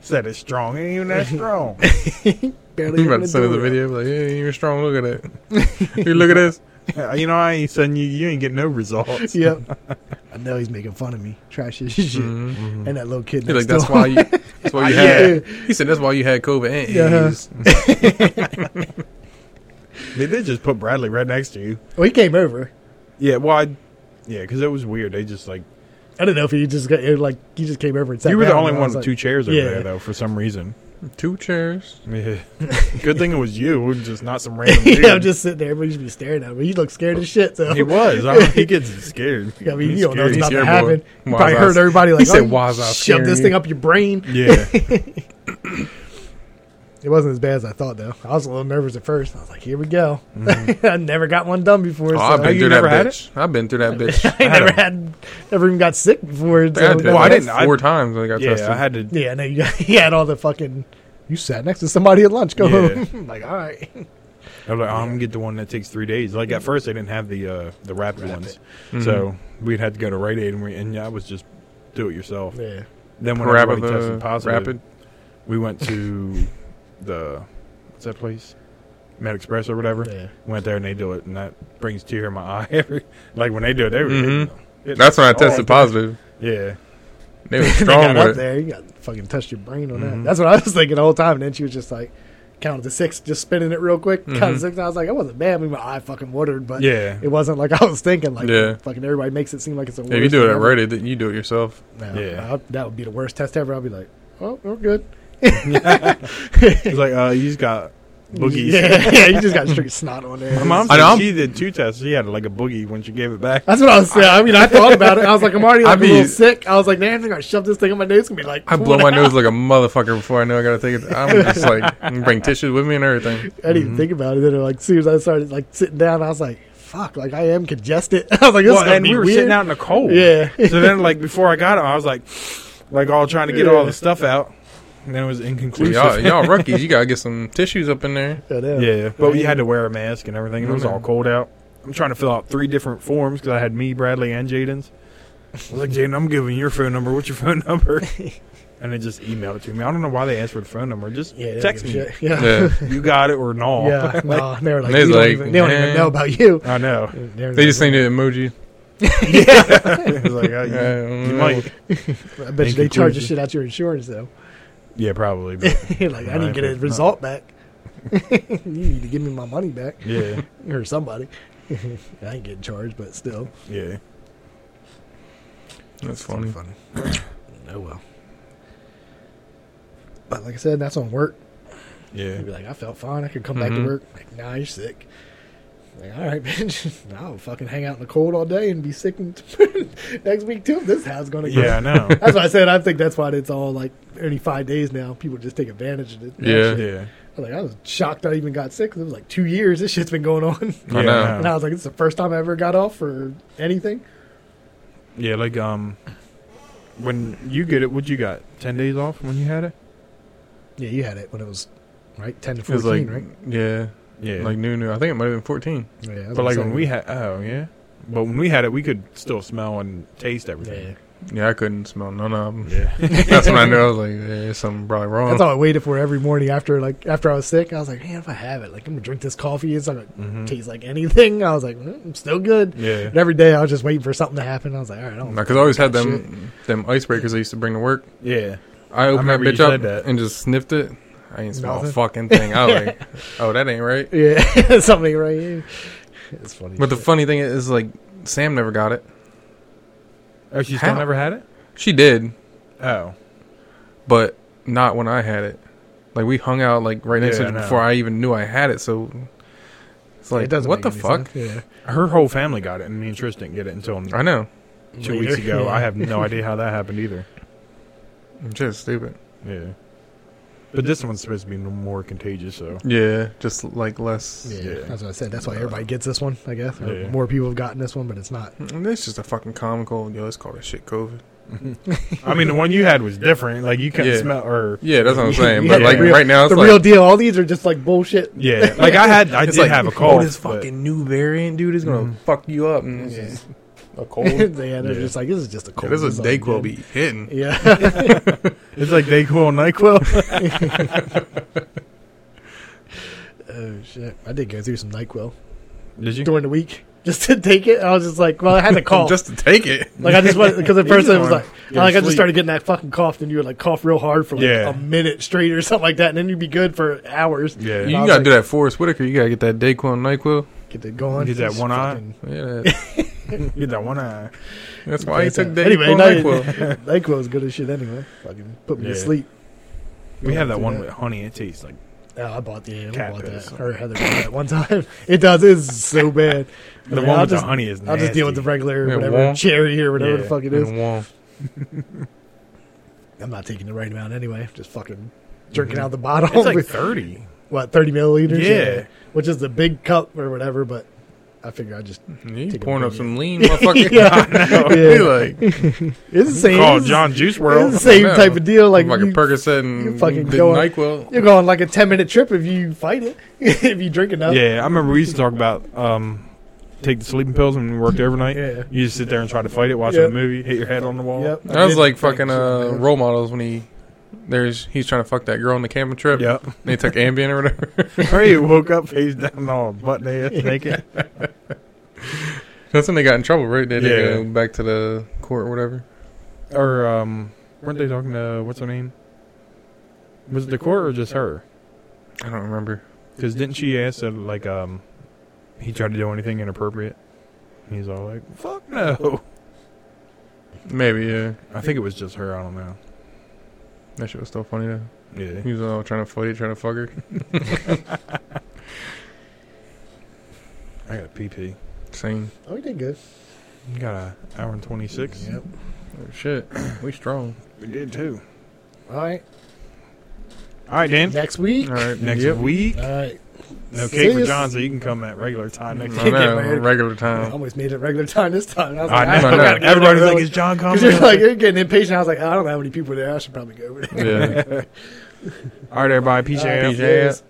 S1: Said it's strong. It ain't even that strong.
S2: Barely
S3: You about
S2: opened
S3: to send us a
S2: door.
S3: video? Like, hey, you're strong. Look at that. you look at this.
S1: you know, I ain't saying you. You ain't getting no results.
S2: Yep. I know he's making fun of me. Trash as shit. And that little kid.
S3: He's like,
S2: next
S3: that's
S2: door.
S3: why you. That's why you
S1: Yeah.
S3: had. He said that's why you had COVID and
S2: Yeah.
S3: AIDS.
S1: They did just put Bradley right next to you.
S2: well, he came over.
S1: Yeah. Well, I, yeah, because it was weird. They just like
S2: I don't know if he just got it, like he just came over and sat.
S1: you were the
S2: down,
S1: only
S2: and I
S1: one
S2: was
S1: with
S2: like,
S1: two chairs over
S2: Yeah.
S1: there though for some reason.
S3: Two chairs.
S1: Yeah. Good thing it was you, it was just not some random. Dude.
S2: yeah, I'm just sitting there. Everybody should be staring at him. But he looked scared as shit. So
S1: He was. I, he gets scared.
S2: I mean,
S1: He's
S2: you don't know
S1: scared.
S2: what's about to
S3: scared, boy.
S2: happen. You
S3: Wise
S2: probably
S3: eyes.
S2: heard everybody like,
S3: He said,
S2: oh,
S3: "Wise eyes
S2: shove
S3: scaring
S2: this
S3: you."
S2: thing up your brain."
S1: Yeah.
S2: It wasn't as bad as I thought, though. I was a little nervous at first. I was like, "Here we go." I never got one done before.
S3: Oh,
S2: so
S3: I've been
S1: you
S3: through that
S1: never had
S3: bitch. I've been through that bitch.
S2: I
S1: I had
S2: never
S1: a-
S2: had, never even got sick before. so-
S3: I did
S1: Well, I
S3: that
S1: didn't- I-
S3: four times. when I got
S1: Yeah,
S3: tested.
S1: I had to.
S2: Yeah, no, you, you had all the fucking. You sat next to somebody at lunch. Go
S1: Yeah.
S2: home. like, all right.
S1: I was like, oh, I'm gonna get the one that takes three days. Like at first, they didn't have the uh, the rapid, ones,
S2: Mm-hmm.
S1: so we'd had to go to Rite Aid, and, we, and I was just do it yourself.
S2: Yeah.
S1: Then when
S3: rapid,
S1: everybody
S3: uh,
S1: tested positive,
S3: rapid.
S1: we went to the what's that place, Med Express or whatever.
S2: Yeah.
S1: Went there and they do it, and that brings tear in my eye every. Like when they do it, they were.
S3: Mhm.
S1: hitting-
S3: That's when I
S1: all
S3: tested
S1: the time.
S3: positive.
S1: Yeah,
S3: They
S2: They
S3: were
S2: got
S3: strong
S2: up
S3: with it. Mm-hmm.
S2: there. You got fucking touched your brain on that. That's what I was thinking the whole time. And then she was just like, counted to six, just spinning it real quick.
S3: Mm-hmm.
S2: Counted to six. I was like, I wasn't bad. I mean, my eye fucking watered, but
S1: Yeah.
S2: it wasn't like I was thinking. Like,
S3: Yeah.
S2: fucking everybody makes it seem like it's a.
S3: If you do it at Rite Aid, then you do it yourself.
S1: Yeah.
S2: yeah, that would be the worst test ever. I'd be like, oh, we're good.
S1: it's like uh, you just got boogies.
S2: Yeah, yeah, you just got straight snot on there.
S1: My mom
S3: I
S1: said
S3: know, I'm-
S1: she did two tests. She had like a boogie when she gave it back.
S2: That's what I was saying. I mean, I thought about it. I was like, I'm already like,
S3: I
S2: a
S3: mean-
S2: little sick. I was like, damn, I think I shove this thing in my nose. It's gonna be like,
S3: I blow my nose like a motherfucker before I know I gotta take it. I'm just like I'm bring tissues with me and everything.
S2: I didn't even think about it. Then, like, as soon as I started like sitting down, I was like, fuck, like I am congested. I was like, this is
S1: Well,
S2: gonna
S1: and
S2: be
S1: we were
S2: weird.
S1: sitting out in the cold.
S2: Yeah.
S1: so then, like before I got him, I was like, like all trying to get all the stuff out, and then it was inconclusive.
S3: Y'all, y'all rookies, you gotta get some tissues up in there.
S2: I know.
S1: Yeah, but you had to wear a mask and everything. and It was all
S3: Mhm.
S1: cold out. I'm trying to fill out three different forms because I had me, Bradley, and Jaden's. I was like, Jaden, I'm giving your phone number. What's your phone number? And they just emailed it to me. I don't know why they asked for the phone number. Just
S2: Yeah, they don't
S1: text me.
S2: give a shit. Yeah.
S3: Yeah.
S1: You got it or no?
S2: Yeah,
S1: Like,
S2: no, they were like,
S3: They
S2: we don't
S3: like,
S2: even, they don't
S3: "Nah."
S2: even know about you.
S1: I know.
S3: They just need an emoji.
S1: It was like, oh, you, you might.
S2: I bet you they charge the shit out your insurance though.
S1: Yeah, probably. But
S2: like, I need to get a
S1: No.
S2: result back. you need to give me my money back
S1: yeah,
S2: or somebody. I ain't getting charged, but still,
S1: yeah.
S3: That's funny.
S2: funny. oh well. But like I said, that's on work.
S1: Yeah.
S2: You'd be like, I felt fine. I could come back
S3: Mhm.
S2: to work. Like, nah, you're sick. Like, all right, bitch. I'll fucking hang out in the cold all day and be sick and next week too. This how's gonna go.
S1: Yeah, I know.
S2: That's what I said. I think that's why it's all like 35 days now. People just take advantage of it.
S3: Yeah.
S1: yeah.
S2: I'm like, I was shocked I even got sick 'cause it was like two years. This shit's been going on.
S3: I
S1: Yeah,
S3: know.
S2: And I was like, it's the first time I ever got off for anything.
S1: Yeah, like um, when you get it, what you got? Ten days off when you had it?
S2: Yeah, you had it when it was, right? 10 to
S3: It was
S2: 14,
S3: like
S2: right?
S3: yeah,
S1: Yeah,
S3: like new new. I think it might have been fourteen.
S2: Yeah. that's
S1: but
S2: what
S1: like
S2: I'm
S1: when
S2: saying.
S1: we had, oh yeah, but when we had it, we could still smell and taste
S2: Yeah.
S1: everything.
S3: Yeah, I couldn't smell none of them.
S1: Yeah,
S3: That's when I knew I was like, yeah, there's something probably wrong.
S2: That's all I waited for every morning after like after I was sick. I was like, man, if I have it, like I'm gonna drink this coffee. It's not gonna
S3: Mm-hmm.
S2: taste like anything. I was like, mm, I'm still good.
S1: Yeah.
S2: And every day I was just waiting for something to happen. I was like, all right, I don't.
S3: Because I always had
S2: Got
S3: them them icebreakers I used to bring to work.
S1: yeah.
S3: I opened that
S1: remember you
S3: bitch up
S1: said that.
S3: and just sniffed it. I ain't smell a
S2: Nothing.
S3: fucking thing. I was like, oh, that ain't right.
S2: Yeah, something right here. It's funny.
S3: But the
S2: shit.
S3: funny thing is, like, Sam never got it.
S1: Oh, she still
S3: How?
S1: never had it.
S3: She did,
S1: Oh,
S3: but not when I had it. Like, we hung out like right next
S1: Yeah,
S3: to
S1: I
S3: each
S1: know.
S3: before I even knew I had it. So it's like,
S2: It doesn't
S3: what
S2: make
S3: the
S2: any
S3: fuck?
S2: sense. Yeah.
S1: her whole family got it, and me and Trish didn't get it until
S3: I know.
S1: two
S2: Later.
S1: weeks ago.
S2: Yeah.
S1: I have no idea how that happened either.
S3: I'm just stupid.
S1: Yeah, but this one's supposed to be more contagious, so
S3: Yeah, just like less.
S2: Yeah,
S1: Yeah.
S2: that's what I said. That's
S3: Uh,
S2: why everybody gets this one, I guess. Or
S1: Yeah.
S2: More people have gotten this one, but it's not.
S3: Mm, It's just a fucking comical. Yo, let's call this shit COVID.
S1: I mean, the one you had was different. Like you couldn't
S3: Yeah.
S1: smell or.
S3: Yeah, that's what I'm saying.
S2: Yeah,
S3: But
S1: Yeah.
S3: like
S2: the real-
S3: right now, it's
S2: the
S3: like
S2: real deal. All these are just like bullshit.
S1: Yeah, like I had, I did
S3: It's like
S1: have a cold.
S3: Oh, this fucking new variant, dude, is gonna fuck you up. And it's just a cold.
S2: yeah,
S3: yeah,
S2: they're just like this is just a cold.
S3: this
S2: or
S3: is
S2: something, dude.
S3: Dayquil be hitting.
S2: Yeah,
S1: It's like Dayquil and Nyquil.
S2: oh shit! I did go through some Nyquil.
S1: Did you?
S2: during the week just to take it. I was just like, well, I had to cough.
S3: just to take it.
S2: like I just went because at first it was like,
S1: You're
S2: like I just
S1: asleep.
S2: started getting that fucking cough, then you would like cough real hard for like
S1: Yeah.
S2: a minute straight or something like that, and then you'd be good for hours.
S1: Yeah.
S2: And
S3: You
S2: I was
S3: gotta
S2: like,
S3: do that Forrest Whitaker. You gotta get that Dayquil and Nyquil.
S2: Get that going.
S1: Get that
S2: Just
S1: one eye.
S2: fucking-
S3: Yeah, that-
S1: Get that one eye.
S3: that's why he took Dayquil
S2: Anyway,
S3: and
S2: now
S3: Nyquil.
S2: you- Nyquil's good as shit anyway. Fucking put me to
S1: Yeah.
S2: sleep.
S1: We have
S2: Do
S1: that one
S2: that.
S1: with honey. It tastes like
S2: Oh, I bought the I
S1: Cat
S2: bought
S1: piss.
S2: that or Heather bought that one time. It does. It's so bad.
S1: the
S2: I mean,
S1: one
S2: I'll
S1: with
S2: just-
S1: the honey is. Nasty.
S2: I'll just deal with the regular
S3: Yeah,
S2: whatever
S3: warm.
S2: cherry or
S1: Yeah.
S2: whatever the fuck it is.
S3: And warm.
S2: I'm not taking the right amount anyway. Just fucking drinking out the bottle.
S1: Mm-hmm. It's like
S2: with,
S1: thirty.
S2: what thirty milliliters?
S1: Yeah.
S2: which is the big cup or whatever. But I figure I just
S3: You
S2: Take a
S3: pouring up
S2: big-
S3: some lean, motherfucker.
S2: yeah,
S3: Be
S2: yeah.
S3: like,
S2: It's the same.
S1: Called
S2: it's-
S1: John Juice
S2: It's the
S1: World.
S2: same
S3: I know.
S2: type of deal. Like
S3: like a
S2: you-
S3: Percocet and
S2: you fucking
S3: the
S2: go on-
S3: Nyquil.
S2: You're going like a ten minute trip if you fight it. if you drink enough.
S1: Yeah, I remember we used to talk about um, take the sleeping pills when we worked overnight.
S2: Yeah.
S1: You just sit there and try to fight it, watching
S2: Yep.
S1: a movie, hit your head on the wall.
S2: Yep. I
S3: That was
S2: did
S3: like
S2: drink
S3: fucking
S2: some of
S3: uh,
S2: those.
S3: role models when he there's he's trying to fuck that girl on the camping trip.
S1: Yep.
S3: And they took Ambien or whatever.
S1: Or you woke up face down all butt ass naked.
S3: That's when they got in trouble, right? They had to
S1: Yeah.
S3: go back to the court or whatever.
S1: Or um, weren't they talking to what's her name? Was it the court or just her?
S3: I don't remember.
S1: Because didn't she ask that like um, he tried to do anything inappropriate? And He's all like, "Fuck no."
S3: Maybe yeah.
S1: I think it was just her. I don't know.
S3: That shit was still funny though.
S1: Yeah.
S3: He was all trying to fight it, trying to fuck her.
S1: I got a PP.
S3: Same.
S2: Oh, we did good.
S1: Got a hour and twenty six.
S2: Yep.
S3: Oh, shit. We strong.
S1: We did too.
S2: All right.
S1: All right, Dan.
S2: Next week.
S3: All right.
S1: Next
S3: yep.
S1: week,
S2: All right.
S1: no
S2: See
S1: cake for
S2: yous.
S1: John, so you can come at regular time next
S3: I
S1: week.
S2: Get
S3: know,
S2: married.
S3: regular
S2: I
S3: time.
S2: almost made it regular time this time. I was like,
S1: I
S3: I
S1: know.
S3: know.
S1: Everybody's like, "Is John
S2: Because
S1: coming?"
S2: you're like you're getting impatient. I was like, I don't know how many people there. I should probably go over there.
S3: Yeah.
S1: All right, everybody. Peace
S2: All right,
S1: out.
S3: Peace out.
S2: yes.